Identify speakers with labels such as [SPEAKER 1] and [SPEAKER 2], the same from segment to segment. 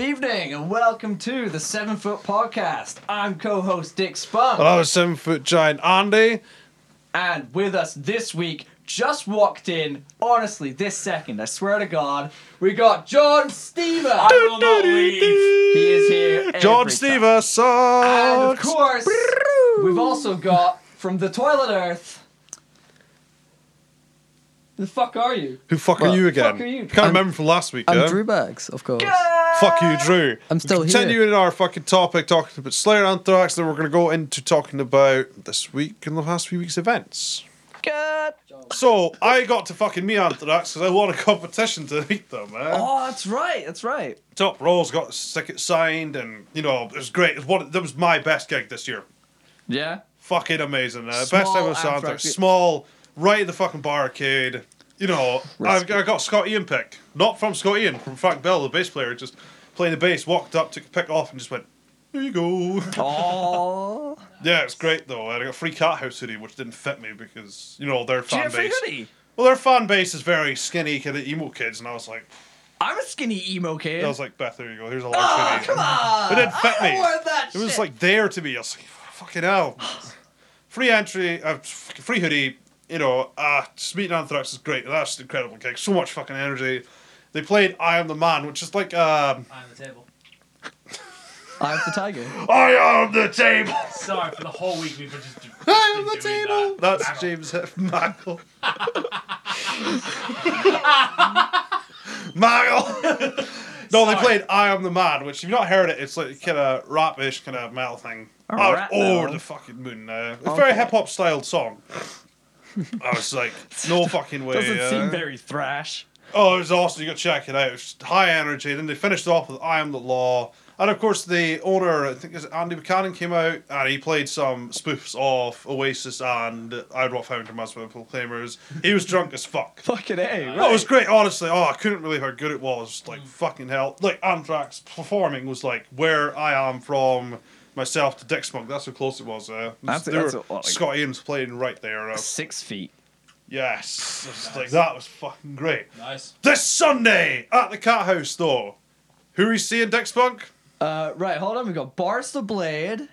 [SPEAKER 1] and welcome to the Seven Foot Podcast. I'm co-host Dick Spunk,
[SPEAKER 2] Hello, seven foot giant Andy.
[SPEAKER 1] and with us this week, just walked in. Honestly, this second, I swear to God, we got John Stever.
[SPEAKER 3] will not leave.
[SPEAKER 1] He is here. every
[SPEAKER 2] John
[SPEAKER 1] time.
[SPEAKER 2] Stever
[SPEAKER 1] and of
[SPEAKER 2] sucks.
[SPEAKER 1] course, we've also got from the Toilet Earth. The fuck are you?
[SPEAKER 2] Who fuck
[SPEAKER 3] Well,
[SPEAKER 2] are you again?
[SPEAKER 1] fuck are you?
[SPEAKER 2] Can't remember from last week,
[SPEAKER 3] I'm
[SPEAKER 2] yeah?
[SPEAKER 3] Drew Bags, of course.
[SPEAKER 2] Fuck you, Drew.
[SPEAKER 3] I'm still here.
[SPEAKER 2] Continuing our fucking topic, talking about Slayer Anthrax, then we're going to go into talking about this week and the past few weeks' events. So, I got to fucking me Anthrax because I won a competition to meet them, man.
[SPEAKER 1] Oh, that's right. That's right.
[SPEAKER 2] Top Rolls got his ticket signed, and, you know, it was great. It was one, that was my best gig this year.
[SPEAKER 1] Yeah.
[SPEAKER 2] fucking amazing. Uh,
[SPEAKER 1] Small
[SPEAKER 2] best ever
[SPEAKER 1] Anthrax.
[SPEAKER 2] soundtrack. Small, right at the fucking barricade. You know, I've, I got Scott Ian picked. Not from Scott Ian, from Frank Bell, the bass player. Just playing the bass, walked up, took a pick off, and just went, here you go.
[SPEAKER 1] Oh.
[SPEAKER 2] yeah, it's great though. And I got free cat house hoodie, which didn't fit me because, you know, their fan
[SPEAKER 1] Jeffrey
[SPEAKER 2] base.
[SPEAKER 1] Hoodie.
[SPEAKER 2] Well, their fan base is very skinny, kind of emo kids. And I was like,
[SPEAKER 1] I'm a skinny emo kid.
[SPEAKER 2] I was like, Beth, there you go. Here's a large
[SPEAKER 1] oh,
[SPEAKER 2] hoodie.
[SPEAKER 1] come on.
[SPEAKER 2] It didn't fit
[SPEAKER 1] I
[SPEAKER 2] me.
[SPEAKER 1] don't want that
[SPEAKER 2] It was
[SPEAKER 1] shit.
[SPEAKER 2] like there to me. I was like, fucking hell. Free entry, uh, f- free hoodie. You know, uh, just meeting Anthrax is great. That's an incredible gig. So much fucking energy. They played "I Am the Man," which is like um,
[SPEAKER 4] I'm the table.
[SPEAKER 3] I have the tiger.
[SPEAKER 2] "I am the table."
[SPEAKER 4] Sorry for the whole week we've been just. just
[SPEAKER 2] I am
[SPEAKER 4] been
[SPEAKER 2] the
[SPEAKER 4] doing
[SPEAKER 2] table.
[SPEAKER 4] that.
[SPEAKER 2] That's
[SPEAKER 4] Back
[SPEAKER 2] James F. Mangle. Mangle. no, they
[SPEAKER 4] Sorry.
[SPEAKER 2] played "I Am the Man," which if you've not heard it, it's like kind of rapish, kind of metal thing.
[SPEAKER 1] A
[SPEAKER 2] I was
[SPEAKER 1] rap
[SPEAKER 2] over
[SPEAKER 1] metal.
[SPEAKER 2] the fucking moon. Uh, it's a very hip hop styled song. I was like, no fucking way.
[SPEAKER 1] Doesn't
[SPEAKER 2] uh,
[SPEAKER 1] seem very thrash.
[SPEAKER 2] Oh, it was awesome. You got to check it out. It was high energy. Then they finished off with I Am the Law. And of course, the owner, I think it's Andy Buchanan, came out and he played some spoofs of Oasis and I'd Rock Fountain as well, Proclaimers. He was drunk as fuck.
[SPEAKER 1] Fucking A.
[SPEAKER 2] Oh, it was great, honestly. Oh, I couldn't believe how good it was. Like, fucking hell. Like, Anthrax performing was like where I am from myself to Dick Smug. That's how close it was. Uh,
[SPEAKER 1] That's-
[SPEAKER 2] They
[SPEAKER 1] that's
[SPEAKER 2] were-
[SPEAKER 1] a lot, like-
[SPEAKER 2] Scott Ian's playing right there. Uh,
[SPEAKER 1] Six feet.
[SPEAKER 2] yes. It's Like, that was fucking great.
[SPEAKER 4] Nice.
[SPEAKER 2] This Sunday at the Cat House though. Who are you seeing, Dick Spunk?
[SPEAKER 1] Uh, right, hold on. We got Barstow Blade.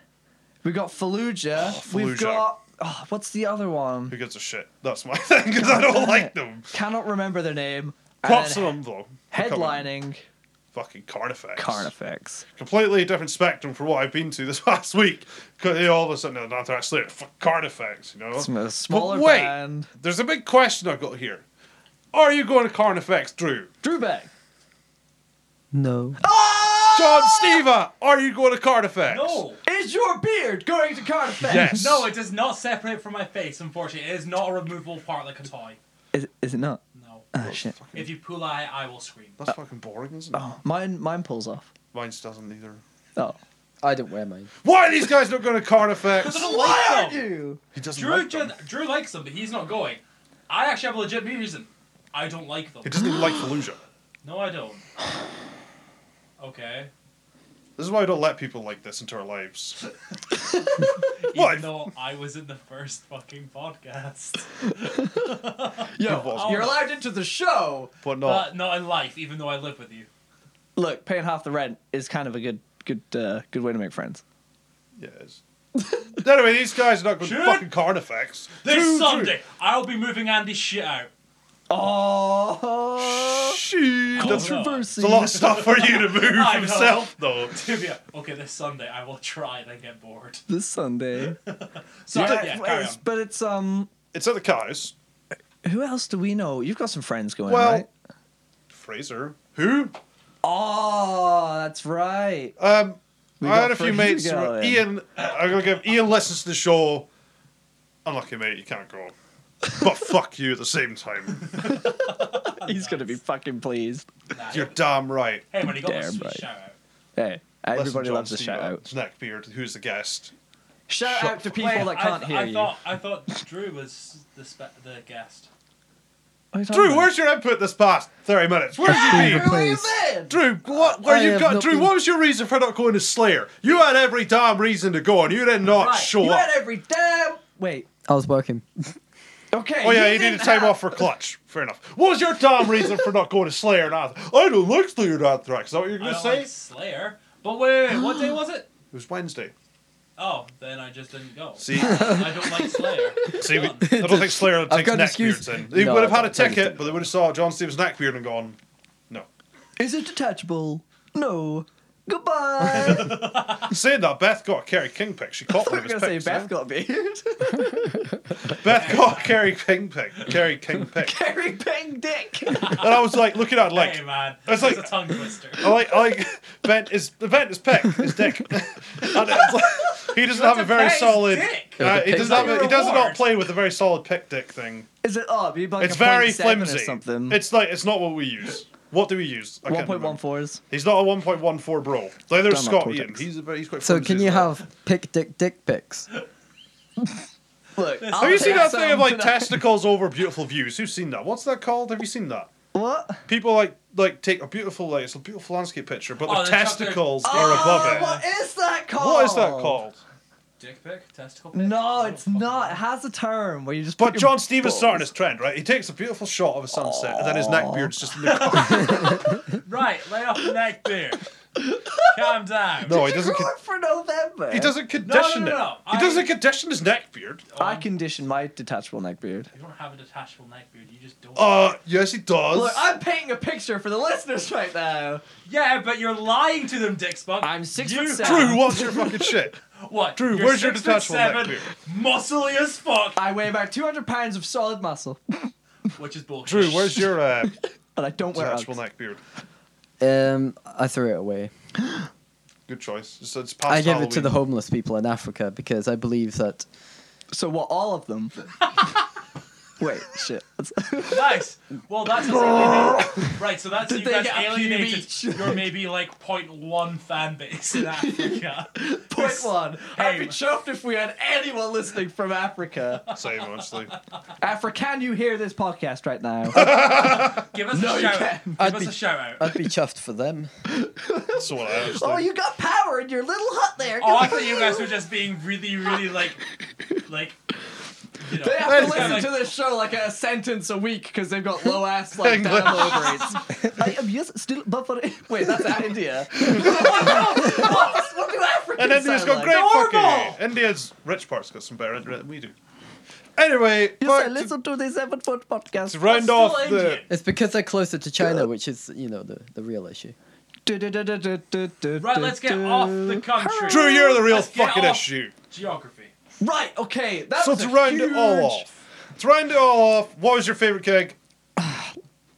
[SPEAKER 1] We got Fallujah.
[SPEAKER 2] Fallujah.
[SPEAKER 1] We've got. Oh, what's the other one?
[SPEAKER 2] Who gives a shit? That's my thing because I don't
[SPEAKER 1] damn
[SPEAKER 2] like
[SPEAKER 1] it.
[SPEAKER 2] them.
[SPEAKER 1] Cannot remember their name. And
[SPEAKER 2] Props to
[SPEAKER 1] then
[SPEAKER 2] them though. for coming.
[SPEAKER 1] Headlining
[SPEAKER 2] Fucking Carnifex.
[SPEAKER 1] Carnifex.
[SPEAKER 2] Completely different spectrum for what I've been to this past week. Because all of a sudden, no, not actually fuck Carnifex, you know.
[SPEAKER 1] Some a smaller
[SPEAKER 2] wait.
[SPEAKER 1] band.
[SPEAKER 2] There's a big question I've got here. Are you going to Carnifex, Drew?
[SPEAKER 1] Drew Oh, Beck.
[SPEAKER 3] No.
[SPEAKER 2] John Steva, are you going to Carnifex?
[SPEAKER 4] No!
[SPEAKER 1] Is your beard going to Carnifex?
[SPEAKER 2] Yes.
[SPEAKER 4] No, it does not separate from my face, unfortunately. It is not a removable part like a toy.
[SPEAKER 3] Is, is it not?
[SPEAKER 4] No.
[SPEAKER 3] Ah, shit.
[SPEAKER 4] If you pull eye, I will scream.
[SPEAKER 2] That's fucking boring, isn't it?
[SPEAKER 3] Oh, mine, mine pulls off.
[SPEAKER 2] Mine doesn't either.
[SPEAKER 3] Oh. I don't wear mine.
[SPEAKER 2] Why are these guys not going to Carnifex?
[SPEAKER 4] Because I don't like them!
[SPEAKER 1] You.
[SPEAKER 2] He doesn't
[SPEAKER 4] Drew,
[SPEAKER 2] like them.
[SPEAKER 4] ju- Drew likes them, but he's not going. I actually have a legit reason. I don't like them.
[SPEAKER 2] He doesn't even like Fallujah.
[SPEAKER 4] No, I don't. Okay.
[SPEAKER 2] This is why I don't let people like this into our lives. Why?
[SPEAKER 4] Even though I was in the first fucking podcast.
[SPEAKER 2] Yo,
[SPEAKER 1] You're
[SPEAKER 4] no.
[SPEAKER 1] allowed into the show.
[SPEAKER 2] but no.
[SPEAKER 4] But Uh, not in life, even though I live with you.
[SPEAKER 1] Look, paying half the rent is kind of a good, good, uh, good way to make friends.
[SPEAKER 2] yes. anyway, these guys are not good
[SPEAKER 4] Shoot.
[SPEAKER 2] fucking Carnifex.
[SPEAKER 4] This
[SPEAKER 2] Drew,
[SPEAKER 4] Sunday, I'll be moving Andy's shit out. Uh,
[SPEAKER 1] Oh.
[SPEAKER 2] Drew. Shit. That's
[SPEAKER 4] no.
[SPEAKER 1] Controversy.
[SPEAKER 2] it's a lot of stuff for you to move
[SPEAKER 4] I know.
[SPEAKER 2] yourself, though.
[SPEAKER 4] Tibia. Okay, this Sunday I will try and then get bored.
[SPEAKER 1] this Sunday.
[SPEAKER 4] So yeah,
[SPEAKER 1] Yeah,
[SPEAKER 4] carry on.
[SPEAKER 1] it's- but it's um.
[SPEAKER 2] It's at the cars.
[SPEAKER 1] Who else do we know? You've got some friends going,
[SPEAKER 2] Well,
[SPEAKER 1] right?
[SPEAKER 2] Fraser. Who?
[SPEAKER 1] Oh, that's right.
[SPEAKER 2] Um,
[SPEAKER 1] We
[SPEAKER 2] I
[SPEAKER 1] got
[SPEAKER 2] had a few
[SPEAKER 1] Fraser
[SPEAKER 2] mates. who-
[SPEAKER 1] going.
[SPEAKER 2] Ian. I'm gonna give Ian listens to the show. Unlucky mate, you can't go. But fuck you at the same time.
[SPEAKER 1] He's gonna be fucking pleased.
[SPEAKER 4] Nah,
[SPEAKER 2] You're
[SPEAKER 4] yeah.
[SPEAKER 2] damn right.
[SPEAKER 4] Hey, when he got
[SPEAKER 1] Damn
[SPEAKER 4] the
[SPEAKER 1] right.
[SPEAKER 4] sweet shout out.
[SPEAKER 1] Hey, everybody loves a shout out.
[SPEAKER 2] Neckbeard, uh, who's the guest?
[SPEAKER 1] Shout
[SPEAKER 2] Shut
[SPEAKER 1] out to people
[SPEAKER 4] Wait,
[SPEAKER 1] that
[SPEAKER 4] I
[SPEAKER 1] can't
[SPEAKER 4] th-
[SPEAKER 1] hear
[SPEAKER 4] I
[SPEAKER 1] you.
[SPEAKER 4] Thought, I thought Drew was the spe- the guest.
[SPEAKER 1] What are you talking
[SPEAKER 2] Drew,
[SPEAKER 1] about?
[SPEAKER 2] where's your input this past 30 minutes? Where's you
[SPEAKER 3] Being
[SPEAKER 2] been?
[SPEAKER 3] replaced.
[SPEAKER 2] Drew, what where
[SPEAKER 3] I
[SPEAKER 2] you
[SPEAKER 3] have
[SPEAKER 2] got?
[SPEAKER 3] not
[SPEAKER 2] Drew,
[SPEAKER 3] been-
[SPEAKER 2] what was your reason for not going to Slayer? You had every damn reason to go, and you did not
[SPEAKER 4] Right,
[SPEAKER 2] show
[SPEAKER 1] You
[SPEAKER 2] up.
[SPEAKER 1] had every damn. Wait.
[SPEAKER 3] I was working.
[SPEAKER 1] Okay.
[SPEAKER 2] Oh yeah, you
[SPEAKER 1] didn't
[SPEAKER 2] needed time
[SPEAKER 1] have-
[SPEAKER 2] off for Clutch. Fair enough. What was your damn reason for not going to Slayer and Anthrax? I don't like Slayer and Anthrax. Is that what you're
[SPEAKER 4] I
[SPEAKER 2] going to
[SPEAKER 4] don't
[SPEAKER 2] say?
[SPEAKER 4] like Slayer. But wait, wait, what day was it?
[SPEAKER 2] It was Wednesday.
[SPEAKER 4] Oh, then I just didn't go.
[SPEAKER 2] See,
[SPEAKER 4] I don't like Slayer.
[SPEAKER 2] see, we, I
[SPEAKER 4] Done.
[SPEAKER 2] don't think Slayer
[SPEAKER 1] got
[SPEAKER 2] takes
[SPEAKER 1] an
[SPEAKER 2] neckbeards
[SPEAKER 1] excuse.
[SPEAKER 2] in. They
[SPEAKER 1] No,
[SPEAKER 2] would have
[SPEAKER 1] I
[SPEAKER 2] had a
[SPEAKER 1] don't think he
[SPEAKER 2] ticket,
[SPEAKER 1] did.
[SPEAKER 2] but they would have saw John Stevens' neckbeard and gone, no.
[SPEAKER 1] Is it detachable? No. Goodbye.
[SPEAKER 2] Saying that, Beth got a Kerry King pick. She caught one
[SPEAKER 1] I'm
[SPEAKER 2] of his
[SPEAKER 1] gonna
[SPEAKER 2] picks.
[SPEAKER 1] say
[SPEAKER 2] eh?
[SPEAKER 1] Beth got a beard.
[SPEAKER 2] Beth got a Kerry King pick. Kerry King pick.
[SPEAKER 1] Gary Ping Dick.
[SPEAKER 2] And I was like, looking at it like,
[SPEAKER 4] hey man,
[SPEAKER 2] it's
[SPEAKER 4] it's
[SPEAKER 2] like-
[SPEAKER 4] a tongue twister.
[SPEAKER 1] Oh.
[SPEAKER 2] I like, I like, Bent is, Bent is pick, is dick. And it's like, he doesn't have a very
[SPEAKER 4] Bent's
[SPEAKER 2] solid,
[SPEAKER 4] dick.
[SPEAKER 2] uh, he
[SPEAKER 1] Pick's
[SPEAKER 2] doesn't have,
[SPEAKER 4] not
[SPEAKER 2] a, he does
[SPEAKER 4] your
[SPEAKER 2] not
[SPEAKER 4] award.
[SPEAKER 2] play with a very solid pick dick thing.
[SPEAKER 1] Is it up? You'd be like
[SPEAKER 2] it's
[SPEAKER 1] a
[SPEAKER 2] very
[SPEAKER 1] 0.7
[SPEAKER 2] flimsy.
[SPEAKER 1] or something.
[SPEAKER 2] It's like, it's not what we use. What do we use? I
[SPEAKER 1] one
[SPEAKER 2] can't
[SPEAKER 1] point
[SPEAKER 2] remember.
[SPEAKER 1] one fours.
[SPEAKER 2] He's not a 1.14 bro. Neither is
[SPEAKER 1] Done that
[SPEAKER 2] Scott
[SPEAKER 1] project.
[SPEAKER 2] Ian. He's, a, bit- he's quite
[SPEAKER 5] So
[SPEAKER 2] flimsy
[SPEAKER 5] can
[SPEAKER 2] as
[SPEAKER 5] you
[SPEAKER 2] well.
[SPEAKER 5] have pick dick dick pics?
[SPEAKER 1] Look, I'll
[SPEAKER 2] Have you seen
[SPEAKER 1] take
[SPEAKER 2] that thing
[SPEAKER 1] some
[SPEAKER 2] of like
[SPEAKER 1] tonight.
[SPEAKER 2] testicles over beautiful views? Who's seen that? What's that called? Have you seen that?
[SPEAKER 1] What?
[SPEAKER 2] People like like take a beautiful like it's a beautiful landscape picture, but
[SPEAKER 4] Oh,
[SPEAKER 2] the
[SPEAKER 4] they chuck their-
[SPEAKER 2] testicles are
[SPEAKER 1] Oh,
[SPEAKER 2] above it.
[SPEAKER 1] What Oh. is that called?
[SPEAKER 2] eh? What is that called?
[SPEAKER 4] Dick pic, testicle pic.
[SPEAKER 1] No,
[SPEAKER 4] Oh,
[SPEAKER 1] it's
[SPEAKER 4] fuck.
[SPEAKER 1] not. It has a term where you just.
[SPEAKER 2] But
[SPEAKER 1] put
[SPEAKER 2] John
[SPEAKER 1] your
[SPEAKER 2] Stevens
[SPEAKER 1] balls-
[SPEAKER 2] starting his trend, right? He takes a beautiful shot of a sunset, and then his neckbeard's just in the corner.
[SPEAKER 4] Right, lay off the neck there. Calm down.
[SPEAKER 2] No, he
[SPEAKER 1] Did you
[SPEAKER 2] doesn't.
[SPEAKER 1] grow
[SPEAKER 2] Con-
[SPEAKER 1] it for November.
[SPEAKER 2] he doesn't condition
[SPEAKER 4] no, no.
[SPEAKER 2] it. He
[SPEAKER 4] I-
[SPEAKER 2] doesn't condition his neckbeard.
[SPEAKER 1] I condition my detachable neck beard.
[SPEAKER 4] Oh, You don't have a detachable neck beard. You just don't.
[SPEAKER 1] Oh,
[SPEAKER 2] Uh, yes, he does.
[SPEAKER 1] Look, I'm painting a picture for the listeners right now.
[SPEAKER 4] yeah, but you're lying to them, dick spunk.
[SPEAKER 1] I'm six
[SPEAKER 4] You-
[SPEAKER 1] foot seven.
[SPEAKER 2] Drew, what's your fucking shit?
[SPEAKER 4] What?
[SPEAKER 2] Drew,
[SPEAKER 4] You're
[SPEAKER 2] where's your
[SPEAKER 4] six foot
[SPEAKER 2] detachable neck
[SPEAKER 4] seven,
[SPEAKER 2] beard?
[SPEAKER 4] Muscly as fuck.
[SPEAKER 1] I weigh about 200 pounds of solid muscle,
[SPEAKER 4] Which is bullshit.
[SPEAKER 2] Drew, where's your uh,
[SPEAKER 1] and I don't wear
[SPEAKER 2] detachable
[SPEAKER 1] Uggs.
[SPEAKER 2] neckbeard?
[SPEAKER 5] Um, I threw it away.
[SPEAKER 2] Good choice. So it's past
[SPEAKER 5] I gave it to
[SPEAKER 2] Halloween.
[SPEAKER 5] the homeless people in Africa because I believe that
[SPEAKER 1] So what? All of them? Wait, shit. That's-
[SPEAKER 4] Nice. Well, that's a- right. So that's
[SPEAKER 1] Did
[SPEAKER 4] you
[SPEAKER 1] they
[SPEAKER 4] guys
[SPEAKER 1] get a few
[SPEAKER 4] alienated
[SPEAKER 1] each?
[SPEAKER 4] your maybe like 0.1 fan base in Africa.
[SPEAKER 1] Point one. I'd be
[SPEAKER 4] Hey.
[SPEAKER 1] chuffed if we had anyone listening from Africa.
[SPEAKER 2] Same, honestly.
[SPEAKER 1] Africa, can you hear this podcast right now?
[SPEAKER 4] Give us
[SPEAKER 1] No,
[SPEAKER 4] a
[SPEAKER 1] you
[SPEAKER 4] shout.
[SPEAKER 1] can't.
[SPEAKER 4] Give
[SPEAKER 5] I'd
[SPEAKER 4] us
[SPEAKER 5] be-
[SPEAKER 4] a shout out.
[SPEAKER 5] I'd be chuffed for them.
[SPEAKER 2] That's what I was
[SPEAKER 1] oh,
[SPEAKER 2] thinking.
[SPEAKER 1] you got power in your little hut there.
[SPEAKER 4] Oh, I
[SPEAKER 1] Good for
[SPEAKER 4] thought you guys were just being really, really like, like. You know,
[SPEAKER 1] They have to
[SPEAKER 4] just
[SPEAKER 1] listen
[SPEAKER 4] kinda
[SPEAKER 1] to
[SPEAKER 4] like,
[SPEAKER 1] this show like a sentence a week because they've got low ass like
[SPEAKER 2] English.
[SPEAKER 1] download rates. I am yes, still buffering. Wait, that's out India. what, what do Africans
[SPEAKER 2] And India's
[SPEAKER 1] sound
[SPEAKER 2] got
[SPEAKER 1] like?
[SPEAKER 2] great
[SPEAKER 4] Normal!
[SPEAKER 2] fucking. India's rich parts got some better internet than we do. Anyway,
[SPEAKER 1] Yes, I
[SPEAKER 2] back to-
[SPEAKER 1] listen to the seven foot podcast.
[SPEAKER 2] to round
[SPEAKER 4] still
[SPEAKER 2] off the.
[SPEAKER 4] Indian.
[SPEAKER 5] It's because they're closer to China, which is you know the, the real issue.
[SPEAKER 4] Right, let's get off the country.
[SPEAKER 2] Drew, you're the real
[SPEAKER 4] Let's get
[SPEAKER 2] fucking
[SPEAKER 4] off
[SPEAKER 2] issue.
[SPEAKER 4] Geography.
[SPEAKER 1] Right, okay. That
[SPEAKER 2] So
[SPEAKER 1] was
[SPEAKER 2] to
[SPEAKER 1] a
[SPEAKER 2] round
[SPEAKER 1] huge...
[SPEAKER 2] it all off, to round it all off, what was your favorite keg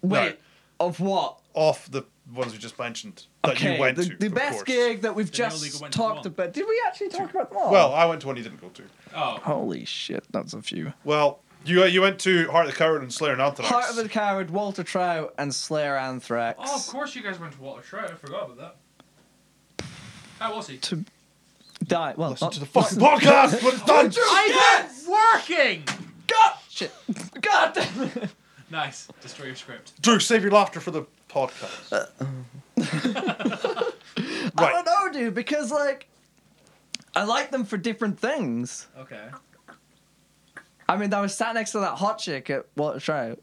[SPEAKER 1] Wait, of what?
[SPEAKER 2] off the ones we just mentioned that
[SPEAKER 1] Okay,
[SPEAKER 2] you went
[SPEAKER 1] the,
[SPEAKER 2] to?
[SPEAKER 1] the
[SPEAKER 2] of
[SPEAKER 1] best
[SPEAKER 2] course.
[SPEAKER 1] gig that we've
[SPEAKER 4] The Little League
[SPEAKER 1] just
[SPEAKER 4] went to
[SPEAKER 1] talked
[SPEAKER 4] one.
[SPEAKER 1] about. Did we actually talk about them all?
[SPEAKER 2] Well, I went to one you didn't go to.
[SPEAKER 4] Oh,
[SPEAKER 1] holy shit, that's a few.
[SPEAKER 2] Well, you uh, you went to Heart of the Coward and Slayer and Anthrax.
[SPEAKER 1] Heart of the Coward, Walter Trout, and Slayer Anthrax.
[SPEAKER 4] oh, of course you guys went to Water Trout. I forgot about that. How was he?
[SPEAKER 1] To die. Well,
[SPEAKER 2] Listen
[SPEAKER 1] not-
[SPEAKER 2] to the fucking podcast. We're done.
[SPEAKER 4] I am working.
[SPEAKER 1] God, shit. God damn.
[SPEAKER 4] Nice. Destroy your script.
[SPEAKER 2] Drew, save your laughter for the podcast.
[SPEAKER 1] Uh, I don't
[SPEAKER 2] right.
[SPEAKER 1] know, dude, because like, I like them for different things.
[SPEAKER 4] Okay.
[SPEAKER 1] I mean, I was sat next to that hot chick at Walter Trout.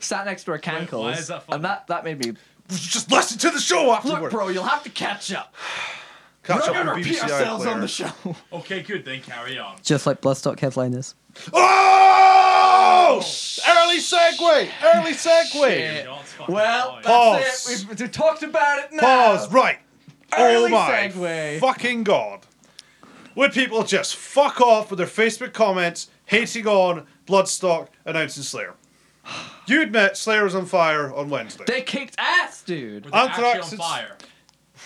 [SPEAKER 1] sat next to her
[SPEAKER 4] Wait,
[SPEAKER 1] cankles,
[SPEAKER 4] why is that funny?
[SPEAKER 1] and that that made me
[SPEAKER 2] Just listen to the show afterwards.
[SPEAKER 1] look, bro. You'll have to catch up.
[SPEAKER 2] Catch
[SPEAKER 1] We're
[SPEAKER 2] up
[SPEAKER 1] gonna
[SPEAKER 2] on
[SPEAKER 1] repeat
[SPEAKER 2] BBC
[SPEAKER 1] ourselves
[SPEAKER 2] iPlayer.
[SPEAKER 1] on the show.
[SPEAKER 4] Okay, good. Then carry on.
[SPEAKER 5] Just like Bloodstock headliners.
[SPEAKER 2] Oh! Early segue! Early
[SPEAKER 4] Your
[SPEAKER 2] segue!
[SPEAKER 4] yacht's fucking
[SPEAKER 1] Well,
[SPEAKER 4] fine.
[SPEAKER 2] Pause.
[SPEAKER 1] that's it. We've, we've talked about it now.
[SPEAKER 2] Pause, right. oh
[SPEAKER 1] Early
[SPEAKER 2] my
[SPEAKER 1] segue.
[SPEAKER 2] fucking god. Would people just fuck off with their Facebook comments hating on Bloodstock announcing Slayer? You admit Slayer was on fire on Wednesday.
[SPEAKER 1] They kicked ass, dude.
[SPEAKER 4] Were they
[SPEAKER 2] Anthrax,
[SPEAKER 4] actually
[SPEAKER 2] it's-
[SPEAKER 4] on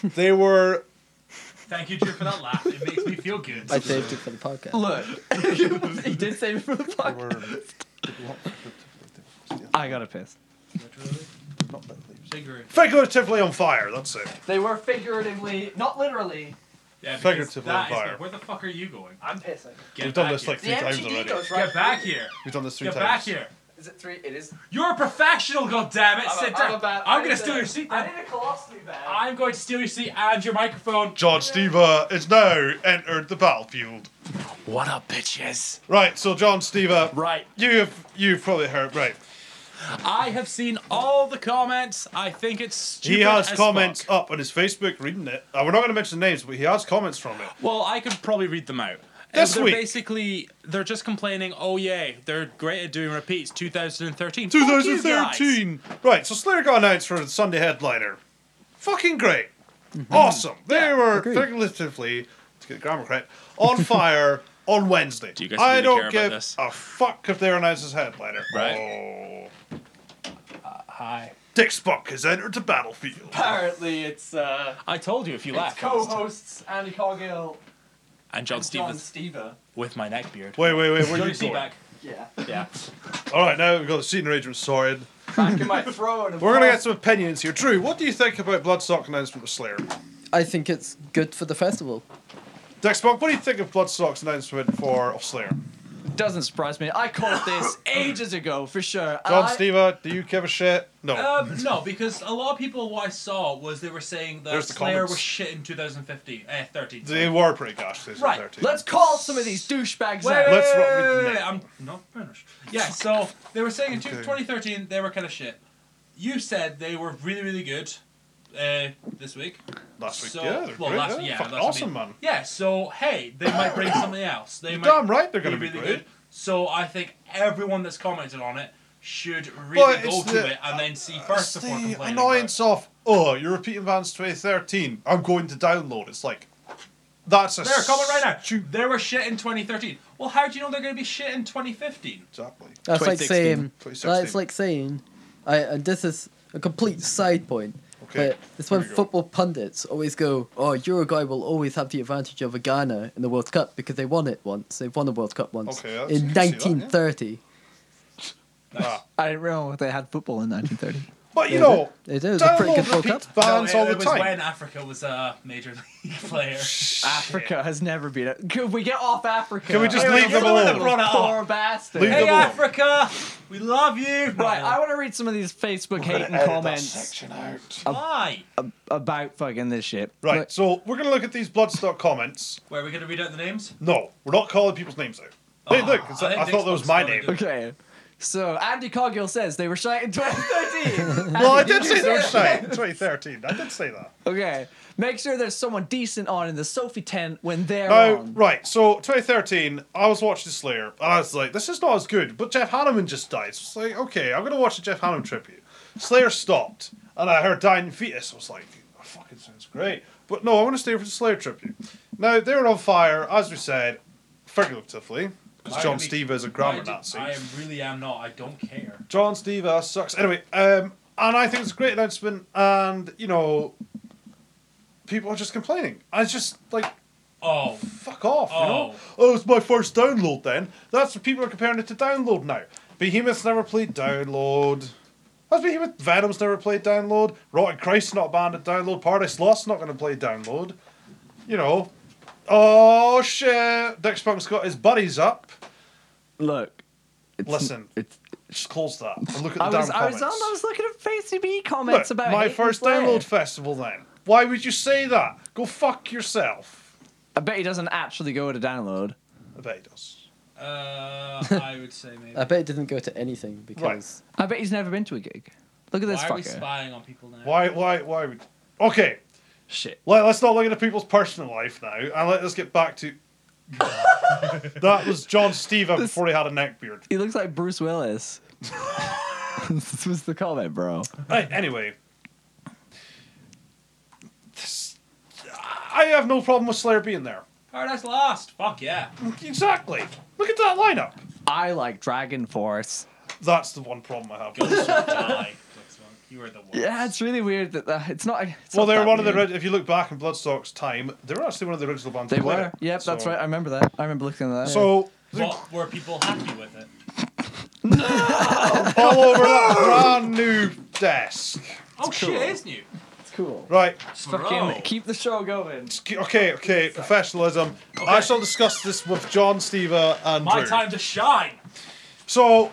[SPEAKER 4] fire.
[SPEAKER 2] They were.
[SPEAKER 4] Thank you, Drew, for that laugh. It makes me feel good.
[SPEAKER 5] I saved it for the podcast.
[SPEAKER 1] Look, he did save it for the
[SPEAKER 2] They
[SPEAKER 1] podcast.
[SPEAKER 2] were
[SPEAKER 1] I got a piss.
[SPEAKER 4] Literally. Figuratively.
[SPEAKER 2] figuratively on fire, that's it.
[SPEAKER 1] They were figuratively, not literally.
[SPEAKER 4] Yeah, because
[SPEAKER 2] Figuratively on
[SPEAKER 4] that is
[SPEAKER 2] fire.
[SPEAKER 4] good. Where the fuck are you going?
[SPEAKER 1] I'm pissing.
[SPEAKER 4] Get
[SPEAKER 2] We've done
[SPEAKER 4] back
[SPEAKER 2] this, like,
[SPEAKER 4] here.
[SPEAKER 1] The
[SPEAKER 2] Three times
[SPEAKER 1] MTD
[SPEAKER 2] already.
[SPEAKER 1] goes right.
[SPEAKER 4] Get back here.
[SPEAKER 2] We've done this three
[SPEAKER 4] Get
[SPEAKER 2] times.
[SPEAKER 4] back here.
[SPEAKER 1] Is it three? It is.
[SPEAKER 4] You're a professional, goddammit.
[SPEAKER 1] I'm a-
[SPEAKER 4] Sit
[SPEAKER 1] I'm
[SPEAKER 4] down.
[SPEAKER 1] a bad- I
[SPEAKER 4] I'm gonna
[SPEAKER 1] need
[SPEAKER 4] steal
[SPEAKER 1] a-
[SPEAKER 4] your seat
[SPEAKER 1] I
[SPEAKER 4] then.
[SPEAKER 1] need a colostomy bag.
[SPEAKER 4] I'm going to steal your seat and your microphone.
[SPEAKER 2] George Steva has now entered the battlefield.
[SPEAKER 6] What up, bitches?
[SPEAKER 2] Right, so John Steva,
[SPEAKER 6] Right.
[SPEAKER 2] You've you've probably heard right.
[SPEAKER 7] I have seen all the comments. I think it's stupid.
[SPEAKER 2] He has
[SPEAKER 7] as
[SPEAKER 2] comments
[SPEAKER 7] fuck.
[SPEAKER 2] up on his Facebook reading it. Uh, we're not going to mention names, but he has comments from it.
[SPEAKER 7] Well, I could probably read them out.
[SPEAKER 2] This
[SPEAKER 7] they're
[SPEAKER 2] week.
[SPEAKER 7] basically they're just complaining. Oh yay, they're great at doing repeats. 2013. Fuck you guys.
[SPEAKER 2] 2013. Right, so Slayer got announced for the Sunday headliner. Fucking great.
[SPEAKER 7] Mm-hmm.
[SPEAKER 2] Awesome. They were figuratively, to get grammar correct, on fire on Wednesday.
[SPEAKER 7] Do you guys
[SPEAKER 2] I
[SPEAKER 7] really
[SPEAKER 2] don't
[SPEAKER 7] care about
[SPEAKER 2] give
[SPEAKER 7] this?
[SPEAKER 2] a fuck if they're announced as headliner.
[SPEAKER 7] Right.
[SPEAKER 2] Oh.
[SPEAKER 8] Hi.
[SPEAKER 2] Dick Spock has entered the battlefield.
[SPEAKER 8] Apparently, it's uh,
[SPEAKER 7] I told you if you
[SPEAKER 8] it's
[SPEAKER 7] laugh.
[SPEAKER 8] co-hosts Andy Cargill
[SPEAKER 7] and John
[SPEAKER 8] and John
[SPEAKER 7] Stevens
[SPEAKER 8] Stever.
[SPEAKER 7] with my neck beard.
[SPEAKER 2] Wait, wait, wait. Where are
[SPEAKER 7] Johnny
[SPEAKER 2] you going?
[SPEAKER 7] Seaback.
[SPEAKER 8] Yeah.
[SPEAKER 7] Yeah.
[SPEAKER 2] All right, now we've got the scene arrangement sorted.
[SPEAKER 8] Back in my throne.
[SPEAKER 2] We're going to get some opinions here. Drew, what do you think about Bloodstock announcement of Slayer?
[SPEAKER 1] I think it's good for the festival.
[SPEAKER 2] Dick Spock, what do you think of Bloodstock's announcement for of Slayer?
[SPEAKER 8] Doesn't surprise me. I called this ages ago for sure.
[SPEAKER 4] Uh,
[SPEAKER 2] John
[SPEAKER 8] I-
[SPEAKER 2] Steva, do you give a shit? No.
[SPEAKER 4] Um, no, because a lot of people what I saw was they were saying that
[SPEAKER 2] There's the
[SPEAKER 4] Slayer
[SPEAKER 2] comments.
[SPEAKER 4] was shit in 2015, eh, 13.
[SPEAKER 2] They were pretty gosh. They
[SPEAKER 4] Right,
[SPEAKER 2] Were 13.
[SPEAKER 8] Let's call some of these douchebags
[SPEAKER 4] Wait,
[SPEAKER 8] out.
[SPEAKER 2] Let's
[SPEAKER 4] wait,
[SPEAKER 2] rock with
[SPEAKER 4] wait, wait,
[SPEAKER 2] Nick.
[SPEAKER 4] I'm not finished. Yeah, so they were saying in two-
[SPEAKER 2] Okay.
[SPEAKER 4] 2013 they were kind of shit. You said they were really, really good uh, this week.
[SPEAKER 2] last week.
[SPEAKER 4] So-
[SPEAKER 2] yeah, they're
[SPEAKER 4] well,
[SPEAKER 2] great.
[SPEAKER 4] last-
[SPEAKER 2] yeah,
[SPEAKER 4] yeah,
[SPEAKER 2] fucking
[SPEAKER 4] that's what I
[SPEAKER 2] awesome,
[SPEAKER 4] mean.
[SPEAKER 2] man.
[SPEAKER 4] Yeah, so hey, they might bring something else. They
[SPEAKER 2] You're
[SPEAKER 4] might
[SPEAKER 2] damn right they're
[SPEAKER 4] be
[SPEAKER 2] going to be
[SPEAKER 4] really
[SPEAKER 2] great.
[SPEAKER 4] good. So I think everyone that's commented on it should
[SPEAKER 2] But
[SPEAKER 4] really
[SPEAKER 2] it's
[SPEAKER 4] go to
[SPEAKER 2] the- uh,
[SPEAKER 4] it and then see
[SPEAKER 2] It's
[SPEAKER 4] first before
[SPEAKER 2] the
[SPEAKER 4] complaining. about it.
[SPEAKER 2] annoyance of, oh, you're repeating Vans 2013. I'm going to download. It's like, that's a.
[SPEAKER 4] They're coming right now.
[SPEAKER 2] stu-
[SPEAKER 4] They were shit in 2013. Well, how do you know they're going to be shit in 2015?
[SPEAKER 2] Exactly.
[SPEAKER 1] That's like
[SPEAKER 7] 2016.
[SPEAKER 1] saying. That's
[SPEAKER 2] 2016.
[SPEAKER 1] like saying. I and this is a complete side point.
[SPEAKER 2] Okay,
[SPEAKER 1] But it's when
[SPEAKER 2] here we go.
[SPEAKER 1] football pundits always go, "Oh, Uruguay will always have the advantage over Ghana in the World Cup because they won it once. They've won the World Cup once
[SPEAKER 2] Okay, that's-
[SPEAKER 1] in
[SPEAKER 2] I can see that, yeah.
[SPEAKER 1] 1930."
[SPEAKER 2] Ah.
[SPEAKER 3] I didn't realize they had football in 1930.
[SPEAKER 2] But you know,
[SPEAKER 1] It is a pretty good
[SPEAKER 2] download
[SPEAKER 1] World Cup.
[SPEAKER 2] repeats Vans
[SPEAKER 4] No, it,
[SPEAKER 2] all the
[SPEAKER 4] it was
[SPEAKER 2] time.
[SPEAKER 4] when Africa was a major league player.
[SPEAKER 8] Africa has never been. A- Could we get off Africa?
[SPEAKER 2] Can we just leave
[SPEAKER 8] you're
[SPEAKER 2] them
[SPEAKER 8] the one
[SPEAKER 2] alone?
[SPEAKER 8] that
[SPEAKER 4] Run it off.
[SPEAKER 8] Poor bastard.
[SPEAKER 2] Leave
[SPEAKER 4] hey
[SPEAKER 2] them alone.
[SPEAKER 4] Africa, we love you.
[SPEAKER 8] Right, I want to read some of these Facebook hating comments
[SPEAKER 2] out.
[SPEAKER 4] Why?
[SPEAKER 8] about fucking this shit.
[SPEAKER 2] Right, so we're going to look at these Bloodstock comments.
[SPEAKER 4] Where are we going to read out the names?
[SPEAKER 2] No, we're not calling people's names out. Hey,
[SPEAKER 4] Ah,
[SPEAKER 2] look, it's-
[SPEAKER 4] I think
[SPEAKER 2] I thought that was
[SPEAKER 4] Dick's
[SPEAKER 2] my
[SPEAKER 4] gonna
[SPEAKER 2] name.
[SPEAKER 4] do it.
[SPEAKER 8] Okay. So Andy Cargill says they were shy in 2013.
[SPEAKER 2] Well, I did say they were shy. 2013. I did say that.
[SPEAKER 8] okay. Make sure there's someone decent on in the Sophie tent when they're
[SPEAKER 2] Now,
[SPEAKER 8] on.
[SPEAKER 2] right, so 2013, I was watching Slayer, and I was like, this is not as good, but Jeff Hanneman just died. So it's like, okay, I'm going to watch a Jeff Hanneman tribute. Slayer stopped, and I heard Dying Fetus. I was like, that fucking sounds great. But no, I want to stay for the Slayer tribute. Now, they were on fire, as we said, figuratively, because
[SPEAKER 4] Why
[SPEAKER 2] John
[SPEAKER 4] do we-
[SPEAKER 2] Steve is a
[SPEAKER 4] I
[SPEAKER 2] grammar
[SPEAKER 4] do-
[SPEAKER 2] Nazi.
[SPEAKER 4] I am really am not. I don't care.
[SPEAKER 2] John Steve uh, sucks. Anyway, um, and I think it's a great announcement, and, you know, people are just complaining. I just, like,
[SPEAKER 4] Oh,
[SPEAKER 2] fuck off. You know?
[SPEAKER 4] Oh.
[SPEAKER 2] oh, it's my first download then. That's what people are comparing it to download now. Behemoth's never played download. Has Behemoth Venom's never played download? Rotten Christ's not banned at download. Paradise Lost's not going to play download. You know. Oh shit! Dick Spunk's got his buddies up.
[SPEAKER 8] Look. It's,
[SPEAKER 2] Listen.
[SPEAKER 8] It's,
[SPEAKER 2] Just close that. And look at the
[SPEAKER 8] I,
[SPEAKER 2] damn
[SPEAKER 8] was, I, was
[SPEAKER 2] comments.
[SPEAKER 8] on, I was looking at Facebook
[SPEAKER 2] Look,
[SPEAKER 8] comments about
[SPEAKER 2] my
[SPEAKER 8] hating
[SPEAKER 2] first
[SPEAKER 8] Flair.
[SPEAKER 2] download festival then. Why would you say that? Go fuck yourself.
[SPEAKER 8] I bet he doesn't actually go to download.
[SPEAKER 2] I bet he does.
[SPEAKER 4] uh, I would say maybe.
[SPEAKER 1] I bet it didn't go to anything because
[SPEAKER 8] I bet he's never been to a gig. Look at this
[SPEAKER 4] Why are we
[SPEAKER 8] fucker.
[SPEAKER 4] spying on people now?
[SPEAKER 2] Why? Why? Why would? Okay,
[SPEAKER 8] Shit.
[SPEAKER 2] Let, us not look into people's personal life now, and let us get back to. that was John Stever before he had a neck beard.
[SPEAKER 8] He looks like Bruce Willis. this was the comment, bro.
[SPEAKER 2] Right, anyway. This- I have no problem with Slayer being there.
[SPEAKER 4] Paradise Lost. Fuck yeah.
[SPEAKER 2] Exactly. Look at that lineup.
[SPEAKER 8] I like Dragon Force.
[SPEAKER 2] That's the one problem I have. with this.
[SPEAKER 4] Ghost will die. That's one. You are the worst.
[SPEAKER 8] Yeah, it's really weird that uh, it's not. It's
[SPEAKER 2] Well,
[SPEAKER 8] not
[SPEAKER 2] they were
[SPEAKER 8] that
[SPEAKER 2] one of the.
[SPEAKER 8] weird.
[SPEAKER 2] ori- If you look back in Bloodstock's time, they were actually one of the original bands.
[SPEAKER 8] They
[SPEAKER 2] to play
[SPEAKER 8] were.
[SPEAKER 2] it.
[SPEAKER 8] Yep, that's
[SPEAKER 2] So-
[SPEAKER 8] right. I remember that. I remember looking at that.
[SPEAKER 2] So
[SPEAKER 4] What were people happy with it?
[SPEAKER 2] all over that brand new desk.
[SPEAKER 4] Oh shit, it is new.
[SPEAKER 8] it's cool.
[SPEAKER 2] Right,
[SPEAKER 8] Just
[SPEAKER 4] Bro.
[SPEAKER 8] fucking keep the show going.
[SPEAKER 2] Okay, okay, professionalism. I shall discuss this with John, Stever, and
[SPEAKER 4] My
[SPEAKER 2] Drew.
[SPEAKER 4] time to shine.
[SPEAKER 2] So,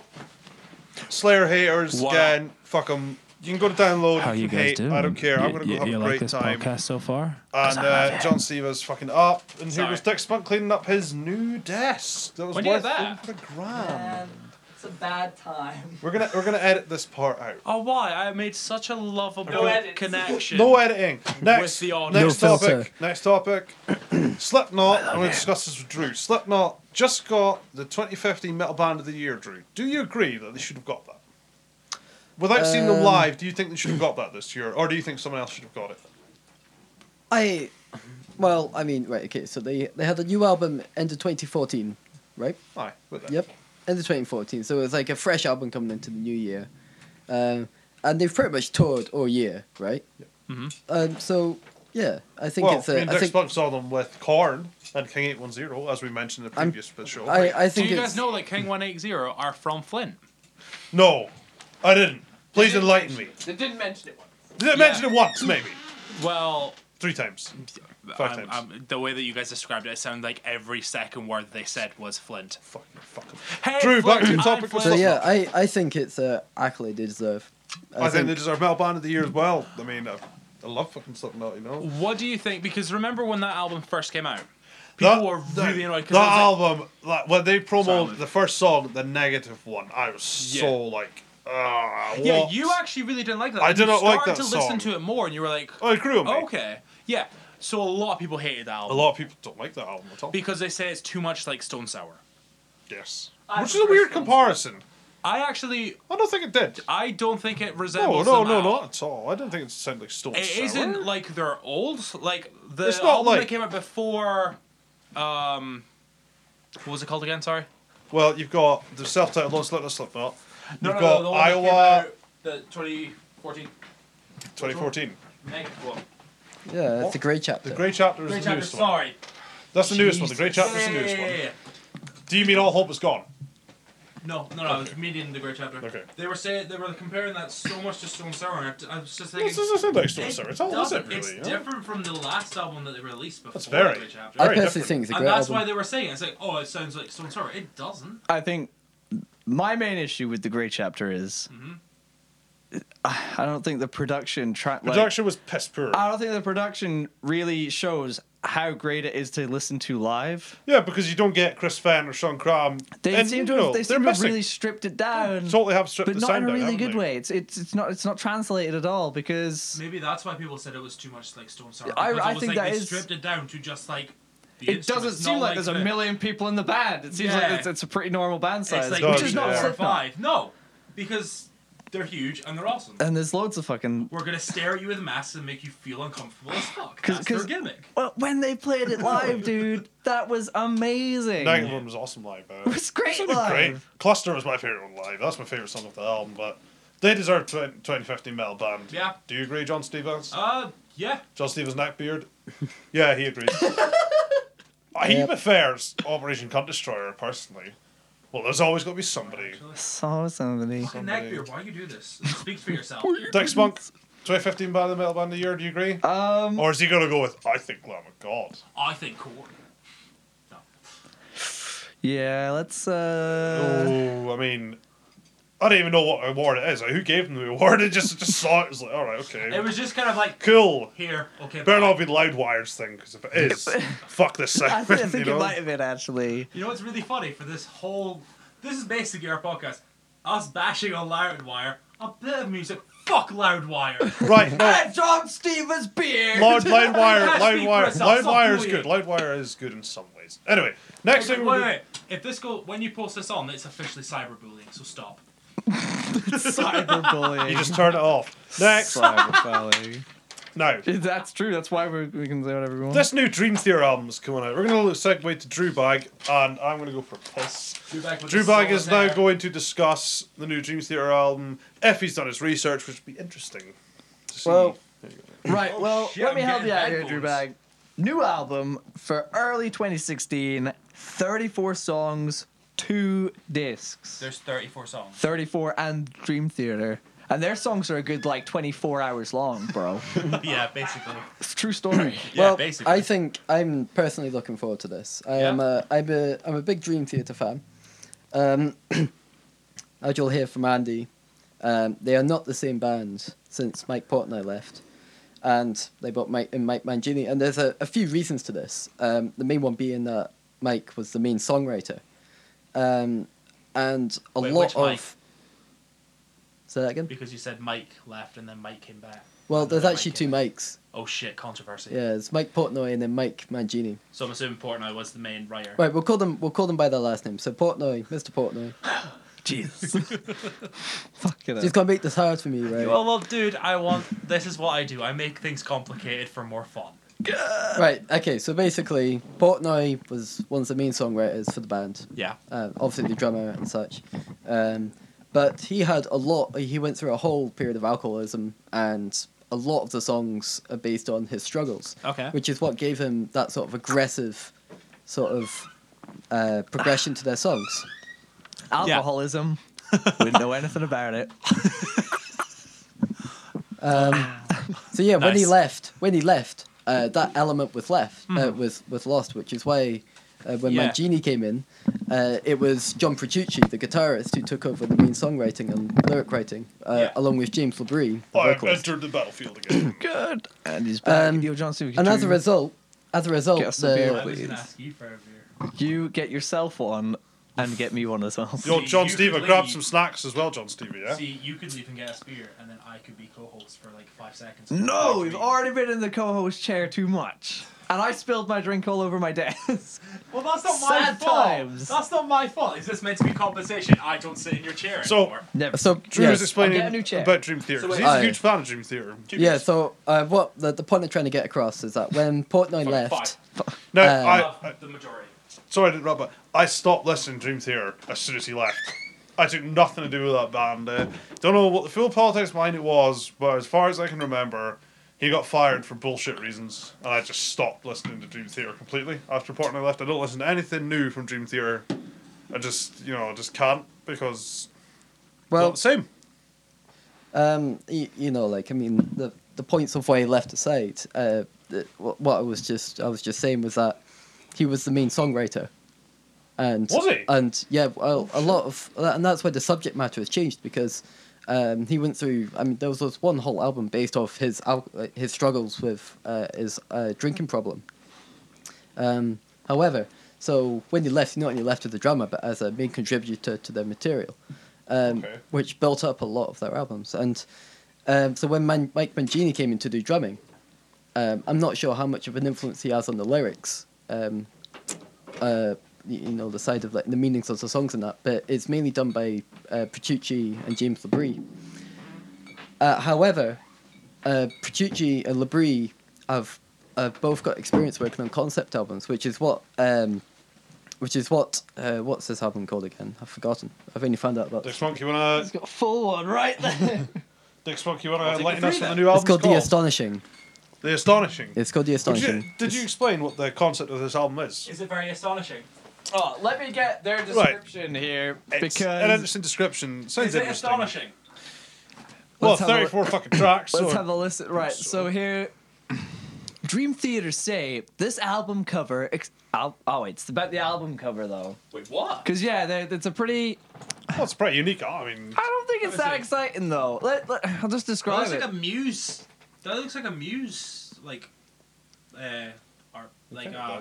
[SPEAKER 2] Slayer haters
[SPEAKER 7] Wow.
[SPEAKER 2] again. Fuck them. You can go to download.
[SPEAKER 7] How
[SPEAKER 2] you
[SPEAKER 7] you
[SPEAKER 2] can
[SPEAKER 7] guys
[SPEAKER 2] hate.
[SPEAKER 7] doing?
[SPEAKER 2] I don't care. I'm
[SPEAKER 7] You-
[SPEAKER 2] gonna go
[SPEAKER 7] you-
[SPEAKER 2] have
[SPEAKER 7] you
[SPEAKER 2] a
[SPEAKER 7] like
[SPEAKER 2] great
[SPEAKER 7] this
[SPEAKER 2] time.
[SPEAKER 7] podcast so far?
[SPEAKER 2] And uh, John Stever's fucking up. And here
[SPEAKER 4] Sorry.
[SPEAKER 2] was Dick Spunk cleaning up his new desk. That was
[SPEAKER 4] When
[SPEAKER 2] worth
[SPEAKER 4] do you get that?
[SPEAKER 2] over a grand.
[SPEAKER 3] It's a bad time.
[SPEAKER 2] We're gonna we're gonna edit this part out.
[SPEAKER 7] Oh, why? I made such a lovable
[SPEAKER 3] No edits.
[SPEAKER 7] connection.
[SPEAKER 2] No editing. Next,
[SPEAKER 7] the audio.
[SPEAKER 2] next
[SPEAKER 1] No filter.
[SPEAKER 2] topic. Next topic. Slipknot. I'm gonna discuss this with Drew. Slipknot just got the 2015 Metal Band of the Year. Drew, do you agree that they should have got that? Without seeing them
[SPEAKER 1] Um,
[SPEAKER 2] live, do you think they should have got that this year, or do you think someone else should have got it?
[SPEAKER 1] I, well, I mean, right, okay. So they they had a new album end of 2014, right?
[SPEAKER 2] Aye. with that.
[SPEAKER 1] Yep, end of 2014. So it was like a fresh album coming into the new year, um, and they've pretty much toured all year, right?
[SPEAKER 7] Mhm.
[SPEAKER 1] Um, so yeah, I think
[SPEAKER 2] well,
[SPEAKER 1] it's
[SPEAKER 2] I
[SPEAKER 1] a.
[SPEAKER 2] mean,
[SPEAKER 1] I
[SPEAKER 2] Dick
[SPEAKER 1] think
[SPEAKER 2] Spuck saw them with Korn and King 810, as we mentioned in the
[SPEAKER 1] I'm-
[SPEAKER 2] previous show.
[SPEAKER 1] I, I
[SPEAKER 7] Do
[SPEAKER 1] think
[SPEAKER 7] you
[SPEAKER 1] it's,
[SPEAKER 7] guys know that King 180 are from Flint?
[SPEAKER 2] no, I didn't. Please
[SPEAKER 8] didn't
[SPEAKER 2] enlighten me.
[SPEAKER 8] They didn't mention it once.
[SPEAKER 2] Did I mention it once, maybe?
[SPEAKER 7] Well,
[SPEAKER 2] Three times. Five
[SPEAKER 7] I'm-
[SPEAKER 2] times.
[SPEAKER 7] I'm- the way that you guys described it, it sounded like every second word that they said was Flint.
[SPEAKER 2] Fuck, fuck 'em.
[SPEAKER 7] Hey,
[SPEAKER 2] Drew, back
[SPEAKER 7] Flint,
[SPEAKER 2] to the
[SPEAKER 7] I'm
[SPEAKER 2] topic with
[SPEAKER 7] Flint.
[SPEAKER 1] So
[SPEAKER 2] Slipknot.
[SPEAKER 1] yeah, I, I think it's a accolade they deserve.
[SPEAKER 2] I, think, they deserve Metal Band of the Year as well. I mean, I, I love fucking Slipknot, you know?
[SPEAKER 7] What do you think? Because remember when that album first came out? People
[SPEAKER 2] That,
[SPEAKER 7] were really annoyed. 'cause
[SPEAKER 2] that
[SPEAKER 7] I was
[SPEAKER 2] album, like, when they promoted
[SPEAKER 7] Silent.
[SPEAKER 2] the first song, the negative one, I was
[SPEAKER 7] Yeah.
[SPEAKER 2] so like, ah,
[SPEAKER 7] like, yeah,
[SPEAKER 2] what?
[SPEAKER 7] you actually really didn't like that.
[SPEAKER 2] I
[SPEAKER 7] and
[SPEAKER 2] did
[SPEAKER 7] you
[SPEAKER 2] not like
[SPEAKER 7] started
[SPEAKER 2] that
[SPEAKER 7] to listen
[SPEAKER 2] song.
[SPEAKER 7] to it more, and you were like,
[SPEAKER 2] I agree with me.
[SPEAKER 7] okay, yeah. So a lot of people hated that
[SPEAKER 2] A
[SPEAKER 7] album
[SPEAKER 2] lot of people don't like that album at all.
[SPEAKER 7] because they say it's too much like Stone Sour.
[SPEAKER 2] yes.
[SPEAKER 3] I
[SPEAKER 2] Which is a
[SPEAKER 3] prefer
[SPEAKER 2] weird
[SPEAKER 3] Stone
[SPEAKER 2] comparison.
[SPEAKER 7] I actually,
[SPEAKER 2] I don't think it did.
[SPEAKER 7] I don't think it
[SPEAKER 2] No,
[SPEAKER 7] resembles.
[SPEAKER 2] Oh,
[SPEAKER 7] them
[SPEAKER 2] no, no,
[SPEAKER 7] at all.
[SPEAKER 2] not at all. I don't think it sounds like Stone
[SPEAKER 7] It
[SPEAKER 2] Sour.
[SPEAKER 7] isn't like they're old. Like the
[SPEAKER 2] It's not
[SPEAKER 7] album
[SPEAKER 2] like-
[SPEAKER 7] that came out before. Um, what was it called again? Sorry.
[SPEAKER 2] Well, you've got the self-titled Lone Slipknot, Slipknot. You've
[SPEAKER 4] No, no,
[SPEAKER 2] got
[SPEAKER 4] no, the one that came
[SPEAKER 2] Iowa
[SPEAKER 4] out, The 2014
[SPEAKER 2] 2014.
[SPEAKER 4] Meg- well,
[SPEAKER 1] Yeah, it's a great chapter.
[SPEAKER 2] The Grey Chapter is
[SPEAKER 4] Great
[SPEAKER 2] the
[SPEAKER 4] chapter,
[SPEAKER 2] newest one.
[SPEAKER 4] sorry.
[SPEAKER 2] That's the newest one. The Grey Chapter is the
[SPEAKER 4] Yeah,
[SPEAKER 2] newest
[SPEAKER 4] yeah,
[SPEAKER 2] one.
[SPEAKER 4] yeah, yeah.
[SPEAKER 2] Do you mean All Hope Is Gone?
[SPEAKER 4] No, no, no, I was meaning the great chapter.
[SPEAKER 2] Okay.
[SPEAKER 4] They were saying they were comparing that so much to Stone Sour, and I t- I was just thinking.
[SPEAKER 2] This is a next one,
[SPEAKER 4] it
[SPEAKER 2] sir. It's all is it
[SPEAKER 4] doesn't-
[SPEAKER 2] really?
[SPEAKER 4] It's
[SPEAKER 2] you know?
[SPEAKER 4] different from the last album that they released before
[SPEAKER 2] That's very-
[SPEAKER 4] the great chapter.
[SPEAKER 1] I
[SPEAKER 2] Very
[SPEAKER 1] personally
[SPEAKER 2] different.
[SPEAKER 1] think it's a
[SPEAKER 4] and
[SPEAKER 1] great
[SPEAKER 4] that's
[SPEAKER 1] album.
[SPEAKER 4] why they were saying it's like, oh, it sounds like Stone Sour. It doesn't.
[SPEAKER 8] I think my main issue with the Grey Chapter is
[SPEAKER 2] Mm-hmm.
[SPEAKER 8] I I don't think the production track.
[SPEAKER 2] Production was piss poor.
[SPEAKER 8] I don't think the production really shows how great it is to listen to live.
[SPEAKER 2] yeah, because you don't get Chris Fenn or Sean Cram.
[SPEAKER 8] They
[SPEAKER 2] and,
[SPEAKER 8] seem
[SPEAKER 2] you
[SPEAKER 8] to
[SPEAKER 2] know,
[SPEAKER 8] have, they
[SPEAKER 2] they're
[SPEAKER 8] seem to have
[SPEAKER 2] missing.
[SPEAKER 8] really stripped it down,
[SPEAKER 2] totally have stripped
[SPEAKER 8] but
[SPEAKER 2] the
[SPEAKER 8] not in
[SPEAKER 2] sound
[SPEAKER 8] a really
[SPEAKER 2] out,
[SPEAKER 8] good
[SPEAKER 2] haven't they?
[SPEAKER 8] way. It's it's it's not it's not translated at all because
[SPEAKER 4] Maybe that's why people said it was too much like Stone Sour.
[SPEAKER 8] I-
[SPEAKER 4] because
[SPEAKER 8] I
[SPEAKER 4] it was
[SPEAKER 8] think
[SPEAKER 4] like
[SPEAKER 8] that
[SPEAKER 4] they
[SPEAKER 8] is-
[SPEAKER 4] stripped it down to just like. The
[SPEAKER 8] it
[SPEAKER 4] instruments,
[SPEAKER 8] doesn't
[SPEAKER 4] not
[SPEAKER 8] seem like there's a
[SPEAKER 4] the-
[SPEAKER 8] million people in the band. It seems
[SPEAKER 4] Yeah.
[SPEAKER 8] like it's, it's a pretty normal band size,
[SPEAKER 4] It's like
[SPEAKER 2] No,
[SPEAKER 8] which is not
[SPEAKER 2] yeah.
[SPEAKER 4] four or
[SPEAKER 8] Slipknot.
[SPEAKER 4] five. No, because they're huge and they're awesome.
[SPEAKER 8] And there's loads of fucking.
[SPEAKER 4] We're gonna stare at you with masks and make you feel uncomfortable as fuck.
[SPEAKER 8] 'Cause-
[SPEAKER 4] That's their
[SPEAKER 8] 'cause-
[SPEAKER 4] gimmick.
[SPEAKER 8] Well, when they played it live, dude, that was amazing.
[SPEAKER 2] Night of Them was awesome live, man.
[SPEAKER 8] It was great
[SPEAKER 2] It was great.
[SPEAKER 8] live.
[SPEAKER 2] Cluster was my favorite one live. That's my favorite song of the album, but they deserve 20, 2015 metal band.
[SPEAKER 4] Yeah.
[SPEAKER 2] Do you agree, John Stevens?
[SPEAKER 4] Uh, yeah.
[SPEAKER 2] John Stevens neckbeard. yeah, he agrees. Uh, he
[SPEAKER 1] Yep.
[SPEAKER 2] prefers Operation Cunt Destroyer personally. Well, there's always got to be somebody.
[SPEAKER 4] Actually.
[SPEAKER 8] So somebody.
[SPEAKER 4] Fucking
[SPEAKER 2] Somebody-
[SPEAKER 4] neckbeard, why you do this? Speak for yourself.
[SPEAKER 2] Dex Monk, 2015 by the metal band of the year. Do you agree?
[SPEAKER 8] Um,
[SPEAKER 2] Or is he gonna go with I think Lamb of God?
[SPEAKER 4] I think cool.
[SPEAKER 8] yeah, let's. Uh,
[SPEAKER 2] oh, I mean, I don't even know what award it is. Like, who gave them the award? I just just saw it. it was like, all right, okay,
[SPEAKER 4] It was just kind of like
[SPEAKER 2] cool.
[SPEAKER 4] here, okay.
[SPEAKER 2] Better
[SPEAKER 4] bye.
[SPEAKER 2] not be Loudwire's thing because if it is, fuck this
[SPEAKER 8] I
[SPEAKER 2] sound.
[SPEAKER 8] think, I think
[SPEAKER 2] you know?
[SPEAKER 8] it might have been actually.
[SPEAKER 4] You know what's really funny for this whole? This is basically our podcast. Us bashing on Loudwire. A bit of music. Fuck Loudwire.
[SPEAKER 2] Right, no.
[SPEAKER 8] Ah, John Stevens beard.
[SPEAKER 2] Loud, Loudwire,
[SPEAKER 4] Can't speak for
[SPEAKER 2] Loudwire,
[SPEAKER 4] myself, stop
[SPEAKER 2] Loudwire is
[SPEAKER 4] bullying.
[SPEAKER 2] good. Loudwire is good in some ways. Anyway, next
[SPEAKER 4] wait,
[SPEAKER 2] thing
[SPEAKER 4] wait,
[SPEAKER 2] we're
[SPEAKER 4] wait. If this go when you post this on, it's officially cyberbullying. So stop.
[SPEAKER 2] you
[SPEAKER 8] Cyberbullying.
[SPEAKER 2] just turn it off. Next,
[SPEAKER 8] Cyberbullying.
[SPEAKER 2] now
[SPEAKER 8] That's true. That's why we we can say whatever we want.
[SPEAKER 2] this new Dream Theater album is coming out. We're gonna segue to Drew Bag, and I'm gonna go for piss.
[SPEAKER 4] Drew Bag, with
[SPEAKER 2] Drew
[SPEAKER 4] his
[SPEAKER 2] Bag
[SPEAKER 4] solid
[SPEAKER 2] is now
[SPEAKER 4] hair.
[SPEAKER 2] going to discuss the new Dream Theater album if he's done his research, which would be interesting. To see.
[SPEAKER 8] Well- Right.
[SPEAKER 4] Oh,
[SPEAKER 8] well,
[SPEAKER 4] shit,
[SPEAKER 8] let
[SPEAKER 4] I'm
[SPEAKER 8] me help
[SPEAKER 4] getting
[SPEAKER 8] you out here, Drew
[SPEAKER 4] headphones.
[SPEAKER 8] Bag. New album for early 2016. 34 songs, two discs.
[SPEAKER 4] There's 34 songs.
[SPEAKER 8] 34 and Dream Theater. And their songs are a good like 24 hours long, bro.
[SPEAKER 4] yeah, basically.
[SPEAKER 8] it's a true story.
[SPEAKER 4] Yeah,
[SPEAKER 1] well,
[SPEAKER 4] basically.
[SPEAKER 1] I think I'm personally looking forward to this. I am a I'm a I'm a big Dream Theater fan. Um, as you'll hear from Andy, um, they are not the same band since Mike Portnoy left, and they bought Mike and Mike Mangini. And there's a, a few reasons to this. Um, the main one being that Mike was the main songwriter, um, and a
[SPEAKER 4] Wait,
[SPEAKER 1] lot
[SPEAKER 4] which
[SPEAKER 1] of.
[SPEAKER 4] Mike?
[SPEAKER 1] Say that again.
[SPEAKER 4] Because you said Mike left and then Mike came back.
[SPEAKER 1] Well,
[SPEAKER 4] Another
[SPEAKER 1] there's actually
[SPEAKER 4] Mike
[SPEAKER 1] two
[SPEAKER 4] came back.
[SPEAKER 1] mics.
[SPEAKER 4] Oh shit, controversy.
[SPEAKER 1] Yeah, it's Mike Portnoy and then Mike Mangini.
[SPEAKER 4] So I'm assuming Portnoy was the main writer.
[SPEAKER 1] Right, we'll call them. We'll call them by their last name. So Portnoy, Mr. Portnoy.
[SPEAKER 8] Fucking
[SPEAKER 1] She's
[SPEAKER 8] hell.
[SPEAKER 1] gonna make this hard for me, right?
[SPEAKER 4] Well, well, dude, I want. This is what I do. I make things complicated for more fun.
[SPEAKER 1] Right. Okay. So basically, Portnoy was one of the main songwriters for the band.
[SPEAKER 4] Yeah.
[SPEAKER 1] Uh, obviously, the drummer and such. Um, but he had a lot. He went through a whole period of alcoholism, and a lot of the songs are based on his struggles,
[SPEAKER 4] Okay.
[SPEAKER 1] which is what gave him that sort of aggressive, sort of uh, progression to their songs.
[SPEAKER 8] Alcoholism. we know anything about it.
[SPEAKER 1] Um, so yeah, when he
[SPEAKER 4] Nice. Mm.
[SPEAKER 1] left, when he left, uh, that element was left, uh, was was lost, which is why uh, when
[SPEAKER 4] Mm-hmm. Yeah.
[SPEAKER 1] Mangini came in, uh, it was John Petrucci, the guitarist, who took over the main songwriting and lyric writing, uh,
[SPEAKER 4] Yeah.
[SPEAKER 1] along with James LaBrie, the
[SPEAKER 2] I've
[SPEAKER 1] vocalist.
[SPEAKER 2] entered the battlefield again.
[SPEAKER 8] Good. And he's back.
[SPEAKER 1] Um,
[SPEAKER 8] Neil Johnson. we can
[SPEAKER 1] And as a
[SPEAKER 8] do-
[SPEAKER 1] result, as a result,
[SPEAKER 8] Get us a
[SPEAKER 1] the,
[SPEAKER 8] beer.
[SPEAKER 4] I was
[SPEAKER 8] please.
[SPEAKER 4] gonna ask you for a beer.
[SPEAKER 8] you get yourself one and get me one as well.
[SPEAKER 2] Yo,
[SPEAKER 4] See,
[SPEAKER 2] John
[SPEAKER 4] you
[SPEAKER 2] Stevie,
[SPEAKER 4] could
[SPEAKER 2] grab
[SPEAKER 4] leave.
[SPEAKER 2] some snacks as well, John Stevie, yeah?
[SPEAKER 4] See, you could leave and get us beer, and then I could be co-host for like five seconds.
[SPEAKER 8] No,
[SPEAKER 4] I could
[SPEAKER 8] you've
[SPEAKER 4] be-
[SPEAKER 8] already been in the co-host chair too much, and I spilled my drink all over my desk.
[SPEAKER 4] Well, that's not my
[SPEAKER 8] Sad
[SPEAKER 4] fault.
[SPEAKER 8] times.
[SPEAKER 4] That's not my fault. Is this meant to be compensation? I don't sit in your chair
[SPEAKER 2] So-
[SPEAKER 4] anymore.
[SPEAKER 8] Never.
[SPEAKER 1] so
[SPEAKER 2] Drew
[SPEAKER 1] yeah,
[SPEAKER 2] was explaining
[SPEAKER 8] I'll get a new chair.
[SPEAKER 2] about Dream Theater.
[SPEAKER 4] So
[SPEAKER 2] 'cause
[SPEAKER 4] wait-
[SPEAKER 2] he's a
[SPEAKER 1] Aye.
[SPEAKER 2] huge fan of Dream Theater.
[SPEAKER 1] yeah, so uh, what the, the point I'm trying to get across is that when Portnoy
[SPEAKER 4] Fucking
[SPEAKER 1] left,
[SPEAKER 4] five.
[SPEAKER 2] Now,
[SPEAKER 1] Um,
[SPEAKER 2] I, I,
[SPEAKER 4] the majority.
[SPEAKER 2] sorry to interrupt, but I stopped listening to Dream Theater as soon as he left. I took nothing to do with that band. Uh, don't know what the full politics behind it was, but as far as I can remember, he got fired for bullshit reasons, and I just stopped listening to Dream Theater completely. After Portnoy left, I don't listen to anything new from Dream Theater. I just, you know, I just can't because well,
[SPEAKER 1] well,
[SPEAKER 2] the same.
[SPEAKER 1] Um, you, you know, like I mean, the the points of why he left aside. Uh, th- wh- what I was just I was just saying was that he was the main songwriter, and
[SPEAKER 2] Was he?
[SPEAKER 1] And yeah, well, a lot of and that's why the subject matter has changed because um, he went through. I mean, there was this one whole album based off his al- uh, his struggles with uh, his uh, drinking problem. Um, however, so when he left, he not only left as a drummer, but as a main contributor to their material, um,
[SPEAKER 2] Okay.
[SPEAKER 1] which built up a lot of their albums. And um, so when Man- Mike Mangini came in to do drumming, um, I'm not sure how much of an influence he has on the lyrics, um, uh, y- you know, the side of like the meanings of the songs and that, but it's mainly done by uh, Petrucci and James LaBrie. Uh, however, uh, Petrucci and Labrie have uh, both got experience working on concept albums, which is what um, which is what uh, what's this album called again? I've forgotten. I've only found out about.
[SPEAKER 2] Dick Monk, you wanna
[SPEAKER 8] got a full one right there.
[SPEAKER 2] Dick Spunk, you
[SPEAKER 4] I'll
[SPEAKER 2] wanna
[SPEAKER 4] take
[SPEAKER 2] enlighten
[SPEAKER 4] the
[SPEAKER 2] us
[SPEAKER 4] three
[SPEAKER 2] on the
[SPEAKER 4] then.
[SPEAKER 2] new album?
[SPEAKER 1] It's called The Astonishing.
[SPEAKER 2] The Astonishing.
[SPEAKER 1] It's called The
[SPEAKER 2] Did you,
[SPEAKER 1] Astonishing.
[SPEAKER 2] did you explain what the concept of this album is?
[SPEAKER 4] Is it very astonishing?
[SPEAKER 9] Oh, let me get their description here
[SPEAKER 2] It's
[SPEAKER 9] because
[SPEAKER 2] an interesting description. Sounds
[SPEAKER 4] Is it
[SPEAKER 2] interesting.
[SPEAKER 4] astonishing?
[SPEAKER 2] Well,
[SPEAKER 8] Let's have a look.
[SPEAKER 2] 34 fucking tracks.
[SPEAKER 8] Let's
[SPEAKER 2] so-
[SPEAKER 8] have a listen. Right, so here, Dream Theater say this album cover. Ex- al- oh, it's about the album cover though,
[SPEAKER 4] Wait, what?
[SPEAKER 8] because yeah, they- it's a pretty.
[SPEAKER 2] well, it's pretty unique. I mean,
[SPEAKER 8] I don't think
[SPEAKER 4] Let
[SPEAKER 8] it's
[SPEAKER 4] me
[SPEAKER 8] that
[SPEAKER 4] see.
[SPEAKER 8] exciting though. Let, let- I'll just
[SPEAKER 4] That
[SPEAKER 8] describe
[SPEAKER 4] looks
[SPEAKER 8] it.
[SPEAKER 4] like a muse. That looks like a muse, like, uh, art, like uh,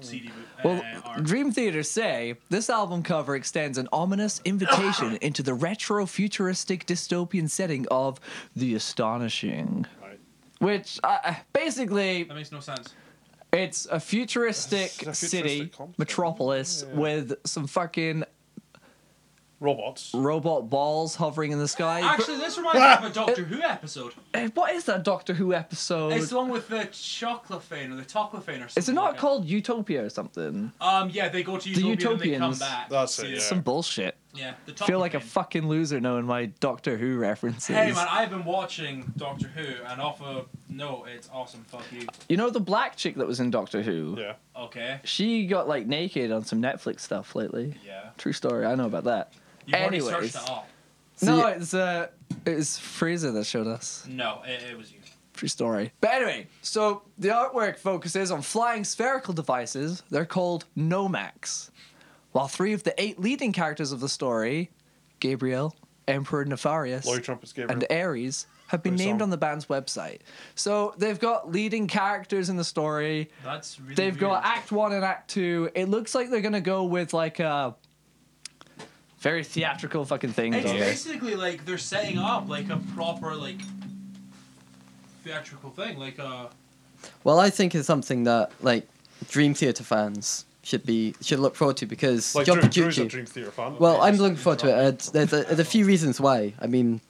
[SPEAKER 4] CD. Uh,
[SPEAKER 8] Well,
[SPEAKER 4] art.
[SPEAKER 8] Dream Theater say this album cover extends an ominous invitation into the retro futuristic dystopian setting of The Astonishing.
[SPEAKER 2] Right.
[SPEAKER 8] Which uh, basically
[SPEAKER 4] That makes no sense.
[SPEAKER 8] it's a futuristic,
[SPEAKER 2] It's a futuristic
[SPEAKER 8] city
[SPEAKER 2] concept.
[SPEAKER 8] metropolis
[SPEAKER 2] Yeah.
[SPEAKER 8] with some fucking
[SPEAKER 2] robots.
[SPEAKER 8] robot balls hovering in the sky.
[SPEAKER 4] Actually, this reminds me of a Doctor Who episode.
[SPEAKER 8] Hey, what is that Doctor Who episode?
[SPEAKER 4] It's the one with the choclophane or the toclophane or something.
[SPEAKER 8] Is it not
[SPEAKER 4] like
[SPEAKER 8] called Utopia or something?
[SPEAKER 4] That. Um, yeah, they go to
[SPEAKER 8] The
[SPEAKER 4] Utopia and they come
[SPEAKER 8] Utopians.
[SPEAKER 4] back.
[SPEAKER 2] That's it,
[SPEAKER 4] Yeah,
[SPEAKER 2] yeah.
[SPEAKER 8] Some bullshit.
[SPEAKER 4] yeah the
[SPEAKER 8] I feel like a
[SPEAKER 4] toclophane.
[SPEAKER 8] fucking loser knowing my Doctor Who references.
[SPEAKER 4] Hey man, I've been watching Doctor Who, and off of no, it's awesome. Fuck you.
[SPEAKER 8] You know the black chick that was in Doctor Who?
[SPEAKER 2] Yeah.
[SPEAKER 4] Okay.
[SPEAKER 8] She got like naked on some Netflix stuff lately.
[SPEAKER 4] Yeah.
[SPEAKER 8] True story, I know about that.
[SPEAKER 4] You've already searched
[SPEAKER 8] Anyways.
[SPEAKER 4] that up.
[SPEAKER 8] no,
[SPEAKER 1] you-
[SPEAKER 8] it's uh it's Fraser that showed us.
[SPEAKER 4] No, it, it was you.
[SPEAKER 8] True story. But anyway, so the artwork focuses on flying spherical devices. They're called Nomax. While three of the eight leading characters of the story, Gabriel, Emperor Nefarious,
[SPEAKER 2] Lloyd Trumpets Gabriel.
[SPEAKER 8] and Ares have been
[SPEAKER 2] Great
[SPEAKER 8] named
[SPEAKER 2] song.
[SPEAKER 8] on the band's website. So they've got leading characters in the story.
[SPEAKER 4] That's really.
[SPEAKER 8] They've got
[SPEAKER 4] weird.
[SPEAKER 8] Act One and Act Two. It looks like they're gonna go with like a
[SPEAKER 3] Very theatrical fucking things.
[SPEAKER 4] It's
[SPEAKER 3] on there.
[SPEAKER 4] basically like they're setting up like a proper like theatrical thing, like uh, a
[SPEAKER 1] Well, I think it's something that like Dream Theater fans should be should look forward to because
[SPEAKER 2] Like,
[SPEAKER 1] Jump
[SPEAKER 2] Drew,
[SPEAKER 1] to
[SPEAKER 2] Drew's a
[SPEAKER 1] Juju-
[SPEAKER 2] Dream Theater fan.
[SPEAKER 1] Well,
[SPEAKER 2] Okay.
[SPEAKER 1] I'm looking forward to it. Uh, it's- there's, a, there's a few reasons why. I mean,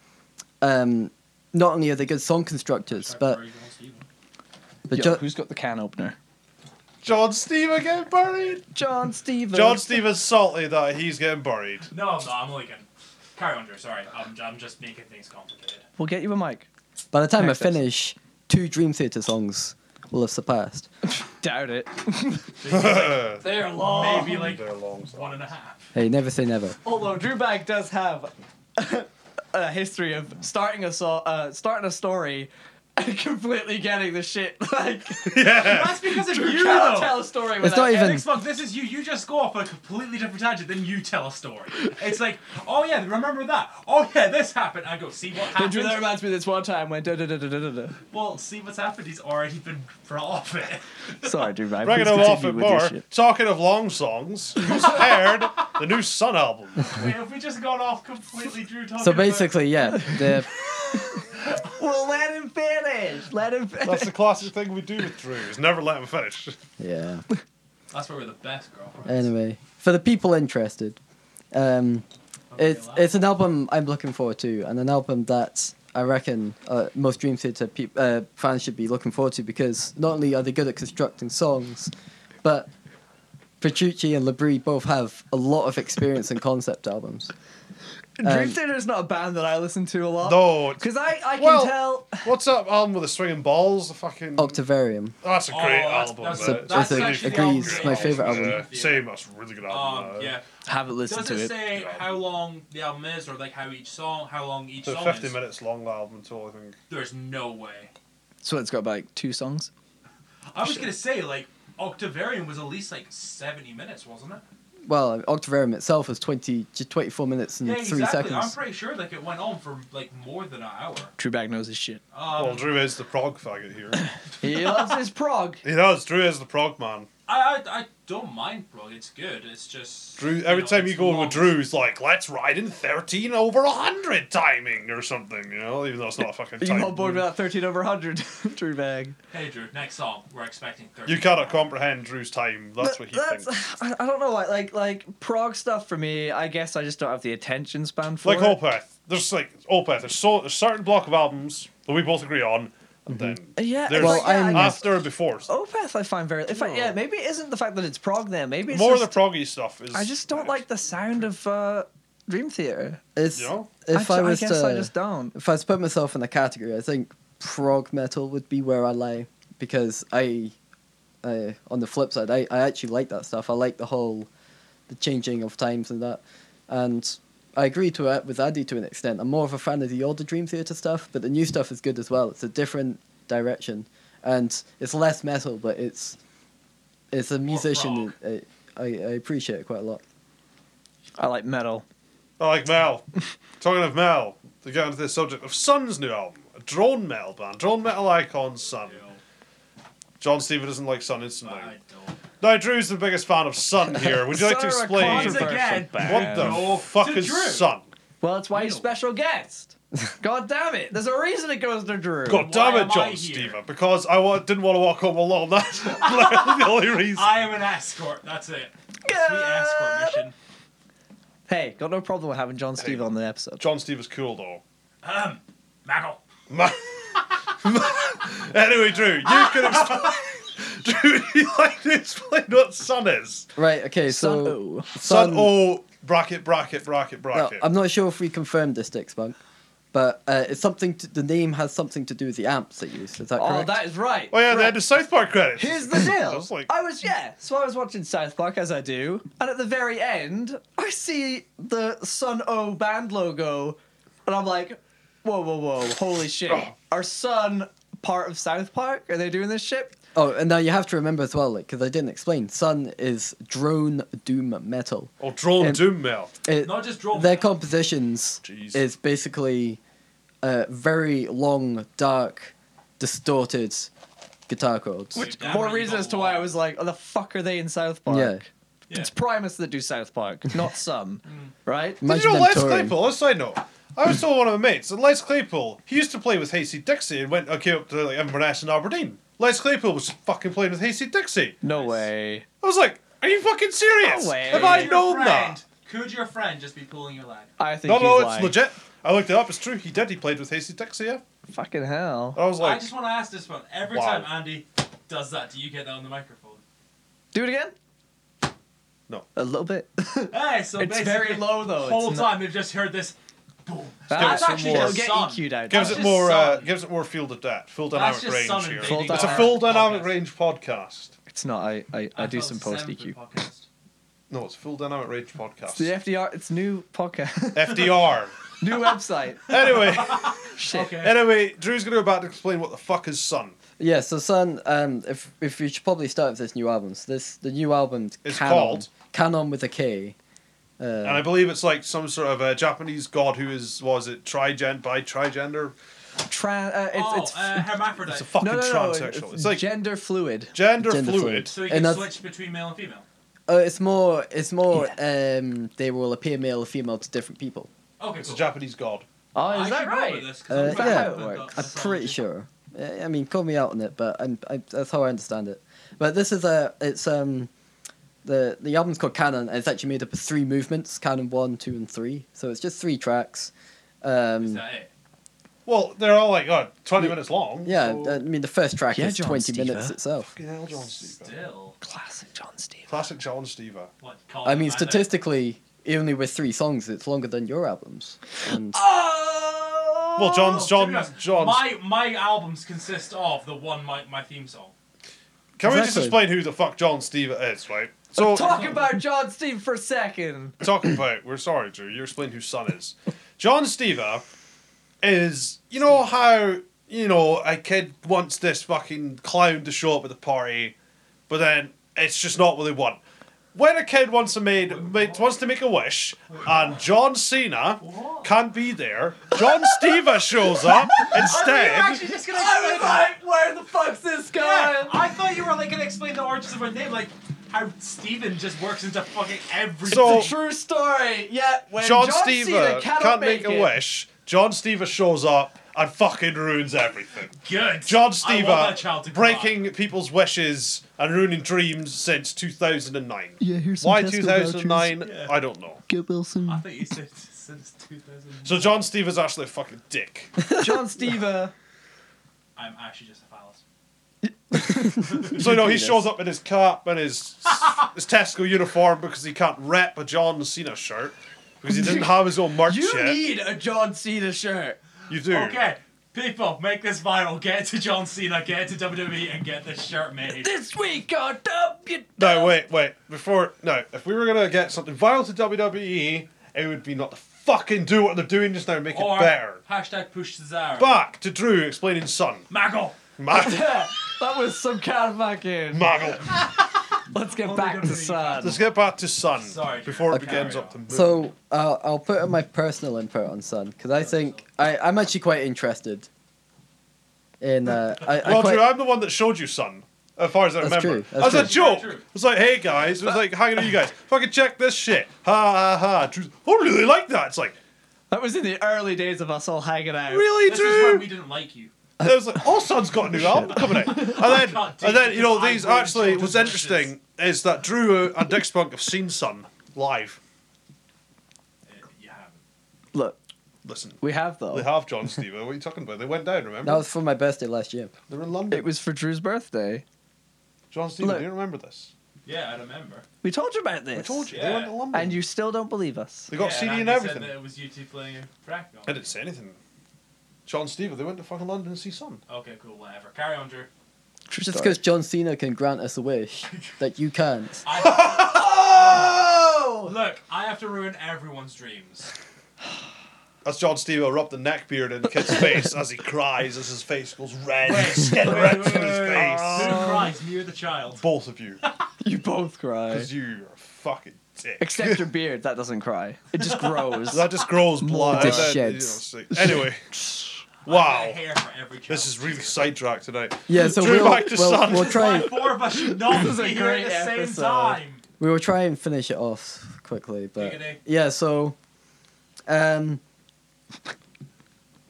[SPEAKER 1] um, not only are they good song constructors, but but
[SPEAKER 3] Yo,
[SPEAKER 1] ju-
[SPEAKER 3] who's got the can opener?
[SPEAKER 2] John Steva getting buried.
[SPEAKER 3] John Stevens.
[SPEAKER 2] John Steva's salty that he's getting buried.
[SPEAKER 4] no, I'm not. I'm only kidding. Carry on, Drew. Sorry, I'm, I'm just making things complicated.
[SPEAKER 3] We'll get you a mic.
[SPEAKER 1] by the time I
[SPEAKER 3] Next up.
[SPEAKER 1] finish, two Dream Theater songs will have surpassed.
[SPEAKER 3] Doubt it.
[SPEAKER 2] They're
[SPEAKER 8] They're long.
[SPEAKER 4] Maybe like
[SPEAKER 2] long.
[SPEAKER 4] one and a half.
[SPEAKER 1] Hey, never say never.
[SPEAKER 8] Although Drew Bag does have a history of starting a so- uh, starting a story and completely getting the shit like
[SPEAKER 2] Yeah.
[SPEAKER 4] That's because of
[SPEAKER 8] Drew
[SPEAKER 4] you.
[SPEAKER 8] cannot
[SPEAKER 4] Though.
[SPEAKER 8] tell a story
[SPEAKER 1] It's
[SPEAKER 8] without
[SPEAKER 1] not even-
[SPEAKER 4] Eric, fuck, this is you. You just go off on a completely different tangent, then you tell a story. It's like, oh yeah, remember that? Oh yeah, this happened. I go, see what
[SPEAKER 8] And Drew, that
[SPEAKER 4] happened?
[SPEAKER 8] reminds me of this one time when da da da da da da.
[SPEAKER 4] Well, see what's happened. He's already been brought off it.
[SPEAKER 3] Sorry, Drew Ryan.
[SPEAKER 2] Bringing
[SPEAKER 3] Please
[SPEAKER 2] him off
[SPEAKER 3] continue
[SPEAKER 2] and
[SPEAKER 3] with your
[SPEAKER 2] more.
[SPEAKER 3] shit.
[SPEAKER 2] Talking of long songs, who's heard the new Sun album?
[SPEAKER 4] Wait, have we just gone off completely, Drew? Talking
[SPEAKER 1] So
[SPEAKER 4] about-
[SPEAKER 1] basically, yeah, the
[SPEAKER 8] Well, let him finish. Let him finish.
[SPEAKER 2] That's the classic thing we do with Drew. Is never let him finish.
[SPEAKER 1] yeah.
[SPEAKER 4] that's where we're the best girlfriends.
[SPEAKER 1] Anyway, for the people interested, um,
[SPEAKER 4] Okay,
[SPEAKER 1] it's
[SPEAKER 4] well,
[SPEAKER 1] it's an album I'm looking forward to, and an album that I reckon uh, most Dream Theater peop uh, fans should be looking forward to because not only are they good at constructing songs, but Petrucci and Labrie both have a lot of experience in concept albums.
[SPEAKER 8] Dream
[SPEAKER 1] Um,
[SPEAKER 8] Theater is not a band that I listen to a lot.
[SPEAKER 2] No. it's-
[SPEAKER 8] Because I, I can
[SPEAKER 2] Well-
[SPEAKER 8] tell.
[SPEAKER 2] What's up, album with the swinging balls? The fucking.
[SPEAKER 1] Oh, Octavarium.
[SPEAKER 2] That's a
[SPEAKER 4] Oh,
[SPEAKER 2] great
[SPEAKER 4] that's-
[SPEAKER 2] album.
[SPEAKER 4] that's-
[SPEAKER 2] that.
[SPEAKER 4] that's
[SPEAKER 2] a
[SPEAKER 4] actually
[SPEAKER 2] really
[SPEAKER 4] the album
[SPEAKER 2] good
[SPEAKER 4] that I
[SPEAKER 1] favourite
[SPEAKER 2] album.
[SPEAKER 1] album.
[SPEAKER 2] Yeah, Same, that's a really good album.
[SPEAKER 4] um,
[SPEAKER 2] uh,
[SPEAKER 4] yeah.
[SPEAKER 3] Haven't listened
[SPEAKER 4] Does
[SPEAKER 3] to
[SPEAKER 4] it
[SPEAKER 3] it.
[SPEAKER 4] say
[SPEAKER 2] Yeah.
[SPEAKER 4] how long the album is, or like how each song, how long each
[SPEAKER 2] So
[SPEAKER 4] song
[SPEAKER 2] 50
[SPEAKER 4] is?
[SPEAKER 2] minutes long, that album, until I think.
[SPEAKER 4] There's no way.
[SPEAKER 3] So it's got like two songs.
[SPEAKER 4] I was gonna say like Octavarium was at least like 70 minutes, wasn't it?
[SPEAKER 1] Well, Octavarium itself is 20, j- 24 minutes and
[SPEAKER 4] Yeah,
[SPEAKER 1] three
[SPEAKER 4] exactly. I'm
[SPEAKER 1] seconds.
[SPEAKER 4] pretty sure like it went on for like more than an hour.
[SPEAKER 3] Drew Bag knows his shit.
[SPEAKER 4] Um,
[SPEAKER 2] well, Drew is the prog faggot here.
[SPEAKER 8] He loves his prog.
[SPEAKER 2] he does. Drew is the prog man.
[SPEAKER 4] I, I I don't mind, bro. It's good. It's just
[SPEAKER 2] Drew.
[SPEAKER 4] you
[SPEAKER 2] Every
[SPEAKER 4] know,
[SPEAKER 2] time
[SPEAKER 4] it's
[SPEAKER 2] you go on
[SPEAKER 4] long.
[SPEAKER 2] with Drew, he's like, let's ride in 13 over 100 timing or something, you know? Even though it's not a fucking
[SPEAKER 8] Are you
[SPEAKER 2] time.
[SPEAKER 8] on board with that 13 over 100, Drew Bag?
[SPEAKER 4] Hey, Drew. Next song, we're expecting 30.
[SPEAKER 2] You cannot comprehend Drew's time. That's what he
[SPEAKER 8] That's-
[SPEAKER 2] thinks.
[SPEAKER 8] I, I don't know why. Like, like prog stuff for me, I guess I just don't have the attention span for
[SPEAKER 2] Like
[SPEAKER 8] it.
[SPEAKER 2] Opeth. There's like Opeth. There's so there's certain block of albums that we both agree on, and then
[SPEAKER 8] yeah,
[SPEAKER 2] there's
[SPEAKER 1] Well,
[SPEAKER 8] like, yeah, I
[SPEAKER 1] I'm-
[SPEAKER 8] guess-
[SPEAKER 2] after and before.
[SPEAKER 8] Opeth, I find very. In fact, yeah, maybe it isn't the fact that it's prog there. Maybe it's
[SPEAKER 2] More
[SPEAKER 8] just,
[SPEAKER 2] of the proggy stuff is.
[SPEAKER 8] I just don't like the sound of uh, Dream Theater.
[SPEAKER 1] It's,
[SPEAKER 2] You know?
[SPEAKER 1] If
[SPEAKER 8] I,
[SPEAKER 1] I,
[SPEAKER 8] ju-
[SPEAKER 1] was
[SPEAKER 8] I guess
[SPEAKER 1] to,
[SPEAKER 8] I just don't.
[SPEAKER 1] if I was to put myself in a category, I think prog metal would be where I lay because I, uh, on the flip side, I, I actually like that stuff. I like the whole, the changing of times and that, and I agree to it with Andy to an extent. I'm more of a fan of the older Dream Theater stuff, but the new stuff is good as well. It's a different direction, and it's less metal, but it's, it's a musician. I, I, I appreciate it quite a lot.
[SPEAKER 8] I like metal.
[SPEAKER 2] I like Mel. Talking of Mel, to get into the subject of Sun's new album, a drone metal band, drone metal icon Sun.
[SPEAKER 4] You know,
[SPEAKER 2] John Steven doesn't like Sun instantly.
[SPEAKER 4] I don't.
[SPEAKER 2] Now Drew's the biggest fan of Sun here. Would you like to
[SPEAKER 8] Sarah
[SPEAKER 2] explain
[SPEAKER 4] Once
[SPEAKER 8] Controversial
[SPEAKER 4] again,
[SPEAKER 2] what the
[SPEAKER 4] No,
[SPEAKER 2] fuck
[SPEAKER 4] to
[SPEAKER 2] is
[SPEAKER 4] Drew.
[SPEAKER 2] Sun?
[SPEAKER 8] Well, that's why he's
[SPEAKER 4] Real.
[SPEAKER 8] special guest. God damn it! There's a reason it goes to Drew.
[SPEAKER 2] God
[SPEAKER 4] Why
[SPEAKER 2] damn it,
[SPEAKER 4] am I
[SPEAKER 2] John
[SPEAKER 4] here?
[SPEAKER 2] Steven, because I wa- didn't want to walk home alone. That's literally the only reason.
[SPEAKER 4] I am an escort. That's it. Sweet escort mission.
[SPEAKER 8] Hey, got no problem with having John Steve on the episode.
[SPEAKER 2] John Steve is cool though.
[SPEAKER 4] Um, Maggle.
[SPEAKER 2] Ma- anyway, Drew, you can explain. Drew, would you like to explain what sun is?
[SPEAKER 1] Right. Okay.
[SPEAKER 3] Sun
[SPEAKER 1] So
[SPEAKER 3] O.
[SPEAKER 2] Sun, oh bracket bracket bracket
[SPEAKER 1] No,
[SPEAKER 2] bracket.
[SPEAKER 1] I'm not sure if we confirmed this, Dick Spunk, but uh, it's something. To, the name has something to do with the amps they use. Is that
[SPEAKER 8] Oh,
[SPEAKER 1] correct?
[SPEAKER 8] that is right.
[SPEAKER 2] oh yeah,
[SPEAKER 8] Correct.
[SPEAKER 2] they had the South Park credits.
[SPEAKER 8] Here's the deal.
[SPEAKER 2] I was like-
[SPEAKER 8] yeah. So I was watching South Park as I do, and at the very end, I see the Sun O band logo, and I'm like, whoa, whoa, whoa, holy shit!
[SPEAKER 2] Oh.
[SPEAKER 8] Are Sun part of South Park? Are they doing this shit?
[SPEAKER 1] Oh, and now you have to remember as well, like, because I didn't explain. Sun is drone doom metal.
[SPEAKER 2] Oh, drawn
[SPEAKER 1] Um,
[SPEAKER 2] doom mail.
[SPEAKER 1] It,
[SPEAKER 4] Not just drone.
[SPEAKER 1] their compositions
[SPEAKER 2] Jeez.
[SPEAKER 1] is basically uh, very long, dark, distorted guitar chords.
[SPEAKER 4] Which-
[SPEAKER 8] More reason as to why I was like, oh, the fuck are they in South Park?
[SPEAKER 1] Yeah.
[SPEAKER 8] It's Primus that do South Park, not some, right?
[SPEAKER 1] Imagine
[SPEAKER 2] Did you know
[SPEAKER 1] them
[SPEAKER 2] Les
[SPEAKER 1] touring.
[SPEAKER 2] Claypool? Let's side note. I was told one of my mates that Les Claypool, he used to play with Hasty Dixie and went, okay, up to like Inverness and Aberdeen. Les Claypool was fucking playing with Hasty Dixie.
[SPEAKER 8] No way.
[SPEAKER 2] I was like, are you fucking serious?
[SPEAKER 8] No way.
[SPEAKER 2] Have I
[SPEAKER 4] Could your
[SPEAKER 2] known
[SPEAKER 4] friend-
[SPEAKER 2] that?
[SPEAKER 4] Could your friend just be pulling your leg?
[SPEAKER 8] I think
[SPEAKER 2] No,
[SPEAKER 8] he's
[SPEAKER 2] no, it's
[SPEAKER 8] lying.
[SPEAKER 2] legit. I looked it up. It's true. He did. He played with Hasty Dixie, yeah.
[SPEAKER 8] Fucking hell.
[SPEAKER 2] And I was
[SPEAKER 4] I
[SPEAKER 2] like,
[SPEAKER 4] just want to ask this one. Every
[SPEAKER 2] Wow.
[SPEAKER 4] time Andy does that, do you get that on the microphone?
[SPEAKER 8] Do it again.
[SPEAKER 2] No.
[SPEAKER 8] A little bit.
[SPEAKER 4] Hey, so
[SPEAKER 8] it's
[SPEAKER 4] basically,
[SPEAKER 8] very low though.
[SPEAKER 4] The whole
[SPEAKER 8] it's
[SPEAKER 4] time we've just heard this. Boom.
[SPEAKER 8] That's
[SPEAKER 4] That's
[SPEAKER 2] some
[SPEAKER 4] actually
[SPEAKER 2] more.
[SPEAKER 8] It'll
[SPEAKER 4] just
[SPEAKER 8] get
[SPEAKER 4] sun.
[SPEAKER 8] EQ'd out.
[SPEAKER 2] gives
[SPEAKER 4] That's
[SPEAKER 2] it
[SPEAKER 4] just
[SPEAKER 2] more, uh,
[SPEAKER 4] sun.
[SPEAKER 2] gives it more field of depth, full dynamic
[SPEAKER 4] That's just sun
[SPEAKER 2] range
[SPEAKER 4] and
[SPEAKER 2] here.
[SPEAKER 4] baby
[SPEAKER 8] Full
[SPEAKER 2] it's a
[SPEAKER 8] dynamic
[SPEAKER 2] full dynamic
[SPEAKER 4] podcast.
[SPEAKER 2] range podcast.
[SPEAKER 8] It's not. I I, I do
[SPEAKER 4] felt
[SPEAKER 8] some post
[SPEAKER 4] seven
[SPEAKER 8] E
[SPEAKER 4] for
[SPEAKER 8] EQ.
[SPEAKER 4] podcast.
[SPEAKER 2] No, it's a full dynamic range podcast.
[SPEAKER 8] It's the FDR. It's new podcast.
[SPEAKER 2] FDR.
[SPEAKER 8] new website.
[SPEAKER 2] anyway,
[SPEAKER 8] Shit.
[SPEAKER 4] Okay.
[SPEAKER 2] anyway, Drew's gonna go back to explain what the fuck is sun.
[SPEAKER 1] Yeah, so son, um, if if you should probably start with this new album. So this the new album
[SPEAKER 2] It's
[SPEAKER 1] Canon,
[SPEAKER 2] called-
[SPEAKER 1] Canon with a K. Uh,
[SPEAKER 2] And I believe it's like some sort of a Japanese god who is was it trigen by trigender?
[SPEAKER 8] Tran. Uh, it's
[SPEAKER 4] oh,
[SPEAKER 8] it's.
[SPEAKER 4] uh, hermaphrodite.
[SPEAKER 2] It's a fucking
[SPEAKER 8] no, no, no.
[SPEAKER 2] transsexual.
[SPEAKER 8] It's,
[SPEAKER 2] It's, like
[SPEAKER 8] gender fluid.
[SPEAKER 2] gender,
[SPEAKER 1] Gender
[SPEAKER 2] fluid.
[SPEAKER 1] fluid.
[SPEAKER 4] so you
[SPEAKER 1] and
[SPEAKER 4] can
[SPEAKER 1] that's-
[SPEAKER 4] switch between male and female.
[SPEAKER 1] oh, it's more it's more um, they will appear male or female to different people.
[SPEAKER 4] Okay,
[SPEAKER 2] It's a
[SPEAKER 4] cool.
[SPEAKER 2] Japanese god.
[SPEAKER 8] Oh,
[SPEAKER 4] I
[SPEAKER 8] is that
[SPEAKER 4] should remember
[SPEAKER 8] right?
[SPEAKER 4] this, 'cause
[SPEAKER 1] Uh,
[SPEAKER 4] I'm
[SPEAKER 1] yeah,
[SPEAKER 4] bad
[SPEAKER 1] it
[SPEAKER 4] with the-
[SPEAKER 8] works.
[SPEAKER 4] the
[SPEAKER 1] I'm pretty
[SPEAKER 4] science.
[SPEAKER 1] sure. Uh, I mean, call me out on it, but I'm, I, that's how I understand it. But this is a it's um the the album's called Canon, and it's actually made up of three movements: Canon one, two, and three. So it's just three tracks. Um,
[SPEAKER 4] Is that it?
[SPEAKER 2] Well, they're all like oh, 20 minutes long.
[SPEAKER 1] yeah, uh,
[SPEAKER 2] so-
[SPEAKER 1] I mean the first track
[SPEAKER 8] Yeah,
[SPEAKER 1] is
[SPEAKER 8] John
[SPEAKER 1] twenty
[SPEAKER 8] Steva.
[SPEAKER 1] minutes itself.
[SPEAKER 2] Fucking hell, John Steva.
[SPEAKER 4] Still.
[SPEAKER 8] Classic John Steve.
[SPEAKER 2] Classic John Steva.
[SPEAKER 4] What, call
[SPEAKER 1] I
[SPEAKER 4] it
[SPEAKER 1] mean,
[SPEAKER 4] back then?
[SPEAKER 1] statistically, only with three songs, it's longer than your albums. And
[SPEAKER 8] Oh.
[SPEAKER 2] Well, John's
[SPEAKER 4] To be
[SPEAKER 2] John
[SPEAKER 4] honest,
[SPEAKER 2] John's.
[SPEAKER 4] My my albums consist of the one my, my theme song.
[SPEAKER 2] Can we just
[SPEAKER 1] Exactly.
[SPEAKER 2] explain who the fuck John Steva is, right? So
[SPEAKER 8] So talk about John Steve for a second.
[SPEAKER 2] talking about. We're sorry, Drew. You explained who Sun is. John Steva is. You know how you know a kid wants this fucking clown to show up at the party, but then it's just not what they want. When a kid wants to made, made wants to make a wish, and John Cena can't be there, John Steva shows up instead.
[SPEAKER 4] actually just gonna
[SPEAKER 8] I was like, where the fuck's this
[SPEAKER 4] Oh, Yeah,
[SPEAKER 8] guy?
[SPEAKER 4] I thought you were like gonna explain the origins of her name, like how Steven just works into fucking everything.
[SPEAKER 2] So-
[SPEAKER 8] It's a true story. Yeah, when
[SPEAKER 2] Oh. John,
[SPEAKER 8] John, Cena
[SPEAKER 2] Steva
[SPEAKER 8] cannot
[SPEAKER 2] can't make
[SPEAKER 8] it,
[SPEAKER 2] a wish. John Steva shows up and fucking ruins everything.
[SPEAKER 4] good.
[SPEAKER 2] John
[SPEAKER 4] I want that child
[SPEAKER 2] Steva
[SPEAKER 4] to grow up.
[SPEAKER 2] breaking people's wishes and ruining dreams since 2009.
[SPEAKER 3] Yeah, here's some
[SPEAKER 2] Why
[SPEAKER 3] Tesco
[SPEAKER 2] 2009?
[SPEAKER 4] vouchers.
[SPEAKER 2] I don't know.
[SPEAKER 3] Get Wilson.
[SPEAKER 4] I think you said since 2000.
[SPEAKER 2] So John Steva's actually a fucking dick.
[SPEAKER 8] John uh, Steva.
[SPEAKER 4] I'm actually just a phallus.
[SPEAKER 2] So you know he shows up in his cap and his his Tesco uniform because he can't rep a John Cena shirt because he didn't have his own merch
[SPEAKER 8] You
[SPEAKER 2] yet.
[SPEAKER 8] need a John Cena shirt.
[SPEAKER 2] you do.
[SPEAKER 4] Okay, people, make this viral. Get it to John Cena, get it to WWE, E, and get this shirt made.
[SPEAKER 8] This week on W.
[SPEAKER 2] No, wait, wait. Before no, if we were gonna get something viral to WWE, it would be not to fucking do what they're doing just now and make
[SPEAKER 4] or
[SPEAKER 2] it better.
[SPEAKER 4] hashtag push Cesaro.
[SPEAKER 2] Back to Drew explaining Sun.
[SPEAKER 4] Maggle.
[SPEAKER 2] Mag-
[SPEAKER 8] Yeah, that was some kind of fucking.
[SPEAKER 2] Maggle.
[SPEAKER 8] Let's get
[SPEAKER 4] Only
[SPEAKER 8] back to
[SPEAKER 4] WWE
[SPEAKER 8] Sun.
[SPEAKER 2] Let's get back to Sun
[SPEAKER 4] Sorry, Jack.
[SPEAKER 2] before it
[SPEAKER 4] Okay.
[SPEAKER 2] begins
[SPEAKER 4] Carry
[SPEAKER 2] up to
[SPEAKER 4] on.
[SPEAKER 2] moon.
[SPEAKER 1] so I'll I'll put in my personal input on Sun because I think I I'm actually quite interested. In uh, I, I
[SPEAKER 2] Roger,
[SPEAKER 1] quite,
[SPEAKER 2] I'm the one that showed you Sun, as far as I
[SPEAKER 1] That's
[SPEAKER 2] remember.
[SPEAKER 1] true, that's
[SPEAKER 2] as
[SPEAKER 4] true.
[SPEAKER 2] a joke,
[SPEAKER 4] True.
[SPEAKER 2] it was like, "Hey guys," it was like, "Hanging out, you guys, fucking check this shit." Ha ha ha. Drew's, I really like that. It's like,
[SPEAKER 8] That was in the early days of us all hanging out.
[SPEAKER 2] really,
[SPEAKER 4] This is when
[SPEAKER 2] Drew?
[SPEAKER 4] we didn't like you.
[SPEAKER 2] And it was like, "Oh, Sun's got a new album coming out," and then,
[SPEAKER 4] can't do
[SPEAKER 2] and then, you know,
[SPEAKER 4] because
[SPEAKER 2] these
[SPEAKER 4] I ruined
[SPEAKER 2] actually was
[SPEAKER 4] children's wishes.
[SPEAKER 2] interesting is that Drew and Dick Spunk have seen Sun live.
[SPEAKER 4] Uh, you haven't.
[SPEAKER 8] Look,
[SPEAKER 2] Listen,
[SPEAKER 8] we have though.
[SPEAKER 2] they have John Stevo. What are you talking about? They went down. Remember?
[SPEAKER 1] that was for my birthday last year.
[SPEAKER 2] They're in London.
[SPEAKER 8] It was for Drew's birthday.
[SPEAKER 2] John Stevo.
[SPEAKER 8] Look.
[SPEAKER 2] Do you remember this?
[SPEAKER 4] Yeah, I remember.
[SPEAKER 8] We told you about this.
[SPEAKER 2] I told you. They
[SPEAKER 4] Yeah.
[SPEAKER 2] went to London.
[SPEAKER 8] And you still don't believe us.
[SPEAKER 2] They got
[SPEAKER 4] yeah,
[SPEAKER 2] CD and
[SPEAKER 4] Andy said
[SPEAKER 2] everything.
[SPEAKER 4] that it was you two playing a track.
[SPEAKER 2] I didn't say anything. John Stever, they went to fucking London to see Sun.
[SPEAKER 4] Okay, cool, whatever. Carry on, Drew.
[SPEAKER 8] True
[SPEAKER 1] Just
[SPEAKER 8] story.
[SPEAKER 1] because John Cena can grant us a wish that you can't.
[SPEAKER 4] I,
[SPEAKER 8] Oh!
[SPEAKER 4] look, I have to ruin everyone's dreams.
[SPEAKER 2] That's John Stever rub the neck beard in the kid's face as he cries as his face goes red.
[SPEAKER 4] Wait,
[SPEAKER 2] It's getting
[SPEAKER 4] wait,
[SPEAKER 2] red
[SPEAKER 4] wait,
[SPEAKER 2] from his
[SPEAKER 4] wait,
[SPEAKER 2] face.
[SPEAKER 4] Who cries? Me or the child?
[SPEAKER 2] Both of you.
[SPEAKER 8] You both cry.
[SPEAKER 2] Because you're a fucking dick.
[SPEAKER 8] Except your beard, that doesn't cry. It just grows.
[SPEAKER 2] that just grows
[SPEAKER 1] More
[SPEAKER 2] blood. and
[SPEAKER 1] just
[SPEAKER 2] then, you know,
[SPEAKER 1] sheds.
[SPEAKER 2] it's like- anyway.
[SPEAKER 4] I
[SPEAKER 2] Wow.
[SPEAKER 4] hair for every child.
[SPEAKER 2] This is really sidetracked tonight.
[SPEAKER 1] Yeah, so
[SPEAKER 2] Drew
[SPEAKER 1] we'll,
[SPEAKER 2] back to
[SPEAKER 1] we'll,
[SPEAKER 2] Sun.
[SPEAKER 1] we'll
[SPEAKER 4] Why
[SPEAKER 1] try.
[SPEAKER 4] four of us should not
[SPEAKER 8] is a
[SPEAKER 4] be here at
[SPEAKER 8] great
[SPEAKER 4] the same
[SPEAKER 8] episode.
[SPEAKER 4] time.
[SPEAKER 1] we will try and finish it off quickly, but
[SPEAKER 4] Giggity.
[SPEAKER 1] yeah. So, um,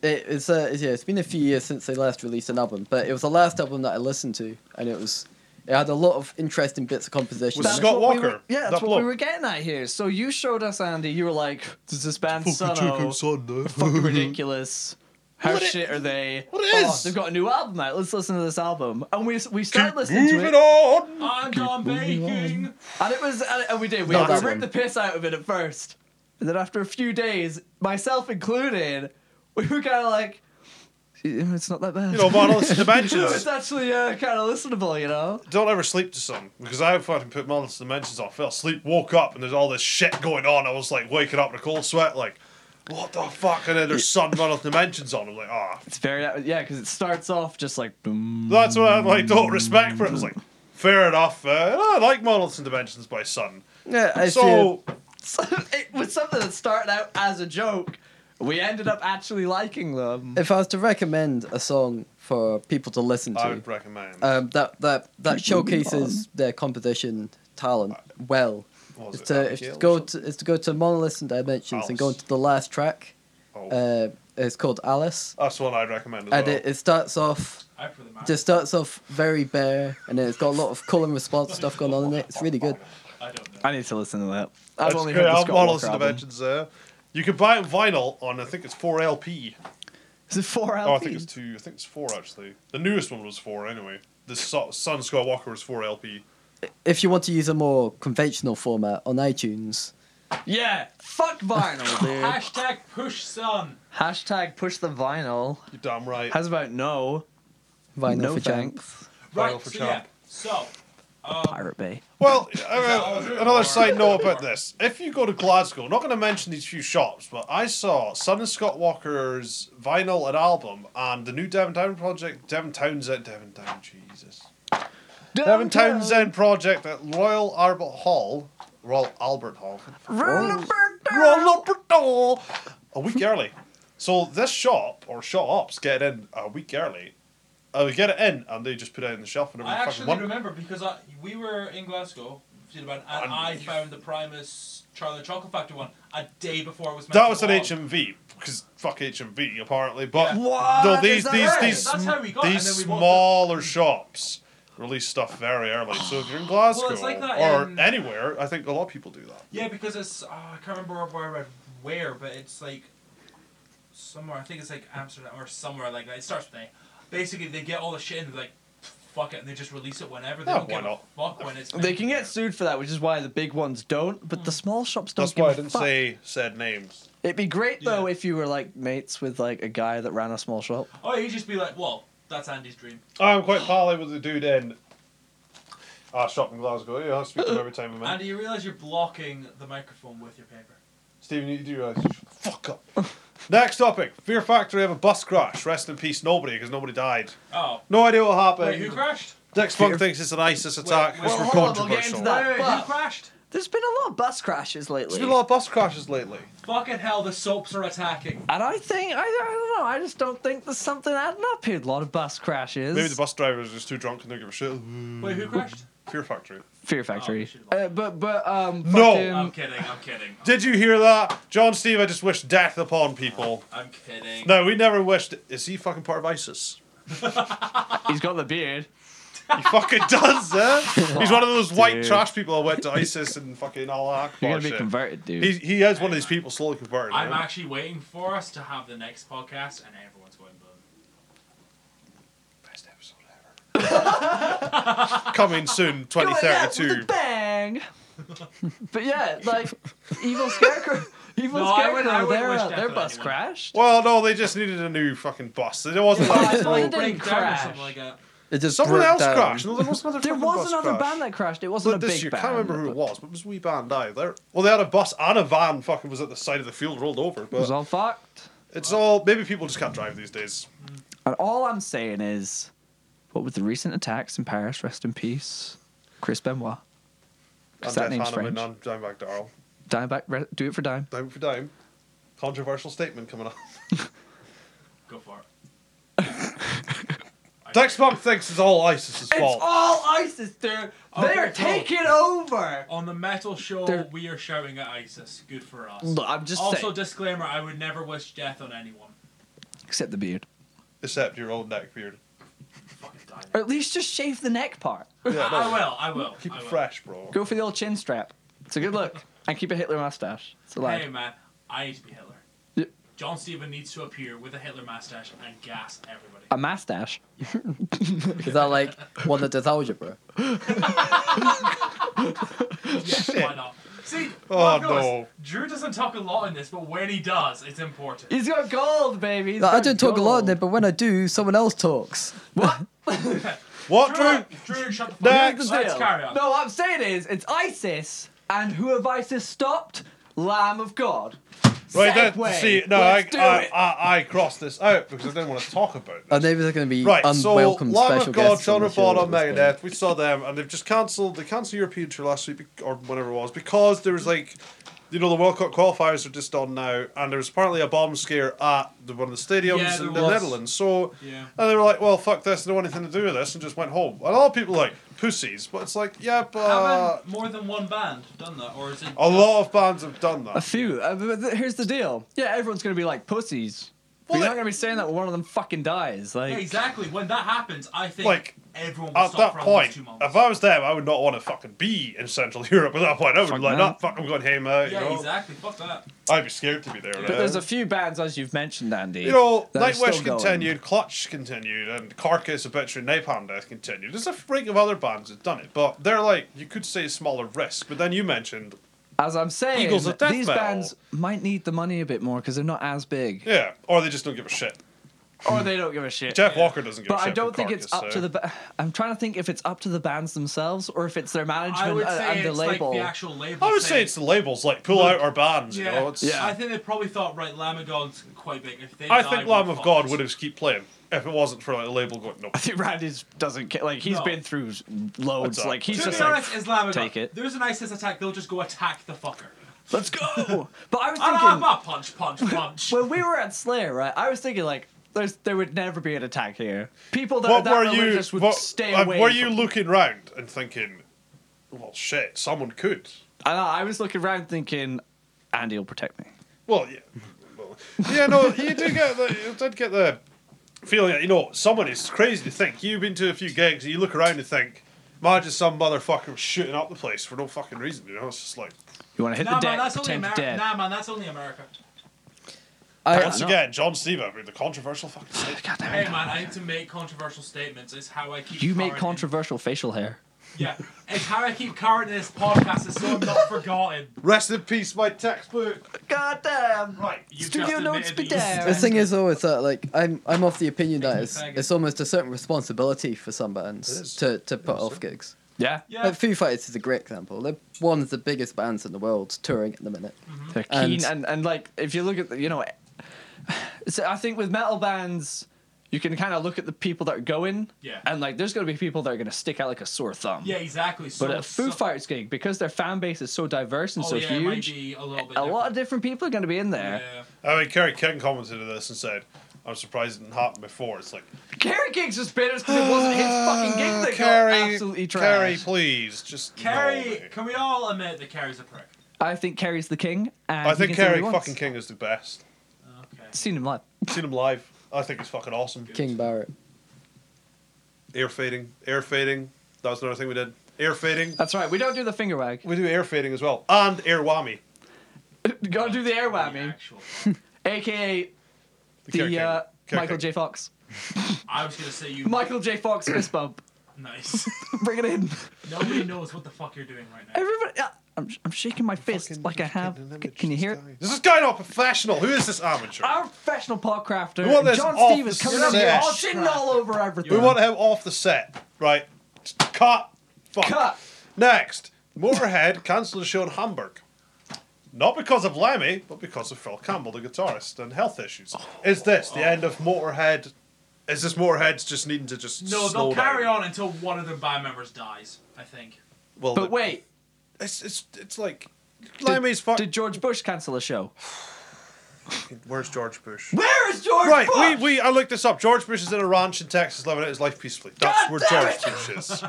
[SPEAKER 1] it, it's uh, it's- yeah, it's been a few years since they last released an album, but it was the last album that I listened to, and it was it had a lot of interesting bits of composition.
[SPEAKER 2] Was
[SPEAKER 1] in it.
[SPEAKER 2] Scott
[SPEAKER 8] what we
[SPEAKER 2] Walker,
[SPEAKER 8] were- yeah, that's
[SPEAKER 2] that
[SPEAKER 8] what
[SPEAKER 2] bloke.
[SPEAKER 8] we were getting at here. So you showed us Andy. You were like, "Does this band
[SPEAKER 2] Chicken
[SPEAKER 8] Sunno
[SPEAKER 2] Sunday.
[SPEAKER 8] fucking ridiculous? How
[SPEAKER 2] What it-
[SPEAKER 8] shit are they?
[SPEAKER 2] what it
[SPEAKER 8] Oh,
[SPEAKER 2] is?
[SPEAKER 8] they've got a new album out. Let's listen to this album." And we we started
[SPEAKER 2] Keep
[SPEAKER 8] listening to
[SPEAKER 2] moving
[SPEAKER 8] it,
[SPEAKER 2] on.
[SPEAKER 4] And I'm baking.
[SPEAKER 8] and it was and, and we did. We,
[SPEAKER 1] Not
[SPEAKER 8] we
[SPEAKER 1] that one.
[SPEAKER 8] ripped the piss out of it at first, and then after a few days, myself included, we were kind of like, "Yeah, "It's not that bad."
[SPEAKER 2] You know, man, listen to
[SPEAKER 8] it's
[SPEAKER 2] Dimensions.
[SPEAKER 8] actually uh, kind of listenable, you know.
[SPEAKER 2] Don't ever sleep to some because I fucking put Marlon's Dimensions on. Fell asleep, woke up, and there's all this shit going on. I was like waking up in a cold sweat, like, what the fuck? And then there's Sun Marlon's Dimensions on. I'm like, ah,
[SPEAKER 8] It's very yeah, because it starts off just like boom.
[SPEAKER 2] That's what I'm like, total respect for it. I was like, fair enough. Uh, and I like Models and Dimensions by Sun.
[SPEAKER 1] yeah, I feel-
[SPEAKER 2] so,
[SPEAKER 8] So it was something that started out as a joke. We ended up actually liking them.
[SPEAKER 1] if I was to recommend a song for people to listen
[SPEAKER 2] I
[SPEAKER 1] to,
[SPEAKER 2] would recommend.
[SPEAKER 1] um, that that that showcases their composition talent well.
[SPEAKER 2] what Uh, was
[SPEAKER 1] Is
[SPEAKER 2] it,
[SPEAKER 1] to, is
[SPEAKER 2] Abigail
[SPEAKER 1] to go
[SPEAKER 2] or
[SPEAKER 1] to is to go to monoliths and dimensions and go
[SPEAKER 2] Alice.
[SPEAKER 1] into the last track.
[SPEAKER 2] something? Oh,
[SPEAKER 1] Uh, it's called Alice,
[SPEAKER 2] that's one I'd recommend as
[SPEAKER 1] and
[SPEAKER 2] well.
[SPEAKER 1] it, it starts off
[SPEAKER 4] I for the man.
[SPEAKER 1] just starts off very bare, and then it's got a lot of call and response stuff going on in it. It's really good.
[SPEAKER 4] I don't know.
[SPEAKER 8] I need to listen to that. I've
[SPEAKER 2] That's
[SPEAKER 8] only
[SPEAKER 2] great.
[SPEAKER 8] heard the
[SPEAKER 2] I'll
[SPEAKER 8] Scott
[SPEAKER 2] Models
[SPEAKER 8] Walker
[SPEAKER 2] and
[SPEAKER 8] album.
[SPEAKER 2] Dimensions there. You can buy it vinyl on, I think it's 4LP.
[SPEAKER 8] Is it four LPs?
[SPEAKER 2] Oh, I think it's two. I think it's four, actually. The newest one was four, anyway. The Su- Sun Skywalker was 4LP.
[SPEAKER 1] If you want to use a more conventional format on iTunes,
[SPEAKER 8] yeah. Fuck vinyl, dude.
[SPEAKER 4] Hashtag push sun.
[SPEAKER 8] Hashtag push the vinyl.
[SPEAKER 2] You're damn right.
[SPEAKER 8] How's about no
[SPEAKER 1] vinyl
[SPEAKER 8] no
[SPEAKER 1] for Jank.
[SPEAKER 8] thanks.
[SPEAKER 4] Right,
[SPEAKER 2] Vinyl for
[SPEAKER 4] so
[SPEAKER 2] Trump.
[SPEAKER 4] yeah. So,
[SPEAKER 8] Pirate Bay.
[SPEAKER 2] Well,
[SPEAKER 4] all
[SPEAKER 2] uh,
[SPEAKER 4] there
[SPEAKER 2] another
[SPEAKER 4] are?
[SPEAKER 2] side note about this. If you go to Glasgow, not going to mention these few shops, but I saw Son and Scott Walker's vinyl and album and the new Devon Townsend project, Devon Townsend, Devon Townsend, Jesus. Devon Townsend project at Royal Albert Hall, Royal Albert Hall, Royal Albert Hall, a week early. So this shop, or shops, get it in a week early. Uh, we get it in and they just put it in the shelf whenever
[SPEAKER 4] I
[SPEAKER 2] they
[SPEAKER 4] actually
[SPEAKER 2] fucking want.
[SPEAKER 4] remember because I, we were in Glasgow, did a band, and
[SPEAKER 2] Oh,
[SPEAKER 4] I
[SPEAKER 2] you-
[SPEAKER 4] found the Primus Charlie Chocolate Factory one a day before it was meant
[SPEAKER 2] That
[SPEAKER 4] to
[SPEAKER 2] was
[SPEAKER 4] go
[SPEAKER 2] an
[SPEAKER 4] on.
[SPEAKER 2] HMV because fuck HMV apparently, but
[SPEAKER 4] Yeah.
[SPEAKER 8] What?
[SPEAKER 2] no, these
[SPEAKER 8] Is that
[SPEAKER 2] these
[SPEAKER 8] right?
[SPEAKER 2] these
[SPEAKER 4] That's how we got, and
[SPEAKER 2] these
[SPEAKER 4] then we walked
[SPEAKER 2] smaller shops release stuff very early. So if you're in Glasgow
[SPEAKER 4] like that
[SPEAKER 2] or
[SPEAKER 4] in-
[SPEAKER 2] anywhere, I think a lot of people do that.
[SPEAKER 4] Yeah, because it's oh, I can't remember where I read where, but it's like somewhere. I think it's like Amsterdam or somewhere like that. It starts with A. Basically, they get all the shit and they're like, fuck it, and they just release it whenever. They
[SPEAKER 2] Yeah,
[SPEAKER 4] don't
[SPEAKER 2] why
[SPEAKER 4] give
[SPEAKER 2] not?
[SPEAKER 4] a fuck when it's.
[SPEAKER 8] They can get sued for that, which is why the big ones don't. But the small shops don't.
[SPEAKER 2] That's why I
[SPEAKER 8] give a
[SPEAKER 2] didn't
[SPEAKER 8] fuck.
[SPEAKER 2] say said names.
[SPEAKER 8] It'd be great though
[SPEAKER 4] Yeah.
[SPEAKER 8] if you were like mates with like a guy that ran a small shop.
[SPEAKER 4] Oh, you just be like, well, that's Andy's dream.
[SPEAKER 2] I'm quite pally with the dude in our shop in Glasgow. Yeah, I speak to him every time I'm in.
[SPEAKER 4] Andy, you realize you're blocking the microphone with your paper.
[SPEAKER 2] Stephen, you do realise you should fuck up. Next topic: Fear Factory have a bus crash. Rest in peace, nobody, because nobody died.
[SPEAKER 4] Oh,
[SPEAKER 2] No idea what happened.
[SPEAKER 4] wait, who crashed?
[SPEAKER 2] Dex Funk thinks it's an ISIS attack,
[SPEAKER 4] Wait,
[SPEAKER 2] which
[SPEAKER 4] wait,
[SPEAKER 2] were
[SPEAKER 8] hold on, we'll get
[SPEAKER 2] controversial.
[SPEAKER 8] into that.
[SPEAKER 4] Wait, wait, who
[SPEAKER 8] Fuck.
[SPEAKER 4] crashed?
[SPEAKER 8] There's been a lot of bus crashes lately.
[SPEAKER 2] There's been a lot of bus crashes lately.
[SPEAKER 4] Fucking hell, the soaps are attacking.
[SPEAKER 8] And I think I, I don't know. I just don't think there's something adding up here. A lot of bus crashes.
[SPEAKER 2] Maybe the bus drivers are just too drunk and don't give a shit.
[SPEAKER 8] Hmm.
[SPEAKER 4] Wait, who crashed?
[SPEAKER 2] Fear Factory.
[SPEAKER 8] Fear
[SPEAKER 4] Oh, we
[SPEAKER 8] Factory.
[SPEAKER 4] should've lost.
[SPEAKER 8] uh, but but um.
[SPEAKER 2] No.
[SPEAKER 8] fucking-
[SPEAKER 4] I'm kidding, I'm kidding.
[SPEAKER 2] Did you hear that? John Steve, I just wish death upon people.
[SPEAKER 4] I'm kidding.
[SPEAKER 2] No, we never wished. Is he fucking part of ISIS?
[SPEAKER 8] he's got the beard.
[SPEAKER 2] He fucking does, eh? He's one of those white
[SPEAKER 8] Dude.
[SPEAKER 2] trash people that went to ISIS and fucking all that. Akbar
[SPEAKER 8] You're gonna be
[SPEAKER 2] shit.
[SPEAKER 8] converted, dude.
[SPEAKER 2] He, he is one of these people slowly converted.
[SPEAKER 4] I'm
[SPEAKER 2] eh?
[SPEAKER 4] actually waiting for us to have the next podcast and everyone's going boom.
[SPEAKER 2] Best episode ever. Coming soon,
[SPEAKER 8] Coming out with
[SPEAKER 2] 2032.
[SPEAKER 8] a bang. but yeah, like evil scarecrow. Evil
[SPEAKER 4] No, I
[SPEAKER 8] scarecrow.
[SPEAKER 4] would- I would
[SPEAKER 8] their
[SPEAKER 4] wish
[SPEAKER 8] uh,
[SPEAKER 4] that
[SPEAKER 8] their
[SPEAKER 4] for
[SPEAKER 8] bus
[SPEAKER 4] anyone.
[SPEAKER 8] crashed.
[SPEAKER 2] Well, no, they just needed a new fucking bus. It wasn't
[SPEAKER 8] Yeah.
[SPEAKER 2] like
[SPEAKER 8] It's like
[SPEAKER 4] Or
[SPEAKER 8] it didn't
[SPEAKER 4] break down or
[SPEAKER 8] crash.
[SPEAKER 4] something like that.
[SPEAKER 1] It just
[SPEAKER 2] someone
[SPEAKER 1] broke
[SPEAKER 2] else
[SPEAKER 1] down.
[SPEAKER 2] crashed. No, there was another.
[SPEAKER 8] There
[SPEAKER 2] fucking
[SPEAKER 8] was
[SPEAKER 2] bus
[SPEAKER 8] another
[SPEAKER 2] crash.
[SPEAKER 8] band that crashed. It wasn't
[SPEAKER 2] But
[SPEAKER 8] a
[SPEAKER 2] this
[SPEAKER 8] big
[SPEAKER 2] year,
[SPEAKER 8] band.
[SPEAKER 2] can't remember who it
[SPEAKER 8] but-
[SPEAKER 2] was, but it was a wee band either. Well, they had a bus and a van. Fucking was at the side of the field, rolled over.
[SPEAKER 8] It was
[SPEAKER 2] But
[SPEAKER 8] all fucked.
[SPEAKER 2] it's all maybe people just can't drive these days.
[SPEAKER 8] And all I'm saying is, what with the recent attacks in Paris, rest in peace, Chris Benoit.
[SPEAKER 2] I'm
[SPEAKER 8] Because that name's
[SPEAKER 2] Hanneman,
[SPEAKER 8] French.
[SPEAKER 2] I'm Dimebag Darrell.
[SPEAKER 8] Dimeback, re- do it for dime.
[SPEAKER 2] Dime for dime. Controversial statement coming up.
[SPEAKER 4] Go for it. I
[SPEAKER 2] Dexpump thinks it's all ISIS's
[SPEAKER 10] It's
[SPEAKER 2] fault.
[SPEAKER 10] all ISIS, dude. they are
[SPEAKER 4] no.
[SPEAKER 10] taking over.
[SPEAKER 4] On the metal show,
[SPEAKER 8] They're-
[SPEAKER 4] we are shouting at ISIS. Good for us.
[SPEAKER 8] Look, I'm just
[SPEAKER 4] also,
[SPEAKER 8] saying.
[SPEAKER 4] disclaimer: I would never wish death on anyone.
[SPEAKER 8] Except the beard.
[SPEAKER 2] Except your old neck beard.
[SPEAKER 4] Fucking die.
[SPEAKER 8] Or at least just shave the neck part.
[SPEAKER 2] Yeah,
[SPEAKER 4] I, I
[SPEAKER 2] no,
[SPEAKER 4] will. I will.
[SPEAKER 2] Keep
[SPEAKER 4] I
[SPEAKER 2] it
[SPEAKER 4] will.
[SPEAKER 2] fresh, bro.
[SPEAKER 8] Go for the old chin strap. It's a good look. And keep a Hitler mustache. It's a
[SPEAKER 4] Hey
[SPEAKER 8] lie.
[SPEAKER 4] man, I need to be Hitler.
[SPEAKER 8] Yeah.
[SPEAKER 4] John Steven needs to appear with a Hitler mustache and gas everybody.
[SPEAKER 2] Oh,
[SPEAKER 8] A mustache.
[SPEAKER 1] Is that like one that does algebra?
[SPEAKER 4] yes, why not? See,
[SPEAKER 2] Oh,
[SPEAKER 4] well, I've noticed,
[SPEAKER 2] no.
[SPEAKER 4] Drew doesn't talk a lot in this, but when he does, it's important.
[SPEAKER 8] He's got gold, baby. He's
[SPEAKER 1] Like, I
[SPEAKER 8] got
[SPEAKER 1] don't talk a lot in
[SPEAKER 8] gold.
[SPEAKER 1] it, but when I do, someone else talks.
[SPEAKER 2] What, Drew?
[SPEAKER 4] Drew, Drew, shut the
[SPEAKER 2] Next.
[SPEAKER 4] fuck up.
[SPEAKER 2] Here's
[SPEAKER 4] Let's
[SPEAKER 8] Still.
[SPEAKER 4] carry on.
[SPEAKER 8] No, what I'm saying is, it's ISIS, and who have ISIS stopped? Lamb of God.
[SPEAKER 2] Right, that,
[SPEAKER 8] Segway.
[SPEAKER 2] see, no, I,
[SPEAKER 8] Let's do
[SPEAKER 2] I,
[SPEAKER 8] it.
[SPEAKER 2] I, I crossed this out because I didn't want to talk about it.
[SPEAKER 1] Our neighbours are going to be
[SPEAKER 2] Right, so
[SPEAKER 1] unwelcome
[SPEAKER 2] Lamb
[SPEAKER 1] special
[SPEAKER 2] of God,
[SPEAKER 1] guests. on
[SPEAKER 2] Children
[SPEAKER 1] the
[SPEAKER 2] of
[SPEAKER 1] show
[SPEAKER 2] Bodom,
[SPEAKER 1] at this
[SPEAKER 2] Megadeth, we saw them, and they've just cancelled. They cancelled European tour last week bec- or whatever it was because there was like, you know, the World Cup qualifiers are just on now, and there was apparently a bomb scare at the, one of the stadiums
[SPEAKER 4] Yeah, there
[SPEAKER 2] in the
[SPEAKER 4] was.
[SPEAKER 2] Netherlands. So,
[SPEAKER 4] Yeah.
[SPEAKER 2] and they were like, "Well, fuck this, I don't want anything to do with this," and just went home. And a lot of people were like pussies, but it's like, yeah,
[SPEAKER 4] Haven't
[SPEAKER 2] but
[SPEAKER 4] more than one band done that, or is it?
[SPEAKER 2] a lot of bands have done
[SPEAKER 8] A
[SPEAKER 2] that.
[SPEAKER 8] few. Uh, but th- here's the deal. Yeah, everyone's gonna be like pussies. But
[SPEAKER 2] Well,
[SPEAKER 8] you're not
[SPEAKER 2] it-
[SPEAKER 8] gonna be saying that when one of them fucking dies. Like,
[SPEAKER 4] Yeah, exactly. When that happens, I think
[SPEAKER 2] Like,
[SPEAKER 4] everyone will
[SPEAKER 2] At that
[SPEAKER 4] stop for almost
[SPEAKER 2] point,
[SPEAKER 4] two months.
[SPEAKER 2] if I was them, I would not want to fucking be in Central Europe. At that point, I would
[SPEAKER 8] Fuck
[SPEAKER 2] be like,
[SPEAKER 8] no.
[SPEAKER 2] "Not fucking going home out." you
[SPEAKER 4] yeah,
[SPEAKER 2] know?
[SPEAKER 4] exactly. Fuck that.
[SPEAKER 2] I'd be scared to be there.
[SPEAKER 8] but there's a few bands, as you've mentioned, Andy.
[SPEAKER 2] You know,
[SPEAKER 8] that are
[SPEAKER 2] Nightwish
[SPEAKER 8] still going.
[SPEAKER 2] continued, Clutch continued, and Carcass, Obituary, Napalm Death continued. There's a freak of other bands that've done it, but they're like, you could say smaller risk, but then you mentioned,
[SPEAKER 8] As I'm saying,
[SPEAKER 2] Eagles of Death
[SPEAKER 8] these
[SPEAKER 2] Metal.
[SPEAKER 8] bands might need the money a bit more because they're not as big,
[SPEAKER 2] yeah, or they just don't give a shit.
[SPEAKER 8] or they don't give a shit.
[SPEAKER 2] Jeff Walker doesn't give a
[SPEAKER 8] But
[SPEAKER 2] shit.
[SPEAKER 8] I don't
[SPEAKER 2] for
[SPEAKER 8] think it's
[SPEAKER 2] Carcass,
[SPEAKER 8] up
[SPEAKER 2] so-
[SPEAKER 8] to the. Ba- I'm trying to think if it's up to the bands themselves or if it's their management
[SPEAKER 4] I would
[SPEAKER 8] a-
[SPEAKER 4] say
[SPEAKER 8] and the
[SPEAKER 4] it's
[SPEAKER 8] label.
[SPEAKER 4] like the actual label.
[SPEAKER 2] I would
[SPEAKER 4] saying-
[SPEAKER 2] say it's the labels, like, pull
[SPEAKER 4] Look,
[SPEAKER 2] out our bands, you
[SPEAKER 4] Yeah,
[SPEAKER 2] know? It's,
[SPEAKER 8] Yeah.
[SPEAKER 4] I think they probably thought, right, Lamb of God's quite big. If they
[SPEAKER 2] I
[SPEAKER 4] die,
[SPEAKER 2] think
[SPEAKER 4] we're
[SPEAKER 2] Lamb of
[SPEAKER 4] fucked.
[SPEAKER 2] God would have just keep playing if it wasn't for like, the label going, no.
[SPEAKER 8] I think Randy's doesn't care. Like he's
[SPEAKER 4] No.
[SPEAKER 8] been through
[SPEAKER 2] What's
[SPEAKER 8] loads.
[SPEAKER 2] up?
[SPEAKER 8] Like he's
[SPEAKER 4] To
[SPEAKER 8] just
[SPEAKER 4] be
[SPEAKER 8] like,
[SPEAKER 4] honest, it's Lamb of
[SPEAKER 8] take
[SPEAKER 4] God.
[SPEAKER 8] it.
[SPEAKER 4] There's an ISIS attack, they'll just go attack the fucker.
[SPEAKER 8] let's go. But I was
[SPEAKER 4] Ah,
[SPEAKER 8] thinking
[SPEAKER 4] ah, punch, punch, punch.
[SPEAKER 8] when we were at Slayer, right? I was thinking like, there's there would never be an attack here. People that
[SPEAKER 2] What
[SPEAKER 8] are
[SPEAKER 2] were
[SPEAKER 8] that
[SPEAKER 2] you,
[SPEAKER 8] religious would
[SPEAKER 2] what,
[SPEAKER 8] stay
[SPEAKER 2] um,
[SPEAKER 8] away.
[SPEAKER 2] were you
[SPEAKER 8] from-
[SPEAKER 2] looking round and thinking, well, shit, someone could?
[SPEAKER 8] I, know, I was looking around thinking, Andy will protect me.
[SPEAKER 2] Well, yeah, Well, yeah. No, you do get the you did get the feeling that you know someone is crazy to think you've been to a few gigs and you look around and think, imagine some motherfucker shooting up the place for no fucking reason. You know, it's just like
[SPEAKER 8] You want to hit
[SPEAKER 4] nah,
[SPEAKER 8] the
[SPEAKER 4] man,
[SPEAKER 8] deck,
[SPEAKER 4] that's only
[SPEAKER 8] pretend you're
[SPEAKER 4] America.
[SPEAKER 8] dead.
[SPEAKER 4] Nah, man, that's only America.
[SPEAKER 1] point.
[SPEAKER 2] once
[SPEAKER 1] I,
[SPEAKER 2] again, John Stever with the controversial fucking. shit.
[SPEAKER 8] God damn
[SPEAKER 4] Hey,
[SPEAKER 8] it.
[SPEAKER 4] man, I need to make controversial statements. It's how I keep.
[SPEAKER 8] You make
[SPEAKER 4] current in-
[SPEAKER 8] controversial facial hair.
[SPEAKER 4] Yeah, it's how I keep current in this podcast, is so I'm not forgotten.
[SPEAKER 2] Rest in peace, my textbook.
[SPEAKER 8] God damn.
[SPEAKER 4] Right, you
[SPEAKER 8] Studio
[SPEAKER 4] just
[SPEAKER 8] notes
[SPEAKER 4] admitted
[SPEAKER 8] be
[SPEAKER 4] that
[SPEAKER 8] damn.
[SPEAKER 4] you-
[SPEAKER 1] the thing is, though, is that like I'm I'm of the opinion that it's,
[SPEAKER 4] faggot.
[SPEAKER 1] it's almost a certain responsibility for some
[SPEAKER 2] It
[SPEAKER 1] bands
[SPEAKER 2] is.
[SPEAKER 1] to, to put
[SPEAKER 2] is,
[SPEAKER 1] off
[SPEAKER 2] yeah.
[SPEAKER 1] gigs.
[SPEAKER 8] Yeah.
[SPEAKER 4] Yeah,
[SPEAKER 1] Like Foo Fighters is a great example. They're one of the biggest bands in the world touring at the minute.
[SPEAKER 8] They're
[SPEAKER 1] And-
[SPEAKER 8] keen and, and, like if you look at the, you know, so I think with metal bands, you can kind of look at the people that are going,
[SPEAKER 4] Yeah.
[SPEAKER 8] and like there's gonna be people that are gonna stick out like a sore thumb.
[SPEAKER 4] yeah, exactly. So,
[SPEAKER 8] But at a Foo
[SPEAKER 4] so-
[SPEAKER 8] Fighters gig, because their fan base is so diverse and
[SPEAKER 4] oh,
[SPEAKER 8] so
[SPEAKER 4] yeah, it might
[SPEAKER 8] huge,
[SPEAKER 4] be a little bit
[SPEAKER 8] a lot of
[SPEAKER 4] different.
[SPEAKER 8] different people are gonna be in there.
[SPEAKER 4] Yeah.
[SPEAKER 2] I mean, Kerry King commented on this and said, "I'm surprised it didn't happen before." It's like
[SPEAKER 8] Kerry King's just bitter because it wasn't his fucking gig that got
[SPEAKER 2] Uh, Kerry,
[SPEAKER 8] absolutely
[SPEAKER 2] Kerry,
[SPEAKER 8] trashed.
[SPEAKER 2] please, just no
[SPEAKER 4] Kerry,
[SPEAKER 2] way.
[SPEAKER 4] can we all admit that Kerry's a prick?
[SPEAKER 8] I think Kerry's the king. And
[SPEAKER 2] I
[SPEAKER 8] he
[SPEAKER 2] think
[SPEAKER 8] can do what
[SPEAKER 2] Kerry
[SPEAKER 8] he wants.
[SPEAKER 2] fucking King is the best.
[SPEAKER 4] Okay.
[SPEAKER 8] Seen him live.
[SPEAKER 2] Seen him live. I think he's fucking awesome.
[SPEAKER 1] King Barrett.
[SPEAKER 2] Air fading. Air fading. That was another thing we did. Air fading.
[SPEAKER 8] That's right. We don't do the finger wag.
[SPEAKER 2] We do air fading as well. And air whammy.
[SPEAKER 8] Gotta do the air
[SPEAKER 4] The
[SPEAKER 8] whammy,
[SPEAKER 4] actual fuck.
[SPEAKER 8] aka
[SPEAKER 2] Kerry
[SPEAKER 8] the
[SPEAKER 2] King.
[SPEAKER 8] uh,
[SPEAKER 2] Kerry
[SPEAKER 8] Michael
[SPEAKER 2] King.
[SPEAKER 8] J. Fox.
[SPEAKER 4] I was gonna say you.
[SPEAKER 8] Michael J. Fox fist bump.
[SPEAKER 4] Nice.
[SPEAKER 8] Bring it in.
[SPEAKER 4] Nobody knows what the fuck you're doing right now.
[SPEAKER 8] Everybody. uh, I'm, I'm shaking my fist
[SPEAKER 2] Fucking
[SPEAKER 8] like I
[SPEAKER 2] just
[SPEAKER 8] have.
[SPEAKER 2] kidding, let
[SPEAKER 8] C-
[SPEAKER 2] me
[SPEAKER 8] Can you
[SPEAKER 2] just
[SPEAKER 8] hear it?
[SPEAKER 2] die. This is guy not professional. Who is this amateur?
[SPEAKER 8] Our professional pod crafter,
[SPEAKER 2] We want this
[SPEAKER 8] John
[SPEAKER 2] off
[SPEAKER 8] Steve, is
[SPEAKER 2] the
[SPEAKER 8] coming up here
[SPEAKER 2] set.
[SPEAKER 8] all shitting all over everything.
[SPEAKER 2] we want him off the set. Right. Just Cut. Fuck.
[SPEAKER 8] Cut.
[SPEAKER 2] Next. Motorhead cancelled a show in Hamburg. Not because of Lemmy, but because of Phil Campbell, the guitarist, and health issues. is this the end of Motorhead? Is this Motorhead's just needing to just slow
[SPEAKER 4] No, they'll carry
[SPEAKER 2] down?
[SPEAKER 4] on until one of their band members dies. I think.
[SPEAKER 2] Well,
[SPEAKER 8] But wait,
[SPEAKER 2] it's it's it's like Lemmy's fuck.
[SPEAKER 8] did George Bush cancel a show?
[SPEAKER 2] Where's George Bush?
[SPEAKER 8] Where is George
[SPEAKER 2] Right,
[SPEAKER 8] Bush?
[SPEAKER 2] we, we I looked this up. George Bush is in a ranch in Texas living out his life peacefully. That's
[SPEAKER 8] God
[SPEAKER 2] where
[SPEAKER 8] damn
[SPEAKER 2] George
[SPEAKER 8] it!
[SPEAKER 2] Bush is.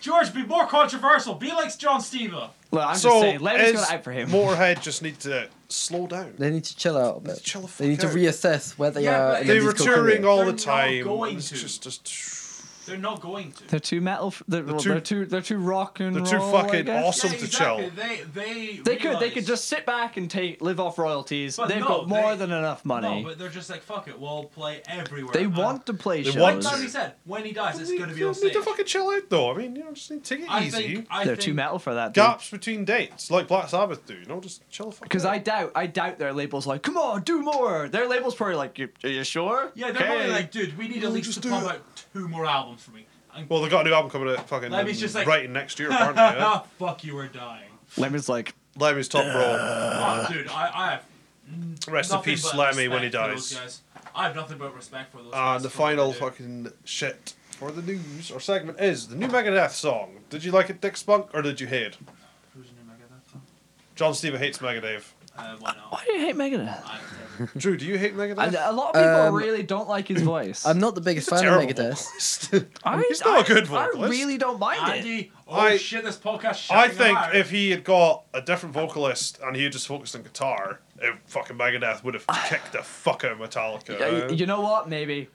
[SPEAKER 4] George, be more controversial. Be like John Stever.
[SPEAKER 8] Look, I'm
[SPEAKER 2] so
[SPEAKER 8] just saying, Levin's
[SPEAKER 2] is
[SPEAKER 8] got it out for him.
[SPEAKER 2] Motorhead just need to slow down.
[SPEAKER 1] They need to chill out a
[SPEAKER 2] They need to
[SPEAKER 1] bit.
[SPEAKER 2] chill the
[SPEAKER 1] They need to
[SPEAKER 2] fuck out.
[SPEAKER 1] reassess where they
[SPEAKER 4] Yeah,
[SPEAKER 1] are.
[SPEAKER 4] but
[SPEAKER 1] in
[SPEAKER 2] They
[SPEAKER 1] their
[SPEAKER 2] were
[SPEAKER 1] musical
[SPEAKER 2] touring
[SPEAKER 1] career.
[SPEAKER 2] all
[SPEAKER 4] They're
[SPEAKER 2] the
[SPEAKER 4] not
[SPEAKER 2] time.
[SPEAKER 4] going
[SPEAKER 2] It's
[SPEAKER 4] to.
[SPEAKER 2] just, just
[SPEAKER 4] They're not going to.
[SPEAKER 3] They're too metal. f- They're, well,
[SPEAKER 2] too-
[SPEAKER 3] they're too. They're too rock and
[SPEAKER 2] they're too
[SPEAKER 3] roll, I
[SPEAKER 2] fucking
[SPEAKER 3] guess.
[SPEAKER 2] awesome to chill.
[SPEAKER 4] They they
[SPEAKER 8] They could they could
[SPEAKER 4] realise-
[SPEAKER 8] just sit back and take live off royalties.
[SPEAKER 4] But
[SPEAKER 8] They've
[SPEAKER 4] no,
[SPEAKER 8] got more
[SPEAKER 4] they-
[SPEAKER 8] than enough
[SPEAKER 4] No,
[SPEAKER 8] money.
[SPEAKER 4] but uh, they're just like fuck it. We'll play everywhere.
[SPEAKER 8] they
[SPEAKER 4] And
[SPEAKER 8] want to play
[SPEAKER 2] They
[SPEAKER 8] shows.
[SPEAKER 2] want
[SPEAKER 4] Like
[SPEAKER 2] to.
[SPEAKER 4] Tommy said, when he dies, it's
[SPEAKER 2] They-
[SPEAKER 4] going to be
[SPEAKER 2] they
[SPEAKER 4] on
[SPEAKER 2] Need
[SPEAKER 4] stage.
[SPEAKER 2] to fucking chill out though. I mean, you know, just need to take it
[SPEAKER 4] I
[SPEAKER 2] easy.
[SPEAKER 4] think I
[SPEAKER 3] They're
[SPEAKER 4] think
[SPEAKER 3] too metal for that. dude.
[SPEAKER 2] Gaps between dates, like Black Sabbath do. You know, just chill the fuck.
[SPEAKER 8] Because
[SPEAKER 2] out.
[SPEAKER 8] I doubt I doubt their label's like, come on, do more. Their label's probably like, you, are you sure?
[SPEAKER 4] Yeah, they're probably
[SPEAKER 8] Okay."
[SPEAKER 4] like, dude, we need
[SPEAKER 2] No,
[SPEAKER 4] at least
[SPEAKER 2] just
[SPEAKER 4] to
[SPEAKER 2] do
[SPEAKER 4] pump
[SPEAKER 2] it.
[SPEAKER 4] out two more albums for me. And
[SPEAKER 2] Well, they got a new album coming out fucking
[SPEAKER 4] Lemmy's just like-
[SPEAKER 2] right next year, apparently. yeah.
[SPEAKER 4] Ah, fuck you, we're dying.
[SPEAKER 8] Lemmy's like,
[SPEAKER 2] Lemmy's top bro.
[SPEAKER 4] Oh, dude, I, I have
[SPEAKER 2] Uh, Rest in
[SPEAKER 4] nothing
[SPEAKER 2] peace,
[SPEAKER 4] but
[SPEAKER 2] Lemmy, when he
[SPEAKER 4] respect for those
[SPEAKER 2] dies.
[SPEAKER 4] guys. I have nothing but respect for those. guys
[SPEAKER 2] And the
[SPEAKER 4] for what
[SPEAKER 2] final
[SPEAKER 4] they do.
[SPEAKER 2] fucking shit for the news or segment is the new Megadeth song. Did you like it, Dick Spunk, or did you hate?
[SPEAKER 4] Who's in Megadeth?
[SPEAKER 2] John Stever hates Megadeth.
[SPEAKER 4] Uh, why not?
[SPEAKER 3] Why do you hate Megadeth?
[SPEAKER 4] I
[SPEAKER 2] Drew, do you hate
[SPEAKER 3] And
[SPEAKER 2] Megadeth?
[SPEAKER 3] a lot of people
[SPEAKER 1] Um,
[SPEAKER 3] really don't like his voice.
[SPEAKER 1] I'm not the biggest fan of
[SPEAKER 2] Terrible
[SPEAKER 1] Megadeth.
[SPEAKER 2] vocalist.
[SPEAKER 3] I,
[SPEAKER 2] He's not
[SPEAKER 3] I-
[SPEAKER 2] a good
[SPEAKER 3] I
[SPEAKER 2] vocalist.
[SPEAKER 3] really don't mind it.
[SPEAKER 4] Andy, oh
[SPEAKER 2] I-
[SPEAKER 4] shit, this podcast.
[SPEAKER 2] I
[SPEAKER 4] shouting him
[SPEAKER 2] think
[SPEAKER 4] out.
[SPEAKER 2] if he had got a different vocalist and he had just focused on guitar, it, fucking Megadeth would have kicked the fuck out of Metallica.
[SPEAKER 3] Yeah, you- you know what? Maybe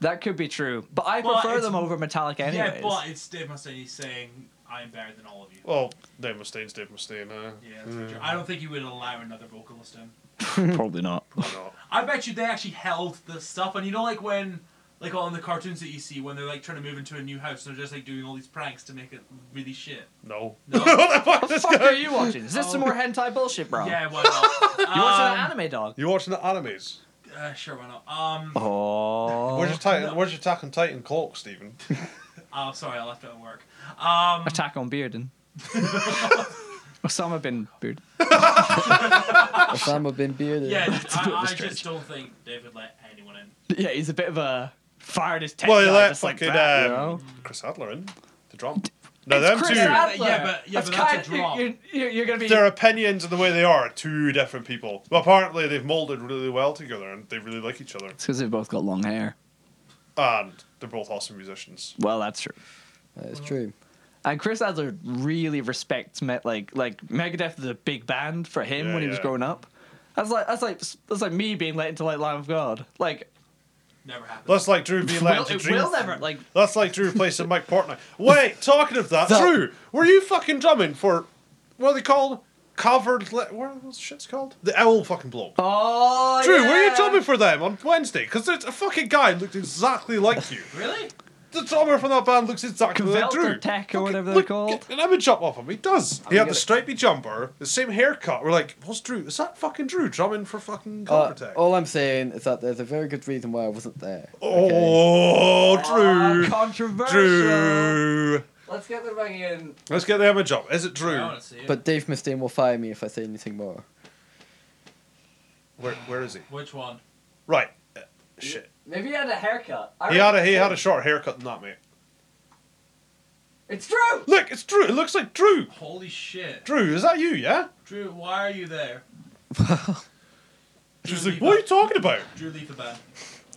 [SPEAKER 3] that could be true, but I
[SPEAKER 4] But
[SPEAKER 3] prefer
[SPEAKER 4] it's-
[SPEAKER 3] them over Metallica anyways.
[SPEAKER 4] yeah, but it's Dave Mustaine. He's saying I'm better than all of you.
[SPEAKER 2] well, Dave Mustaine's Dave Mustaine. Uh,
[SPEAKER 4] Yeah, that's for sure. I don't think he would allow another vocalist in.
[SPEAKER 3] Probably not.
[SPEAKER 2] why not?
[SPEAKER 4] I bet you they actually held the stuff, and you know, like when, like on the cartoons that you see, when they're like trying to move into a new house, and they're just like doing all these pranks to make it really shit.
[SPEAKER 2] No.
[SPEAKER 4] No.
[SPEAKER 2] What the fuck
[SPEAKER 3] What the
[SPEAKER 2] is
[SPEAKER 3] fuck
[SPEAKER 2] going-
[SPEAKER 3] are you watching? Is this some more hentai bullshit, bro?
[SPEAKER 4] yeah, why not?
[SPEAKER 3] You watching
[SPEAKER 4] Um,
[SPEAKER 3] an anime, dog?
[SPEAKER 2] You watching the animes?
[SPEAKER 4] Uh, sure, why not? Um,
[SPEAKER 3] Oh,
[SPEAKER 2] Where's your Titan?
[SPEAKER 4] no.
[SPEAKER 2] Where's your Attack on Titan cloak, Stephen?
[SPEAKER 4] oh, sorry, I left it at work. Um,
[SPEAKER 3] Attack on Bearden. Osama bin Beard.
[SPEAKER 1] Osama bin Bearded.
[SPEAKER 4] yeah,
[SPEAKER 3] That's a bit of a
[SPEAKER 4] I, I
[SPEAKER 3] stretch.
[SPEAKER 4] just don't think Dave would let anyone in.
[SPEAKER 3] Yeah, he's a bit of a fired his tech
[SPEAKER 2] Well, he
[SPEAKER 3] guy,
[SPEAKER 2] let
[SPEAKER 3] just like
[SPEAKER 2] fucking
[SPEAKER 3] that, you
[SPEAKER 2] um,
[SPEAKER 3] know?
[SPEAKER 2] Chris Adler in the drum. Now them
[SPEAKER 3] Chris
[SPEAKER 2] two,
[SPEAKER 3] Adler.
[SPEAKER 4] Yeah, but yeah,
[SPEAKER 3] That's
[SPEAKER 4] but that's a
[SPEAKER 3] kinda-
[SPEAKER 4] drop.
[SPEAKER 3] you- you- you're gonna be.
[SPEAKER 2] their opinions and the way they are, are two different people. Well, apparently they've molded really well together and they really like each other,
[SPEAKER 3] It's because they've both got long hair.
[SPEAKER 2] and they're both awesome musicians.
[SPEAKER 3] Well, that's true.
[SPEAKER 1] That is true.
[SPEAKER 3] And Chris Adler really respects Me- like like Megadeth is a big band for him
[SPEAKER 2] Yeah,
[SPEAKER 3] when he was
[SPEAKER 2] yeah.
[SPEAKER 3] growing up. That's like that's like that's like me being let into like Lamb of God. Like
[SPEAKER 4] Never happened.
[SPEAKER 2] That's like Drew being let
[SPEAKER 3] will,
[SPEAKER 2] into
[SPEAKER 3] it
[SPEAKER 2] Dream.
[SPEAKER 3] will never like
[SPEAKER 2] That's like Drew replacing Mike Portnoy. Wait, talking of that,
[SPEAKER 1] That-
[SPEAKER 2] Drew, were you fucking drumming for what are they called? Covered. Le- what are those shits called? The Owl fucking blow.
[SPEAKER 3] oh
[SPEAKER 2] Drew,
[SPEAKER 3] yeah.
[SPEAKER 2] were you drumming for them on Wednesday? Because there's a fucking guy who looked exactly like you.
[SPEAKER 4] really?
[SPEAKER 2] The drummer from that band looks exactly like
[SPEAKER 3] Kvelter
[SPEAKER 2] Drew.
[SPEAKER 3] Tech or whatever they're
[SPEAKER 2] Look,
[SPEAKER 3] called.
[SPEAKER 2] get an image up off him. He does. he
[SPEAKER 3] gonna
[SPEAKER 2] had the
[SPEAKER 3] get it.
[SPEAKER 2] stripy jumper, the same haircut. We're like, what's Drew? Is that fucking Drew drumming for fucking
[SPEAKER 1] Uh,
[SPEAKER 2] Cover Tech?
[SPEAKER 1] all I'm saying is that there's a very good reason why I wasn't there. okay?
[SPEAKER 2] oh,
[SPEAKER 3] Ah,
[SPEAKER 2] Drew.
[SPEAKER 3] controversial.
[SPEAKER 2] Drew.
[SPEAKER 3] Let's get the ring in.
[SPEAKER 2] Let's get the image up. Is it
[SPEAKER 4] I
[SPEAKER 2] Drew?
[SPEAKER 4] want to see it.
[SPEAKER 1] But Dave Mustaine will fire me if I say anything more.
[SPEAKER 2] Where, where is he?
[SPEAKER 4] Which one?
[SPEAKER 2] Right. Uh, Shit.
[SPEAKER 3] Maybe he had a haircut. I
[SPEAKER 2] He had a
[SPEAKER 3] reckon-
[SPEAKER 2] he had a short haircut than that, mate.
[SPEAKER 3] It's Drew.
[SPEAKER 2] Look, it's Drew. It looks like Drew.
[SPEAKER 4] Holy shit.
[SPEAKER 2] Drew, is that you? Yeah.
[SPEAKER 4] Drew, why are you there?
[SPEAKER 2] She's like, what are you talking about?
[SPEAKER 4] Drew Lethal Band.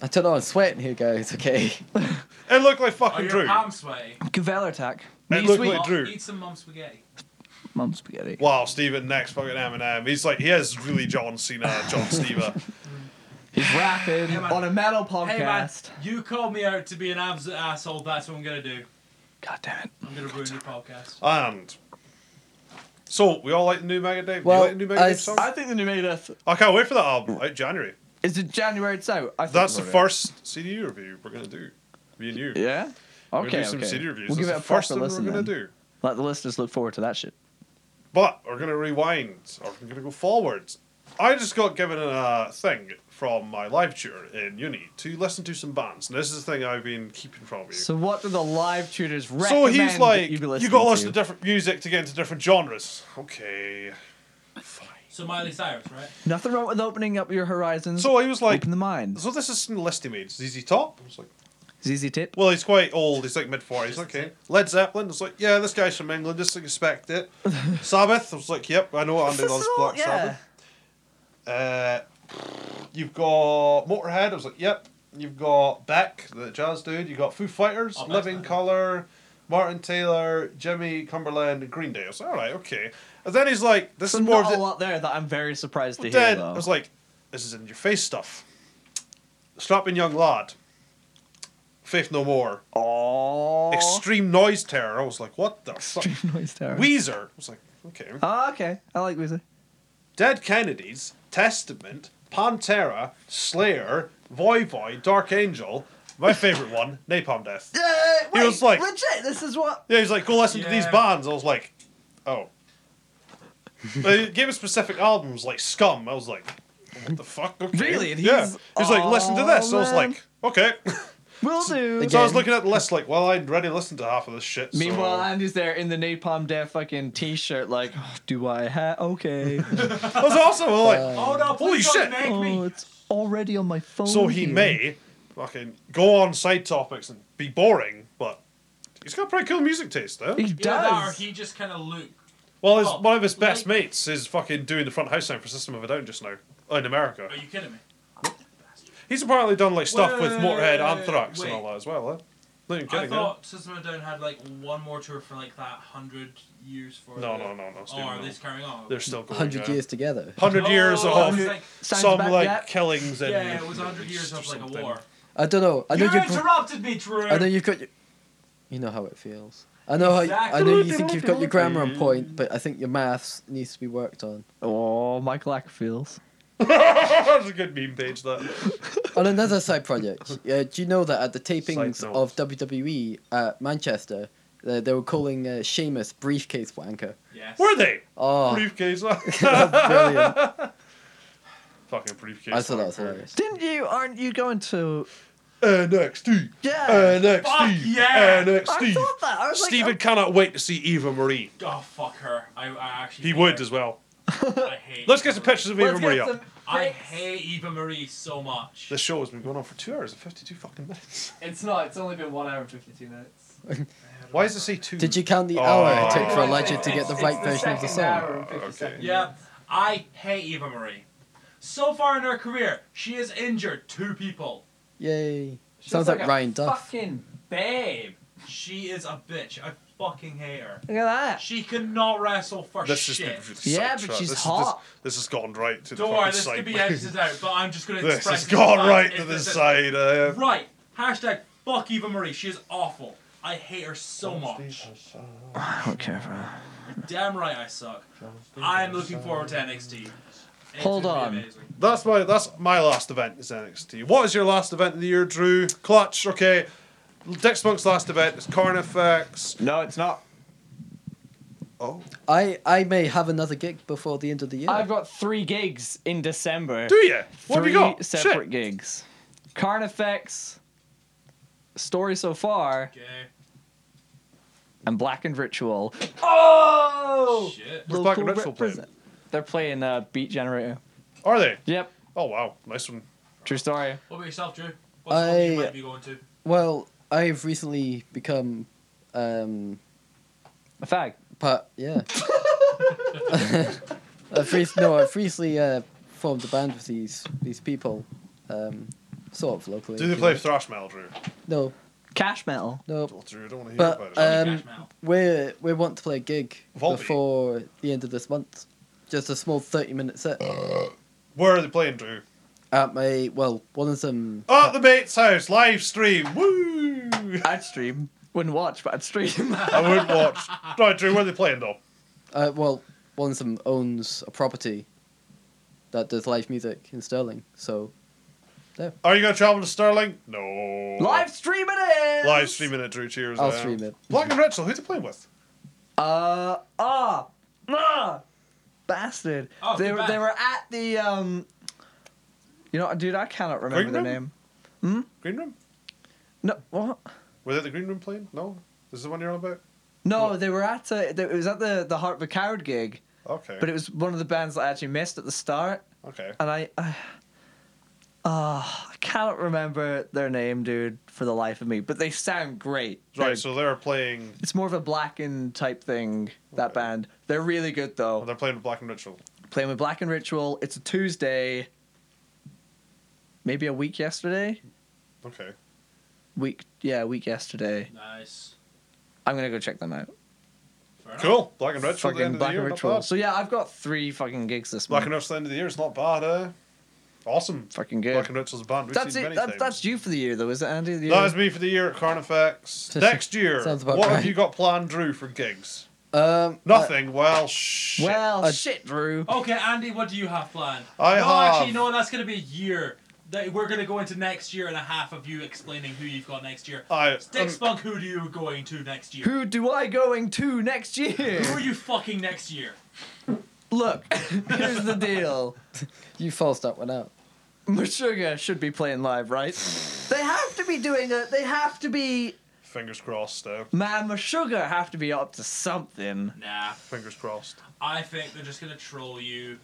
[SPEAKER 1] I don't know. I'm sweating here, guys. Okay.
[SPEAKER 2] It looked like
[SPEAKER 4] Oh,
[SPEAKER 2] fucking
[SPEAKER 4] your
[SPEAKER 2] Drew.
[SPEAKER 4] palm sway.
[SPEAKER 3] Gavelertak.
[SPEAKER 2] It
[SPEAKER 3] Me
[SPEAKER 2] looked
[SPEAKER 3] sweet.
[SPEAKER 2] like Drew.
[SPEAKER 4] Eat some mum spaghetti.
[SPEAKER 3] Mum spaghetti.
[SPEAKER 2] Wow, Steven next fucking Eminem. He's like he is really John Cena, John Stever.
[SPEAKER 3] He's rapping
[SPEAKER 4] Hey, man.
[SPEAKER 3] on a metal
[SPEAKER 4] Hey man,
[SPEAKER 3] podcast.
[SPEAKER 4] you called me out to be an abs asshole. That's what I'm gonna do.
[SPEAKER 3] God damn it.
[SPEAKER 4] I'm gonna ruin your podcast.
[SPEAKER 2] And so we all like the new Megadeth.
[SPEAKER 1] Well,
[SPEAKER 2] Do you like the new
[SPEAKER 1] I-
[SPEAKER 2] Megadeth song?
[SPEAKER 3] I think the new Megadeth
[SPEAKER 2] I can't wait for that album out January.
[SPEAKER 3] is in January. It's out. I think
[SPEAKER 2] That's the
[SPEAKER 3] we're-
[SPEAKER 2] first CD review we're gonna do. Me and you.
[SPEAKER 3] Yeah.
[SPEAKER 2] We're gonna
[SPEAKER 3] Okay.
[SPEAKER 2] do some
[SPEAKER 3] okay.
[SPEAKER 2] CD reviews.
[SPEAKER 3] We'll give it
[SPEAKER 2] That's
[SPEAKER 3] a
[SPEAKER 2] the first
[SPEAKER 3] proper
[SPEAKER 2] thing
[SPEAKER 3] listen.
[SPEAKER 2] we're gonna
[SPEAKER 3] then.
[SPEAKER 2] do.
[SPEAKER 3] Let the listeners look forward to that shit.
[SPEAKER 2] But we're gonna rewind, or we're gonna go forwards. I just got given a thing from my live tutor in uni to listen to some bands, and this is the thing I've been keeping from you.
[SPEAKER 3] So what do the live tutors
[SPEAKER 2] So
[SPEAKER 3] recommend?
[SPEAKER 2] he's like,
[SPEAKER 3] that you, be
[SPEAKER 2] you gotta
[SPEAKER 3] listening
[SPEAKER 2] listen to
[SPEAKER 3] to?
[SPEAKER 2] different music to get into different genres. Okay.
[SPEAKER 4] So Miley Cyrus, right?
[SPEAKER 3] Nothing wrong with opening up your horizons.
[SPEAKER 2] So he was like,
[SPEAKER 3] open the mind.
[SPEAKER 2] so this is some list he made. ZZ Top? I was like,
[SPEAKER 3] ZZ Tip.
[SPEAKER 2] well, he's quite old. He's like mid 40s. Okay. Led Zeppelin? I was like, yeah, this guy's from England. Just expect it. Sabbath? I was like, yep, I know Andy
[SPEAKER 3] This
[SPEAKER 2] loves
[SPEAKER 3] is all-
[SPEAKER 2] Black
[SPEAKER 3] yeah.
[SPEAKER 2] Sabbath. Uh, You've got Motorhead. I was like, yep. You've got Beck, the jazz dude. You've got Foo Fighters,
[SPEAKER 4] Oh,
[SPEAKER 2] Living
[SPEAKER 4] nice.
[SPEAKER 2] Colour, Martin Taylor, Jimmy Cumberland, and Green Day. I was like, all right, okay. And then he's like, this
[SPEAKER 8] So
[SPEAKER 2] is more
[SPEAKER 8] not
[SPEAKER 2] of
[SPEAKER 8] a
[SPEAKER 2] the
[SPEAKER 8] lot there that I'm very surprised to hear
[SPEAKER 2] dead.
[SPEAKER 8] though.
[SPEAKER 2] I was like, this is in your face stuff. Strapping young lad. Faith No More.
[SPEAKER 8] oh,
[SPEAKER 2] Extreme Noise Terror. I was like, what the fuck?
[SPEAKER 8] noise terror.
[SPEAKER 2] Weezer. I was like, okay.
[SPEAKER 8] oh, okay. I like Weezer.
[SPEAKER 2] Dead Kennedys, Testament, Pantera, Slayer, Voivod, Dark Angel. My favorite one, Napalm Death.
[SPEAKER 8] Yeah,
[SPEAKER 2] He was like-
[SPEAKER 8] legit. This is what.
[SPEAKER 2] Yeah, he's like, go listen to these
[SPEAKER 4] Yeah.
[SPEAKER 2] bands. I was like, oh. they gave us specific albums like Scum. I was like, what the fuck? Okay.
[SPEAKER 8] Really? And
[SPEAKER 2] yeah.
[SPEAKER 8] he's-
[SPEAKER 2] He's like, listen to
[SPEAKER 8] Aw,
[SPEAKER 2] this. I was
[SPEAKER 8] man.
[SPEAKER 2] like, okay.
[SPEAKER 8] Will do.
[SPEAKER 1] Again.
[SPEAKER 2] so I was looking at the list like, well, I'd already listened to half of this shit. so-
[SPEAKER 8] Meanwhile, Andy's there in the Napalm Death fucking t-shirt, like, "Oh, do I have? Okay.
[SPEAKER 2] I was also like,
[SPEAKER 8] Uh,
[SPEAKER 4] Oh no!
[SPEAKER 2] Holy
[SPEAKER 4] Please
[SPEAKER 2] shit.
[SPEAKER 4] don't make
[SPEAKER 8] oh,
[SPEAKER 4] me.
[SPEAKER 8] it's already on my phone.
[SPEAKER 2] So he
[SPEAKER 1] Oh,
[SPEAKER 8] here.
[SPEAKER 2] may fucking go on side topics and be boring, but he's got pretty cool music taste, though.
[SPEAKER 8] He
[SPEAKER 4] Either that or
[SPEAKER 8] does.
[SPEAKER 4] he just kind of looked.
[SPEAKER 2] Well, his,
[SPEAKER 4] Oh,
[SPEAKER 2] one of his best
[SPEAKER 4] like-
[SPEAKER 2] mates is fucking doing the front house sound for System of a Down just now in America.
[SPEAKER 4] Are you kidding me?
[SPEAKER 2] He's apparently done like stuff
[SPEAKER 4] Wait,
[SPEAKER 2] with
[SPEAKER 4] wait,
[SPEAKER 2] Motorhead,
[SPEAKER 4] wait, wait,
[SPEAKER 2] Anthrax,
[SPEAKER 4] wait.
[SPEAKER 2] and all that as well. Eh? No, you're
[SPEAKER 4] I
[SPEAKER 2] kidding. eh?
[SPEAKER 4] thought System of a Down had like one more tour for like that hundred years for.
[SPEAKER 2] No,
[SPEAKER 4] the-
[SPEAKER 2] no, no, no.
[SPEAKER 4] Oh,
[SPEAKER 2] Stephen,
[SPEAKER 4] are
[SPEAKER 2] no.
[SPEAKER 4] they just carrying on?
[SPEAKER 2] They're still going.
[SPEAKER 1] hundred
[SPEAKER 2] yeah.
[SPEAKER 1] years together.
[SPEAKER 2] Hundred
[SPEAKER 4] No,
[SPEAKER 2] years
[SPEAKER 4] no,
[SPEAKER 2] of
[SPEAKER 4] no, Oh, it's like-
[SPEAKER 8] Sounds
[SPEAKER 2] some
[SPEAKER 8] about
[SPEAKER 2] like
[SPEAKER 8] that.
[SPEAKER 2] killings and
[SPEAKER 4] yeah, it was hundred years of like a
[SPEAKER 2] something.
[SPEAKER 4] war.
[SPEAKER 1] I don't know. I know
[SPEAKER 4] You
[SPEAKER 1] you've got,
[SPEAKER 4] interrupted me, Drew.
[SPEAKER 1] I know you've got your, you know how it feels. I know how I know you think you've got your grammar on point, but I think your maths needs to be worked on.
[SPEAKER 8] Oh, Michael Ackerfields.
[SPEAKER 2] That's a good meme page. That
[SPEAKER 1] On another side project, uh, do you know that at the tapings
[SPEAKER 2] Side
[SPEAKER 1] of
[SPEAKER 2] notes.
[SPEAKER 1] WWE at Manchester, uh, they were calling uh, Sheamus briefcase wanker?
[SPEAKER 4] Yes.
[SPEAKER 2] were they
[SPEAKER 1] Oh,
[SPEAKER 2] briefcase.
[SPEAKER 1] that's brilliant!
[SPEAKER 2] Fucking briefcase.
[SPEAKER 1] I thought that was hilarious.
[SPEAKER 8] Didn't you? Aren't you going to?
[SPEAKER 2] NXT.
[SPEAKER 8] Yeah.
[SPEAKER 2] NXT.
[SPEAKER 4] Fuck yeah.
[SPEAKER 8] I
[SPEAKER 2] NXT.
[SPEAKER 8] thought that. I was
[SPEAKER 2] Steven
[SPEAKER 8] like, oh,
[SPEAKER 2] cannot wait to see Eva Marie.
[SPEAKER 4] Oh fuck her! I, I actually.
[SPEAKER 2] He
[SPEAKER 4] hate
[SPEAKER 2] would
[SPEAKER 4] her.
[SPEAKER 2] as well.
[SPEAKER 4] I hate.
[SPEAKER 2] Let's get
[SPEAKER 4] Eva
[SPEAKER 2] some
[SPEAKER 4] Marie.
[SPEAKER 2] pictures of
[SPEAKER 8] oh,
[SPEAKER 2] Eva
[SPEAKER 8] let's
[SPEAKER 2] Marie
[SPEAKER 8] get
[SPEAKER 2] up.
[SPEAKER 8] some-
[SPEAKER 4] I hate Eva Marie so much.
[SPEAKER 2] This show has been going on for two hours and 52 fucking minutes.
[SPEAKER 3] It's not. It's only been one hour and fifty-two minutes.
[SPEAKER 2] Why does it say two?
[SPEAKER 1] Did you count the
[SPEAKER 2] Oh.
[SPEAKER 1] hour it took for a
[SPEAKER 2] Oh,
[SPEAKER 1] legend to get
[SPEAKER 3] It's-
[SPEAKER 1] the
[SPEAKER 3] it's
[SPEAKER 1] right version of the
[SPEAKER 3] second
[SPEAKER 1] song?
[SPEAKER 3] hour and 50
[SPEAKER 2] Okay.
[SPEAKER 3] seconds.
[SPEAKER 4] Yeah, I hate Eva Marie. So far in her career, she has injured two people.
[SPEAKER 1] Yay!
[SPEAKER 3] She's
[SPEAKER 1] Sounds like
[SPEAKER 3] a
[SPEAKER 1] Ryan Duff.
[SPEAKER 3] Fucking babe.
[SPEAKER 4] She is a bitch. I fucking hate her.
[SPEAKER 8] Look at that.
[SPEAKER 4] She cannot wrestle for
[SPEAKER 2] This has been
[SPEAKER 4] shit.
[SPEAKER 2] really
[SPEAKER 8] Yeah, but
[SPEAKER 2] sidetracked.
[SPEAKER 8] she's
[SPEAKER 2] this,
[SPEAKER 8] hot.
[SPEAKER 2] This, this has gone right to
[SPEAKER 4] Don't
[SPEAKER 2] the
[SPEAKER 4] worry,
[SPEAKER 2] fucking
[SPEAKER 4] this
[SPEAKER 2] side.
[SPEAKER 4] could be edited out, but I'm just gonna
[SPEAKER 2] this
[SPEAKER 4] express
[SPEAKER 2] has gone
[SPEAKER 4] fact
[SPEAKER 2] right
[SPEAKER 4] is
[SPEAKER 2] to the
[SPEAKER 4] this is-
[SPEAKER 2] side. Uh,
[SPEAKER 4] Right. Hashtag fuck Eva Marie. She is awful. I hate her so much.
[SPEAKER 8] I don't care for that.
[SPEAKER 4] Damn right I suck. I'm looking forward to NXT. It's
[SPEAKER 8] Hold
[SPEAKER 4] gonna be
[SPEAKER 8] on.
[SPEAKER 4] amazing.
[SPEAKER 2] That's my that's my last event is NXT. What is your last event of the year, Drew? Clutch, okay. Dex Monk's last event is Carnifex.
[SPEAKER 8] No, it's not.
[SPEAKER 2] Oh.
[SPEAKER 1] I I may have another gig before the end of the year.
[SPEAKER 8] I've got three gigs in December.
[SPEAKER 2] Do you? What have
[SPEAKER 8] three
[SPEAKER 2] you got?
[SPEAKER 8] separate
[SPEAKER 2] Shit.
[SPEAKER 8] gigs. Carnifex, Story So Far,
[SPEAKER 4] Okay.
[SPEAKER 8] and Blackened Ritual. Oh!
[SPEAKER 4] Shit.
[SPEAKER 2] Where's Black and
[SPEAKER 8] Local
[SPEAKER 2] Ritual playing?
[SPEAKER 8] represent- They're playing uh, Beat Generator.
[SPEAKER 2] Are they?
[SPEAKER 8] Yep,
[SPEAKER 2] Oh wow, nice one.
[SPEAKER 8] true story.
[SPEAKER 4] What about yourself, Drew? What's the one you
[SPEAKER 1] I-
[SPEAKER 4] might be going to?
[SPEAKER 1] Well, I've recently become, um,
[SPEAKER 8] A fag.
[SPEAKER 1] part yeah. I've rec- no, I've recently uh, formed a band with these these people, um, sort of locally.
[SPEAKER 2] Do they
[SPEAKER 1] you
[SPEAKER 2] play
[SPEAKER 1] know.
[SPEAKER 2] thrash metal, Drew?
[SPEAKER 1] No,
[SPEAKER 8] Cash metal.
[SPEAKER 1] no.
[SPEAKER 2] Oh, Drew, I don't want to
[SPEAKER 1] But,
[SPEAKER 2] hear about it.
[SPEAKER 1] uh, Um,
[SPEAKER 4] Johnny Cashmel.
[SPEAKER 1] We we want to play a gig
[SPEAKER 2] Volbeat.
[SPEAKER 1] before the end of this month. Just a small thirty minute set
[SPEAKER 2] Where are they playing, Drew?
[SPEAKER 1] at my well, one of them.
[SPEAKER 2] At the mate's house, live stream. Woo!
[SPEAKER 8] I'd stream. Wouldn't watch, but I'd stream.
[SPEAKER 2] I wouldn't watch. Right, Drew, where are they playing though?
[SPEAKER 1] Uh, well, one of them owns a property that does live music in Sterling. So
[SPEAKER 2] Are you gonna travel to Sterling? No.
[SPEAKER 8] Live stream it is!
[SPEAKER 2] Live streaming it, Drew. Cheers.
[SPEAKER 1] I'll
[SPEAKER 2] man.
[SPEAKER 1] stream it.
[SPEAKER 2] Black and Ritual. Who they playing with?
[SPEAKER 8] Uh, ah, ah, bastard.
[SPEAKER 4] Oh,
[SPEAKER 8] they
[SPEAKER 4] too
[SPEAKER 8] were
[SPEAKER 4] bad.
[SPEAKER 8] they were at the um. You know, dude, I cannot remember
[SPEAKER 2] Green
[SPEAKER 8] the
[SPEAKER 2] Room?
[SPEAKER 8] name.
[SPEAKER 2] Green Room.
[SPEAKER 8] No, what?
[SPEAKER 2] Were they at the Green Room playing? No. This is the one you're on about.
[SPEAKER 8] No,
[SPEAKER 2] What?
[SPEAKER 8] they were at uh, they, it was at the the Heart of a Coward gig,
[SPEAKER 2] Okay.
[SPEAKER 8] but it Uh, was one of the bands that I actually missed at the start,
[SPEAKER 2] okay.
[SPEAKER 8] and I, I, ah, I cannot remember their name, dude, for the life of me. But they sound great. They're-
[SPEAKER 2] Right. So they're playing.
[SPEAKER 8] it's more of a blackened type thing. That
[SPEAKER 2] Okay.
[SPEAKER 8] band, they're really good though.
[SPEAKER 2] They're playing with Black and Ritual.
[SPEAKER 8] playing with Black and Ritual. It's a Tuesday. maybe a week yesterday.
[SPEAKER 2] Okay.
[SPEAKER 8] Week yeah, a week yesterday.
[SPEAKER 4] Nice.
[SPEAKER 8] I'm gonna go check them out.
[SPEAKER 4] Fair enough.
[SPEAKER 2] Cool. Black and Ritual. at the end
[SPEAKER 8] fucking
[SPEAKER 2] of the
[SPEAKER 8] Black
[SPEAKER 2] year,
[SPEAKER 8] and
[SPEAKER 2] not
[SPEAKER 8] Ritual.
[SPEAKER 2] bad.
[SPEAKER 8] So yeah, I've got three fucking gigs this
[SPEAKER 2] Black
[SPEAKER 8] month.
[SPEAKER 2] and Ritual at the end of the year is not bad, eh? Awesome.
[SPEAKER 8] Fucking good.
[SPEAKER 2] Black and Ritual's a band we've
[SPEAKER 8] that's
[SPEAKER 2] seen
[SPEAKER 8] it.
[SPEAKER 2] many
[SPEAKER 8] That,
[SPEAKER 2] times.
[SPEAKER 8] that's you for the year though, is it, Andy? The year?
[SPEAKER 2] That is me for the year at Carnifex. Next year,
[SPEAKER 1] Sounds about
[SPEAKER 2] what have
[SPEAKER 1] right.
[SPEAKER 2] you got planned, Drew, for gigs?
[SPEAKER 1] Um,
[SPEAKER 2] Nothing. well, shit.
[SPEAKER 8] Uh, well,
[SPEAKER 1] I-
[SPEAKER 8] shit, Drew.
[SPEAKER 4] Okay, Andy, what do you have planned?
[SPEAKER 2] I
[SPEAKER 4] no,
[SPEAKER 2] have-
[SPEAKER 4] actually, no, that's going to be a year. That We're going to go into next year and a half of you explaining who you've got next year.
[SPEAKER 2] I,
[SPEAKER 4] Dick
[SPEAKER 2] um,
[SPEAKER 4] Spunk, who do you going to next year?
[SPEAKER 8] Who do I going to next year?
[SPEAKER 4] Who are you fucking next year?
[SPEAKER 8] Look, here's the deal.
[SPEAKER 1] you forced that one out.
[SPEAKER 8] Meshuggah should be playing live, right? They have to be doing a. They have to be.
[SPEAKER 2] fingers crossed, though.
[SPEAKER 8] Man, Meshuggah have to be up to something.
[SPEAKER 4] Nah,
[SPEAKER 2] Fingers crossed.
[SPEAKER 4] I think they're just going to troll you.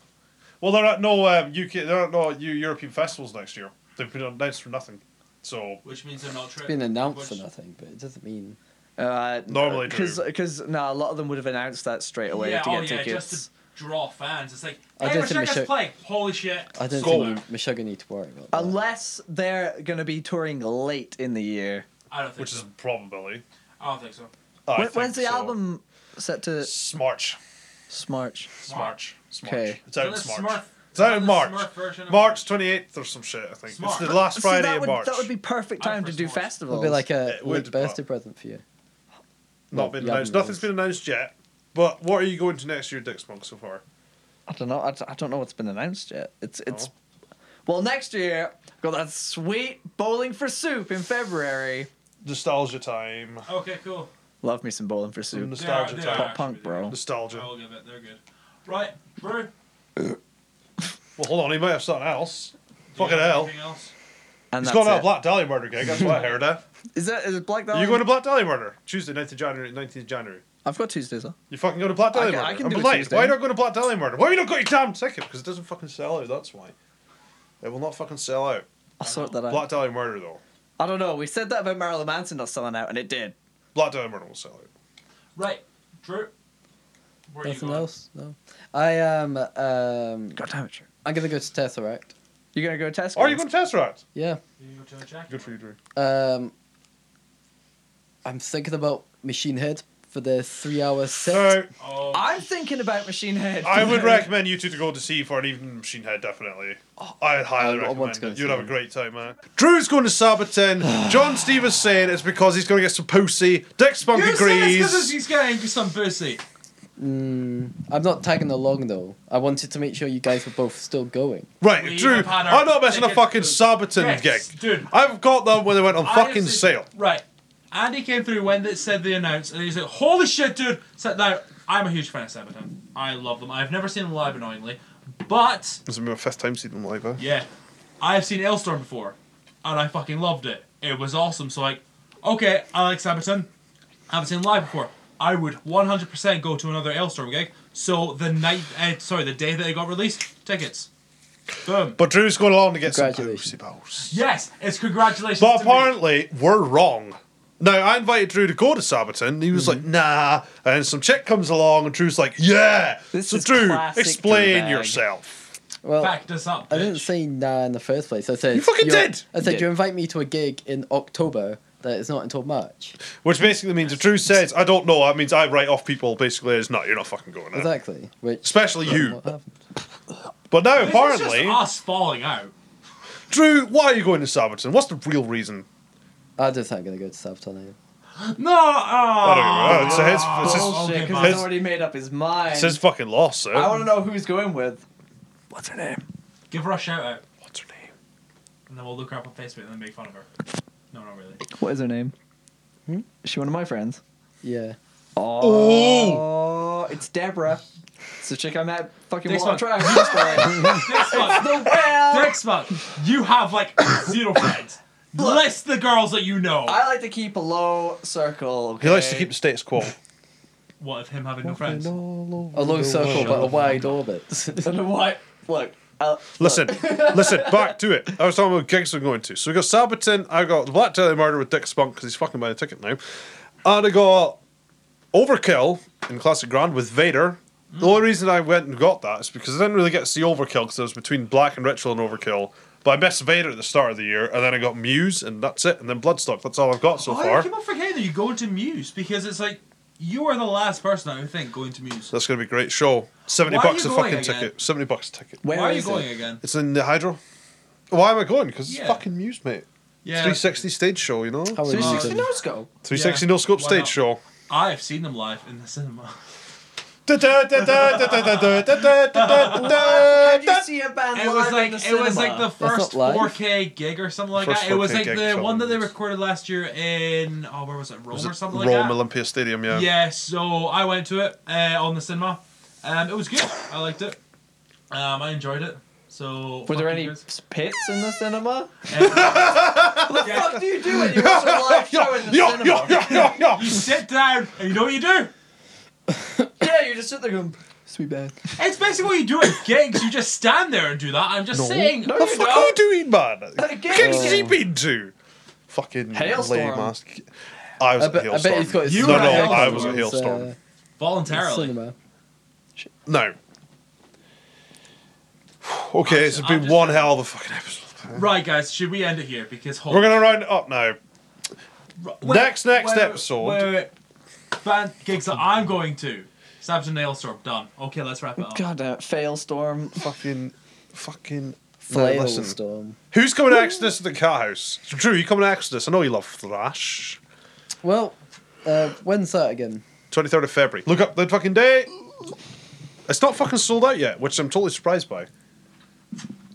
[SPEAKER 2] Well, there are no um, UK, there are no EU European festivals next year. They've been announced for nothing. So
[SPEAKER 4] Which means they're not
[SPEAKER 1] It's
[SPEAKER 4] tripping.
[SPEAKER 1] been announced for nothing, but it doesn't mean.
[SPEAKER 8] Uh,
[SPEAKER 2] Normally
[SPEAKER 8] because
[SPEAKER 2] Drew.
[SPEAKER 8] because no, a lot of them would have announced that straight away
[SPEAKER 4] yeah,
[SPEAKER 8] to
[SPEAKER 4] oh
[SPEAKER 8] get
[SPEAKER 4] yeah,
[SPEAKER 8] tickets.
[SPEAKER 4] just to draw fans. It's like,
[SPEAKER 1] I
[SPEAKER 4] hey,
[SPEAKER 1] don't
[SPEAKER 4] we're
[SPEAKER 1] think we
[SPEAKER 4] Circus
[SPEAKER 1] should-
[SPEAKER 4] play. Holy shit.
[SPEAKER 1] I don't
[SPEAKER 2] Go
[SPEAKER 1] think Meshuggah need to worry about that.
[SPEAKER 8] Unless they're gonna be touring late in the year.
[SPEAKER 4] I don't think
[SPEAKER 2] which
[SPEAKER 4] so.
[SPEAKER 2] is a probability.
[SPEAKER 4] I don't think so.
[SPEAKER 2] I
[SPEAKER 8] When,
[SPEAKER 2] think
[SPEAKER 8] when's the
[SPEAKER 2] so.
[SPEAKER 8] album set to
[SPEAKER 2] Smarch. Smarch.
[SPEAKER 8] March?
[SPEAKER 2] Smarch.
[SPEAKER 8] Okay.
[SPEAKER 2] It's out in
[SPEAKER 4] Another
[SPEAKER 2] Smarch.
[SPEAKER 4] Smurf-
[SPEAKER 2] It's out in
[SPEAKER 4] another
[SPEAKER 2] March.
[SPEAKER 4] Smurf version of-
[SPEAKER 2] March 28th or some shit, I think.
[SPEAKER 4] Smart.
[SPEAKER 2] It's the last
[SPEAKER 8] See,
[SPEAKER 2] Friday
[SPEAKER 8] that
[SPEAKER 2] in
[SPEAKER 8] would,
[SPEAKER 2] March.
[SPEAKER 8] That would be perfect
[SPEAKER 4] I'm
[SPEAKER 8] time to
[SPEAKER 4] for
[SPEAKER 8] do
[SPEAKER 4] March. It'd be
[SPEAKER 8] festivals.
[SPEAKER 1] It'll be like a
[SPEAKER 2] It would,
[SPEAKER 1] like birthday
[SPEAKER 2] but-
[SPEAKER 1] present for you.
[SPEAKER 2] Not been
[SPEAKER 1] you haven't
[SPEAKER 2] announced. Nothing's
[SPEAKER 1] really.
[SPEAKER 2] been announced yet. But what are you going to next year, Dick Monk, so far?
[SPEAKER 8] I don't know. I, d- I don't know what's been announced yet. It's
[SPEAKER 2] Oh.
[SPEAKER 8] it's. Well, next year I've got that sweet bowling for soup in February.
[SPEAKER 2] Nostalgia time.
[SPEAKER 4] Okay, cool.
[SPEAKER 8] Love me some bowling for soup.
[SPEAKER 4] They are-
[SPEAKER 2] Nostalgia
[SPEAKER 4] they
[SPEAKER 2] time.
[SPEAKER 4] are
[SPEAKER 8] Pop punk,
[SPEAKER 4] actually really
[SPEAKER 8] bro.
[SPEAKER 4] good. I
[SPEAKER 2] Nostalgia.
[SPEAKER 4] will give it. They're good. Right, Brew.
[SPEAKER 2] Well, hold on. He might have something else.
[SPEAKER 4] Do you
[SPEAKER 2] Fucking
[SPEAKER 4] have
[SPEAKER 2] hell.
[SPEAKER 4] anything else?
[SPEAKER 8] And
[SPEAKER 2] He's
[SPEAKER 8] that's
[SPEAKER 2] going to a
[SPEAKER 8] it.
[SPEAKER 2] Black Dahlia murder gig. That's what I heard, eh?
[SPEAKER 8] Is that is it Black Dahlia?
[SPEAKER 2] You're going to Black Dahlia murder. Tuesday, 19th January. 19th January.
[SPEAKER 8] I've got Tuesdays off.
[SPEAKER 2] You fucking go to Black Dahlia
[SPEAKER 8] I can-
[SPEAKER 2] murder.
[SPEAKER 8] I can
[SPEAKER 2] I'm
[SPEAKER 8] do it
[SPEAKER 2] polite.
[SPEAKER 8] Tuesday.
[SPEAKER 2] Why not go to Black Dahlia murder? Why have you not got your damn ticket? Because it doesn't fucking sell out. That's why. It will not fucking sell out.
[SPEAKER 8] I'll sort that out.
[SPEAKER 2] Black Dahlia murder, though.
[SPEAKER 8] I don't know. We said that about Marilyn Manson not selling out, and it did.
[SPEAKER 2] Black Dahlia murder will sell out.
[SPEAKER 4] Right, Drew. Where are you
[SPEAKER 1] Nothing
[SPEAKER 4] going?
[SPEAKER 1] else? No. I am. Um,
[SPEAKER 8] God damn it, Drew.
[SPEAKER 1] I'm gonna go to Tesseract.
[SPEAKER 8] You're gonna go to Tesco.
[SPEAKER 2] Are you going to Tesseract?
[SPEAKER 1] Yeah.
[SPEAKER 4] You gonna go to a jacket?
[SPEAKER 2] Good for you, Drew.
[SPEAKER 1] Um, I'm thinking about Machine Head for the three-hour set.
[SPEAKER 2] So,
[SPEAKER 4] Oh,
[SPEAKER 8] I'm thinking about Machine Head.
[SPEAKER 2] I would recommend you two to go to sea for an evening machine head, definitely. I'd highly
[SPEAKER 1] I- I want
[SPEAKER 2] recommend
[SPEAKER 1] to go
[SPEAKER 2] it.
[SPEAKER 1] see
[SPEAKER 2] You'd have a
[SPEAKER 1] it.
[SPEAKER 2] great time, man. Drew's going to Sabaton. John Steve is saying it's because he's going to get some pussy. Dick Spunk
[SPEAKER 4] you say it's 'cause
[SPEAKER 2] agrees.
[SPEAKER 4] he's getting some pussy.
[SPEAKER 1] Mm, I'm not tagging along though. I wanted to make sure you guys were both still going.
[SPEAKER 2] Right,
[SPEAKER 4] We
[SPEAKER 2] Drew,
[SPEAKER 4] have had our
[SPEAKER 2] I'm not missing a
[SPEAKER 4] tickets
[SPEAKER 2] fucking
[SPEAKER 4] to-
[SPEAKER 2] Sabaton
[SPEAKER 4] Yes,
[SPEAKER 2] gig.
[SPEAKER 4] dude.
[SPEAKER 2] I've got them when they went on
[SPEAKER 4] I
[SPEAKER 2] fucking
[SPEAKER 4] just-
[SPEAKER 2] sale.
[SPEAKER 4] Right. Andy came through when they said they announced, and he's like, "Holy shit, dude!" So now I'm a huge fan of Sabaton. I love them. I've never seen them live, annoyingly, but
[SPEAKER 2] This is my first time seeing them live, eh?
[SPEAKER 4] yeah, I've seen Elstorm before, and I fucking loved it. It was awesome. So like, okay, I like Sabaton. I haven't seen them live before. I would 100% go to another Elstorm gig. So the night, uh, sorry, the day that they got released, tickets, boom.
[SPEAKER 2] But Drew's going along to get some pussy
[SPEAKER 1] Congratulations.
[SPEAKER 2] balls.
[SPEAKER 4] Yes, it's congratulations.
[SPEAKER 2] But
[SPEAKER 4] to me.
[SPEAKER 2] apparently, we're wrong. Now, I invited Drew to go to Sabaton, and he was like, nah. And some chick comes along, and Drew's like, yeah.
[SPEAKER 8] This
[SPEAKER 2] so,
[SPEAKER 8] is
[SPEAKER 2] Drew,
[SPEAKER 8] classic
[SPEAKER 2] explain
[SPEAKER 8] Drew bag.
[SPEAKER 2] yourself.
[SPEAKER 1] Well,
[SPEAKER 4] Back this up.
[SPEAKER 1] I didn't
[SPEAKER 4] bitch.
[SPEAKER 1] say nah in the first place. I said
[SPEAKER 2] You fucking
[SPEAKER 1] you're-
[SPEAKER 2] did!
[SPEAKER 1] I
[SPEAKER 8] You
[SPEAKER 1] said
[SPEAKER 8] did.
[SPEAKER 1] you invite me to a gig in October that is not until March.
[SPEAKER 2] Which basically means if Drew says, I don't know, that means I write off people basically as, no, you're not fucking going there.
[SPEAKER 1] Exactly. Which
[SPEAKER 2] Especially you.
[SPEAKER 1] what happened?
[SPEAKER 2] But now,
[SPEAKER 4] This is just
[SPEAKER 2] apparently,
[SPEAKER 4] us falling out.
[SPEAKER 2] Drew, why are you going to Sabaton? What's the real reason?
[SPEAKER 1] I just think I'm gonna go to Sabaton. anyway.
[SPEAKER 4] No,
[SPEAKER 2] I don't know.
[SPEAKER 4] oh,
[SPEAKER 2] It's his, it's his,
[SPEAKER 4] Oh,
[SPEAKER 8] Bullshit,
[SPEAKER 4] okay,
[SPEAKER 8] 'cause
[SPEAKER 4] bye.
[SPEAKER 8] he's already made up his mind.
[SPEAKER 2] it's his fucking loss, sir.
[SPEAKER 8] I want to know who's going with. What's her name?
[SPEAKER 4] give her a shout out,
[SPEAKER 2] What's her name?
[SPEAKER 4] and then we'll look her up on Facebook and then make fun of her. No, not really.
[SPEAKER 8] What is her name? Hmm? Is she one of my friends?
[SPEAKER 1] Yeah.
[SPEAKER 8] Oh, it's Deborah. It's the chick I met fucking
[SPEAKER 4] Next
[SPEAKER 8] while on
[SPEAKER 4] one.
[SPEAKER 8] trial. It's
[SPEAKER 4] Next month,
[SPEAKER 8] the whale.
[SPEAKER 4] next month, you have like zero friends. List the girls that you know.
[SPEAKER 8] I like to keep a low circle.
[SPEAKER 2] He likes to
[SPEAKER 8] okay?
[SPEAKER 2] keep the status quo.
[SPEAKER 4] What of him having no friends?
[SPEAKER 1] A low circle but a wide orbit.
[SPEAKER 8] And a white look. Uh,
[SPEAKER 2] Listen, listen, back to it. I was talking about gigs I'm going to. So we got Sabaton, I got the Black Dahlia Murder with Dick Spunk because he's fucking buying a ticket now. And I got Overkill in Classic Grand with Vader. The only reason I went and got that is because I didn't really get to see Overkill because I was between Black and Ritual and Overkill. But I missed Vader at the start of the year, and then I got Muse, and that's it. And then Bloodstock. That's all I've got so
[SPEAKER 4] Why do you
[SPEAKER 2] far.
[SPEAKER 4] keep on forgetting that you go into Muse because it's like you are the last person I would think going to Muse.
[SPEAKER 2] That's gonna be a great show. Seventy
[SPEAKER 4] Why are
[SPEAKER 2] bucks a
[SPEAKER 4] you
[SPEAKER 2] fucking
[SPEAKER 4] going again?
[SPEAKER 2] ticket. Seventy bucks a ticket.
[SPEAKER 4] Why
[SPEAKER 3] Where
[SPEAKER 4] are you
[SPEAKER 3] is
[SPEAKER 4] going
[SPEAKER 3] it?
[SPEAKER 4] again?
[SPEAKER 2] It's in the Hydro. Why am I going? Because
[SPEAKER 4] Yeah.
[SPEAKER 2] it's fucking Muse, mate.
[SPEAKER 4] Yeah,
[SPEAKER 2] 360 stage show, you know.
[SPEAKER 1] How would you
[SPEAKER 3] 360
[SPEAKER 1] do
[SPEAKER 3] no scope.
[SPEAKER 2] 360 no scope
[SPEAKER 4] Why
[SPEAKER 2] stage
[SPEAKER 4] not?
[SPEAKER 2] show.
[SPEAKER 4] I have seen them live in the cinema.
[SPEAKER 8] Have you seen a band
[SPEAKER 4] It
[SPEAKER 8] live
[SPEAKER 4] was
[SPEAKER 8] in
[SPEAKER 4] like
[SPEAKER 8] the
[SPEAKER 4] it was like the
[SPEAKER 1] not
[SPEAKER 4] first
[SPEAKER 1] live.
[SPEAKER 4] 4K gig or something like
[SPEAKER 2] First
[SPEAKER 4] that. It was
[SPEAKER 2] 4K
[SPEAKER 4] like
[SPEAKER 2] gig
[SPEAKER 4] the
[SPEAKER 2] show
[SPEAKER 4] one that they
[SPEAKER 2] was-
[SPEAKER 4] recorded last year in oh where was it Rome
[SPEAKER 2] Was
[SPEAKER 4] or
[SPEAKER 2] it
[SPEAKER 4] something
[SPEAKER 2] Rome
[SPEAKER 4] like that.
[SPEAKER 2] Olympia Stadium, yeah.
[SPEAKER 4] Yeah, so I went to it uh, on the cinema. Um, it was good. I liked it. Um, I enjoyed it. So
[SPEAKER 8] Were there
[SPEAKER 4] fuck you
[SPEAKER 8] any
[SPEAKER 4] guys.
[SPEAKER 8] pits in the cinema?
[SPEAKER 4] Um, yeah,
[SPEAKER 8] What do you do when you watch a live show in the
[SPEAKER 2] Yo,
[SPEAKER 8] cinema?
[SPEAKER 2] yo, yo, yo, yo.
[SPEAKER 4] you sit down and you know what you do.
[SPEAKER 8] Yeah, you just sit there going,
[SPEAKER 1] Sweet bad.
[SPEAKER 4] It's basically what you do at gigs. You just stand there and do that. I'm just saying.
[SPEAKER 8] no,
[SPEAKER 2] The
[SPEAKER 8] you
[SPEAKER 2] fuck are you
[SPEAKER 8] don't.
[SPEAKER 2] doing, man?
[SPEAKER 8] That again.
[SPEAKER 2] Gigs you been to? Fucking
[SPEAKER 8] Hailstorm.
[SPEAKER 2] lame ass. I was
[SPEAKER 1] I
[SPEAKER 2] at
[SPEAKER 1] bet, I
[SPEAKER 2] Hailstorm.
[SPEAKER 1] bet he's got his
[SPEAKER 2] no,
[SPEAKER 4] You were at
[SPEAKER 2] no, I
[SPEAKER 4] Hailstorm.
[SPEAKER 2] was at Hailstorm.
[SPEAKER 4] Voluntarily.
[SPEAKER 1] Cinema.
[SPEAKER 2] No. Okay, it's
[SPEAKER 4] I'm
[SPEAKER 2] been
[SPEAKER 4] just-
[SPEAKER 2] one hell of a fucking episode.
[SPEAKER 4] Right, guys, should we end it here? Because hold
[SPEAKER 2] We're gonna round it up now.
[SPEAKER 4] Ru-
[SPEAKER 2] next- next episode.
[SPEAKER 4] Wait, wait, wait. Band gigs that I'm going to. Sabs and Nailstorm, done. Okay, let's wrap it up.
[SPEAKER 8] God damn it, Failstorm.
[SPEAKER 2] Fucking, fucking. No,
[SPEAKER 1] Flail
[SPEAKER 2] listen.
[SPEAKER 1] storm.
[SPEAKER 2] Who's coming next to this at the cat house? Drew, you coming next to this? I know you love thrash.
[SPEAKER 1] Well, uh, when's that again?
[SPEAKER 2] 23rd of February. Look up the fucking date. It's not fucking sold out yet, which I'm totally surprised by.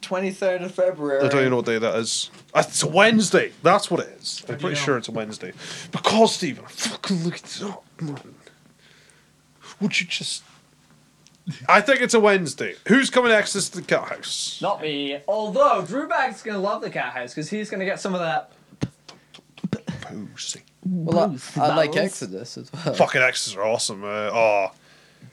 [SPEAKER 8] 23rd of February.
[SPEAKER 2] I don't even know what day that is. Uh, It's a Wednesday. That's what it is. I'm
[SPEAKER 4] do
[SPEAKER 2] pretty
[SPEAKER 4] you know?
[SPEAKER 2] sure it's a Wednesday. Because, Stephen, I fucking look it up, man. Would you just. I think it's a Wednesday. Who's coming next to the cat house?
[SPEAKER 8] Not me. Although, Drew Baggs is going to love the cat house because he's going to get some of that.
[SPEAKER 2] Pussy.
[SPEAKER 1] Well, I, I like
[SPEAKER 8] Bells.
[SPEAKER 1] Exodus as well.
[SPEAKER 2] Fucking Exes are awesome. Uh, oh,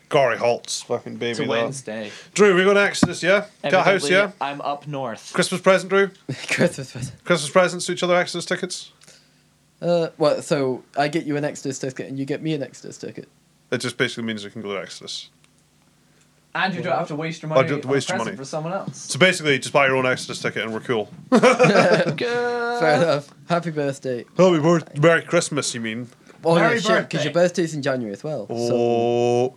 [SPEAKER 2] Gory Holt's fucking
[SPEAKER 8] It's a
[SPEAKER 2] baby. that.
[SPEAKER 8] Wednesday.
[SPEAKER 2] Drew, we got Exodus, yeah? Cat house,
[SPEAKER 8] Evidently,
[SPEAKER 2] yeah?
[SPEAKER 8] I'm up north.
[SPEAKER 2] Christmas present, Drew?
[SPEAKER 1] Christmas.
[SPEAKER 2] Christmas presents to each other, Exodus tickets?
[SPEAKER 1] Uh, well, so I get you an Exodus ticket and you get me an Exodus ticket.
[SPEAKER 2] It just basically means we can go to Exodus.
[SPEAKER 8] And you don't have to waste your money
[SPEAKER 2] don't have to
[SPEAKER 8] on a
[SPEAKER 2] waste your
[SPEAKER 8] present
[SPEAKER 2] money.
[SPEAKER 8] for someone else.
[SPEAKER 2] So basically, just buy your own Exodus ticket and we're cool. Uh.
[SPEAKER 1] Fair enough. Happy birthday.
[SPEAKER 2] Oh, we were Merry Christmas, you mean?
[SPEAKER 1] Oh,
[SPEAKER 4] Merry
[SPEAKER 1] yeah, shit, because
[SPEAKER 4] birthday.
[SPEAKER 1] your birthday's in January as well. So
[SPEAKER 2] Oh.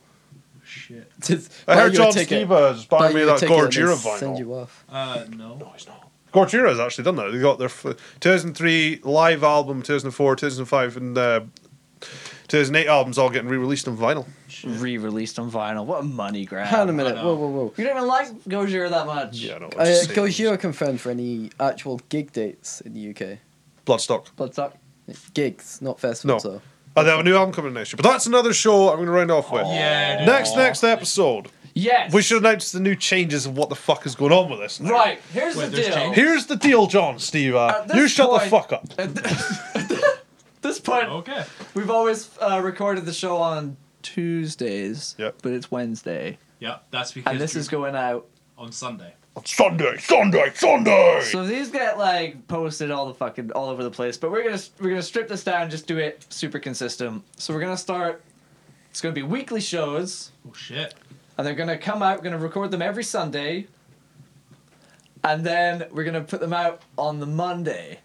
[SPEAKER 4] Shit.
[SPEAKER 1] just
[SPEAKER 2] I
[SPEAKER 1] buy
[SPEAKER 2] heard
[SPEAKER 1] you a
[SPEAKER 2] John
[SPEAKER 1] ticket.
[SPEAKER 2] Steva is
[SPEAKER 1] Buy
[SPEAKER 2] buying me
[SPEAKER 1] you a
[SPEAKER 2] that
[SPEAKER 1] ticket and they
[SPEAKER 2] Gorgira
[SPEAKER 1] Send
[SPEAKER 2] vinyl.
[SPEAKER 1] you off.
[SPEAKER 4] Uh, no.
[SPEAKER 2] He's not. Gorgira has actually done that. They got their f- 2003 live album, 2004, 2005, and uh, 2008 albums all getting re released on vinyl.
[SPEAKER 8] Re released on vinyl. What a money grab.
[SPEAKER 1] Hang on a minute.
[SPEAKER 4] no.
[SPEAKER 1] Whoa, whoa, whoa.
[SPEAKER 8] You don't even like Gojira that much.
[SPEAKER 2] Yeah, I know.
[SPEAKER 1] Uh,
[SPEAKER 2] I'm just saying.
[SPEAKER 1] Gojira confirmed for any actual gig dates in the UK.
[SPEAKER 2] Bloodstock.
[SPEAKER 8] Bloodstock.
[SPEAKER 1] Gigs, not festivals.
[SPEAKER 2] No.
[SPEAKER 1] though.
[SPEAKER 2] Oh, they have a new album coming next year. But that's another show I'm going to round off with.
[SPEAKER 4] Yeah, dude.
[SPEAKER 2] Next, next episode.
[SPEAKER 8] Yes.
[SPEAKER 2] We should announce the new changes of what the fuck is going on with this. now.
[SPEAKER 8] Right. Here's
[SPEAKER 4] Wait,
[SPEAKER 8] the
[SPEAKER 4] there's
[SPEAKER 8] deal.
[SPEAKER 4] change?
[SPEAKER 2] Here's the deal, John Steve. Uh,
[SPEAKER 8] At this
[SPEAKER 2] you shut the
[SPEAKER 8] point-
[SPEAKER 2] fuck up.
[SPEAKER 8] At th- at this point,
[SPEAKER 4] Okay.
[SPEAKER 8] we've always uh, recorded the show on Tuesdays,
[SPEAKER 2] Yep.
[SPEAKER 8] but it's Wednesday,
[SPEAKER 4] Yeah, that's because
[SPEAKER 8] and this is
[SPEAKER 4] you're
[SPEAKER 8] going out.
[SPEAKER 4] on Sunday.
[SPEAKER 2] Sunday, Sunday, Sunday.
[SPEAKER 8] So these get like posted all the fucking all over the place, but we're gonna we're gonna strip this down, and just do it super consistent. So we're gonna start. It's gonna be weekly shows,
[SPEAKER 4] Oh shit.
[SPEAKER 8] and they're gonna come out. We're gonna record them every Sunday, and then we're gonna put them out on the Monday.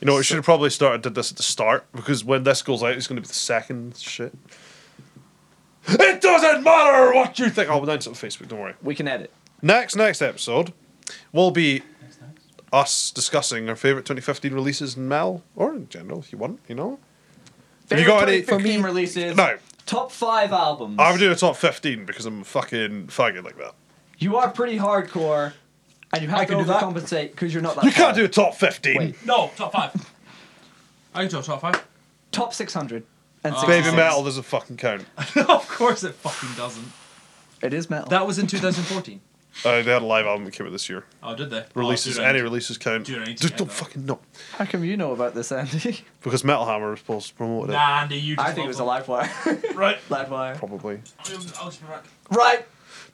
[SPEAKER 2] you know, we should have probably started did this at the start because when this goes out, it's going to be the second shit. It doesn't matter what you think. I'll announce it on Facebook. Don't worry.
[SPEAKER 8] We can edit.
[SPEAKER 2] Next, next episode will be us discussing our favorite 2015 releases in Mel or in general, if you want. You know, Have you got any-
[SPEAKER 8] for me releases?
[SPEAKER 2] no,
[SPEAKER 8] Top five albums.
[SPEAKER 2] I would do a top 15 because I'm a fucking faggot like that.
[SPEAKER 8] You are pretty hardcore, and you have
[SPEAKER 4] I
[SPEAKER 8] to
[SPEAKER 4] can do that.
[SPEAKER 8] overcompensate because you're not that.
[SPEAKER 2] You can't do
[SPEAKER 8] hard.
[SPEAKER 2] a top 15.
[SPEAKER 8] Wait.
[SPEAKER 4] No, top five. I can do a top five.
[SPEAKER 8] top six hundred and
[SPEAKER 4] Oh.
[SPEAKER 2] Baby
[SPEAKER 8] 66.
[SPEAKER 2] metal doesn't fucking count. Uh,
[SPEAKER 4] no, of course it fucking doesn't.
[SPEAKER 8] It is metal.
[SPEAKER 4] That was in 2014.
[SPEAKER 2] Uh, they had a live album that came out this year.
[SPEAKER 4] Oh, did they?
[SPEAKER 2] Releases,
[SPEAKER 4] oh,
[SPEAKER 2] any releases count.
[SPEAKER 4] Dude, I need to
[SPEAKER 2] Just
[SPEAKER 4] get
[SPEAKER 2] don't
[SPEAKER 4] that.
[SPEAKER 2] fucking know.
[SPEAKER 8] How come you know about this, Andy?
[SPEAKER 2] Because Metal Hammer was supposed to promote it.
[SPEAKER 4] Nah, Andy, you just
[SPEAKER 8] I think it was a
[SPEAKER 4] love
[SPEAKER 8] live wire.
[SPEAKER 4] them. Right.
[SPEAKER 8] live wire.
[SPEAKER 2] Probably.
[SPEAKER 4] I'll just be back.
[SPEAKER 8] Right.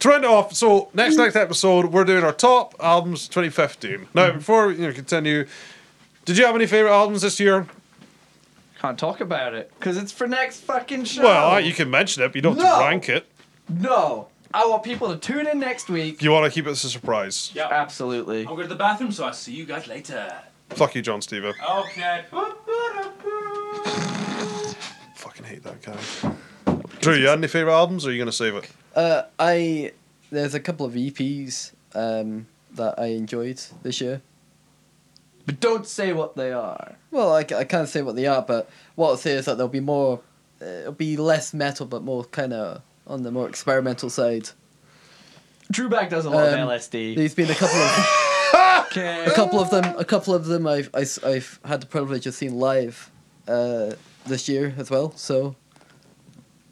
[SPEAKER 2] To round it off, so next next episode, we're doing our top albums 2015. Now,
[SPEAKER 4] Hmm.
[SPEAKER 2] before we you know, continue, did you have any favourite albums this year?
[SPEAKER 8] Can't talk about it because it's for next fucking show.
[SPEAKER 2] Well, you can mention it, but you don't have
[SPEAKER 8] No.
[SPEAKER 2] to rank it.
[SPEAKER 8] No. I want people to tune in next week.
[SPEAKER 2] You want to keep it as a surprise.
[SPEAKER 4] Yeah.
[SPEAKER 8] Um,
[SPEAKER 4] Oh.
[SPEAKER 8] Absolutely.
[SPEAKER 4] I'll go to the bathroom, so I'll see you guys later.
[SPEAKER 2] Fuck you, John Stevo.
[SPEAKER 4] Okay. Oh,
[SPEAKER 2] Fucking hate that guy. Drew, you had any favourite albums or are you going to save it?
[SPEAKER 1] Uh, I there's a couple of EPs um, that I enjoyed this year.
[SPEAKER 8] But don't say what they are.
[SPEAKER 1] Well, I, ca- I can't say what they are, but what I'll say is that there'll be more, uh, it'll be less metal, but more kind of on the more experimental side.
[SPEAKER 8] Drew Bag does a lot
[SPEAKER 1] Um,
[SPEAKER 8] of LSD.
[SPEAKER 1] There's been a couple of
[SPEAKER 8] Okay.
[SPEAKER 1] a couple of them, a couple of them I've I, have i have had the privilege of seeing live uh, this year as well. So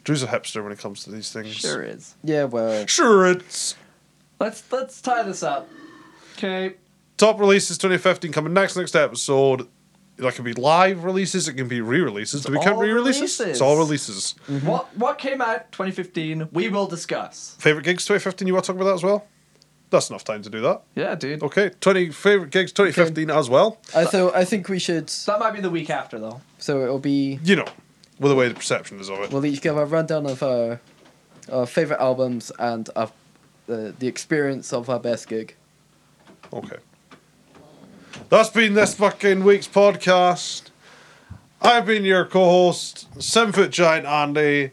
[SPEAKER 2] Drew's a hipster when it comes to these things.
[SPEAKER 8] Sure is.
[SPEAKER 1] yeah, well,
[SPEAKER 2] Sure, it's.
[SPEAKER 8] Let's let's tie this up. Okay.
[SPEAKER 2] Top releases 2015 coming next next episode. That can be live releases, it can be re releases. Do we
[SPEAKER 8] It's
[SPEAKER 2] count
[SPEAKER 8] all
[SPEAKER 2] re releases?
[SPEAKER 8] releases.
[SPEAKER 2] It's all releases.
[SPEAKER 8] What what came out 2015? We will discuss.
[SPEAKER 2] Favourite gigs 2015, you want to talk about that as well? That's enough time to do that.
[SPEAKER 8] Yeah, dude.
[SPEAKER 2] Okay, 20 favourite gigs 2015 as well.
[SPEAKER 1] I so I think we should.
[SPEAKER 8] That might be the week after though.
[SPEAKER 1] So it'll be
[SPEAKER 2] You know, with the way the perception is of it.
[SPEAKER 1] We'll each give a rundown of our, our favorite albums and our, uh, the the experience of our best gig.
[SPEAKER 2] Okay. That's been this fucking week's podcast. I've been your co host, Seven Foot Giant Andy.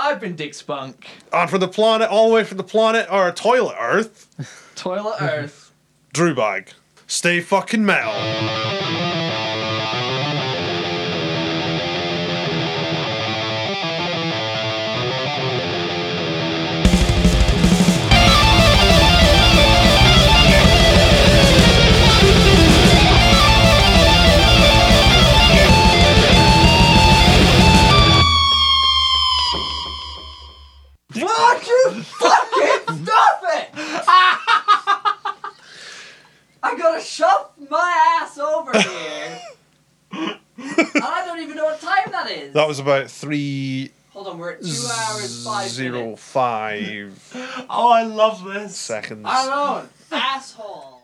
[SPEAKER 8] I've been Dick Spunk.
[SPEAKER 2] And Uh, from the planet, all the way from the planet, or toilet Earth,
[SPEAKER 8] Toilet Earth.
[SPEAKER 2] Drew Bag. Stay fucking metal.
[SPEAKER 8] Won't you fucking stop it? I gotta shove my ass over here. and I don't even know what time that is.
[SPEAKER 2] That was about three
[SPEAKER 8] Hold on, we're at two hours, five
[SPEAKER 2] zero
[SPEAKER 8] minutes.
[SPEAKER 2] five
[SPEAKER 4] Oh, I love this.
[SPEAKER 2] seconds.
[SPEAKER 8] I don't know, asshole.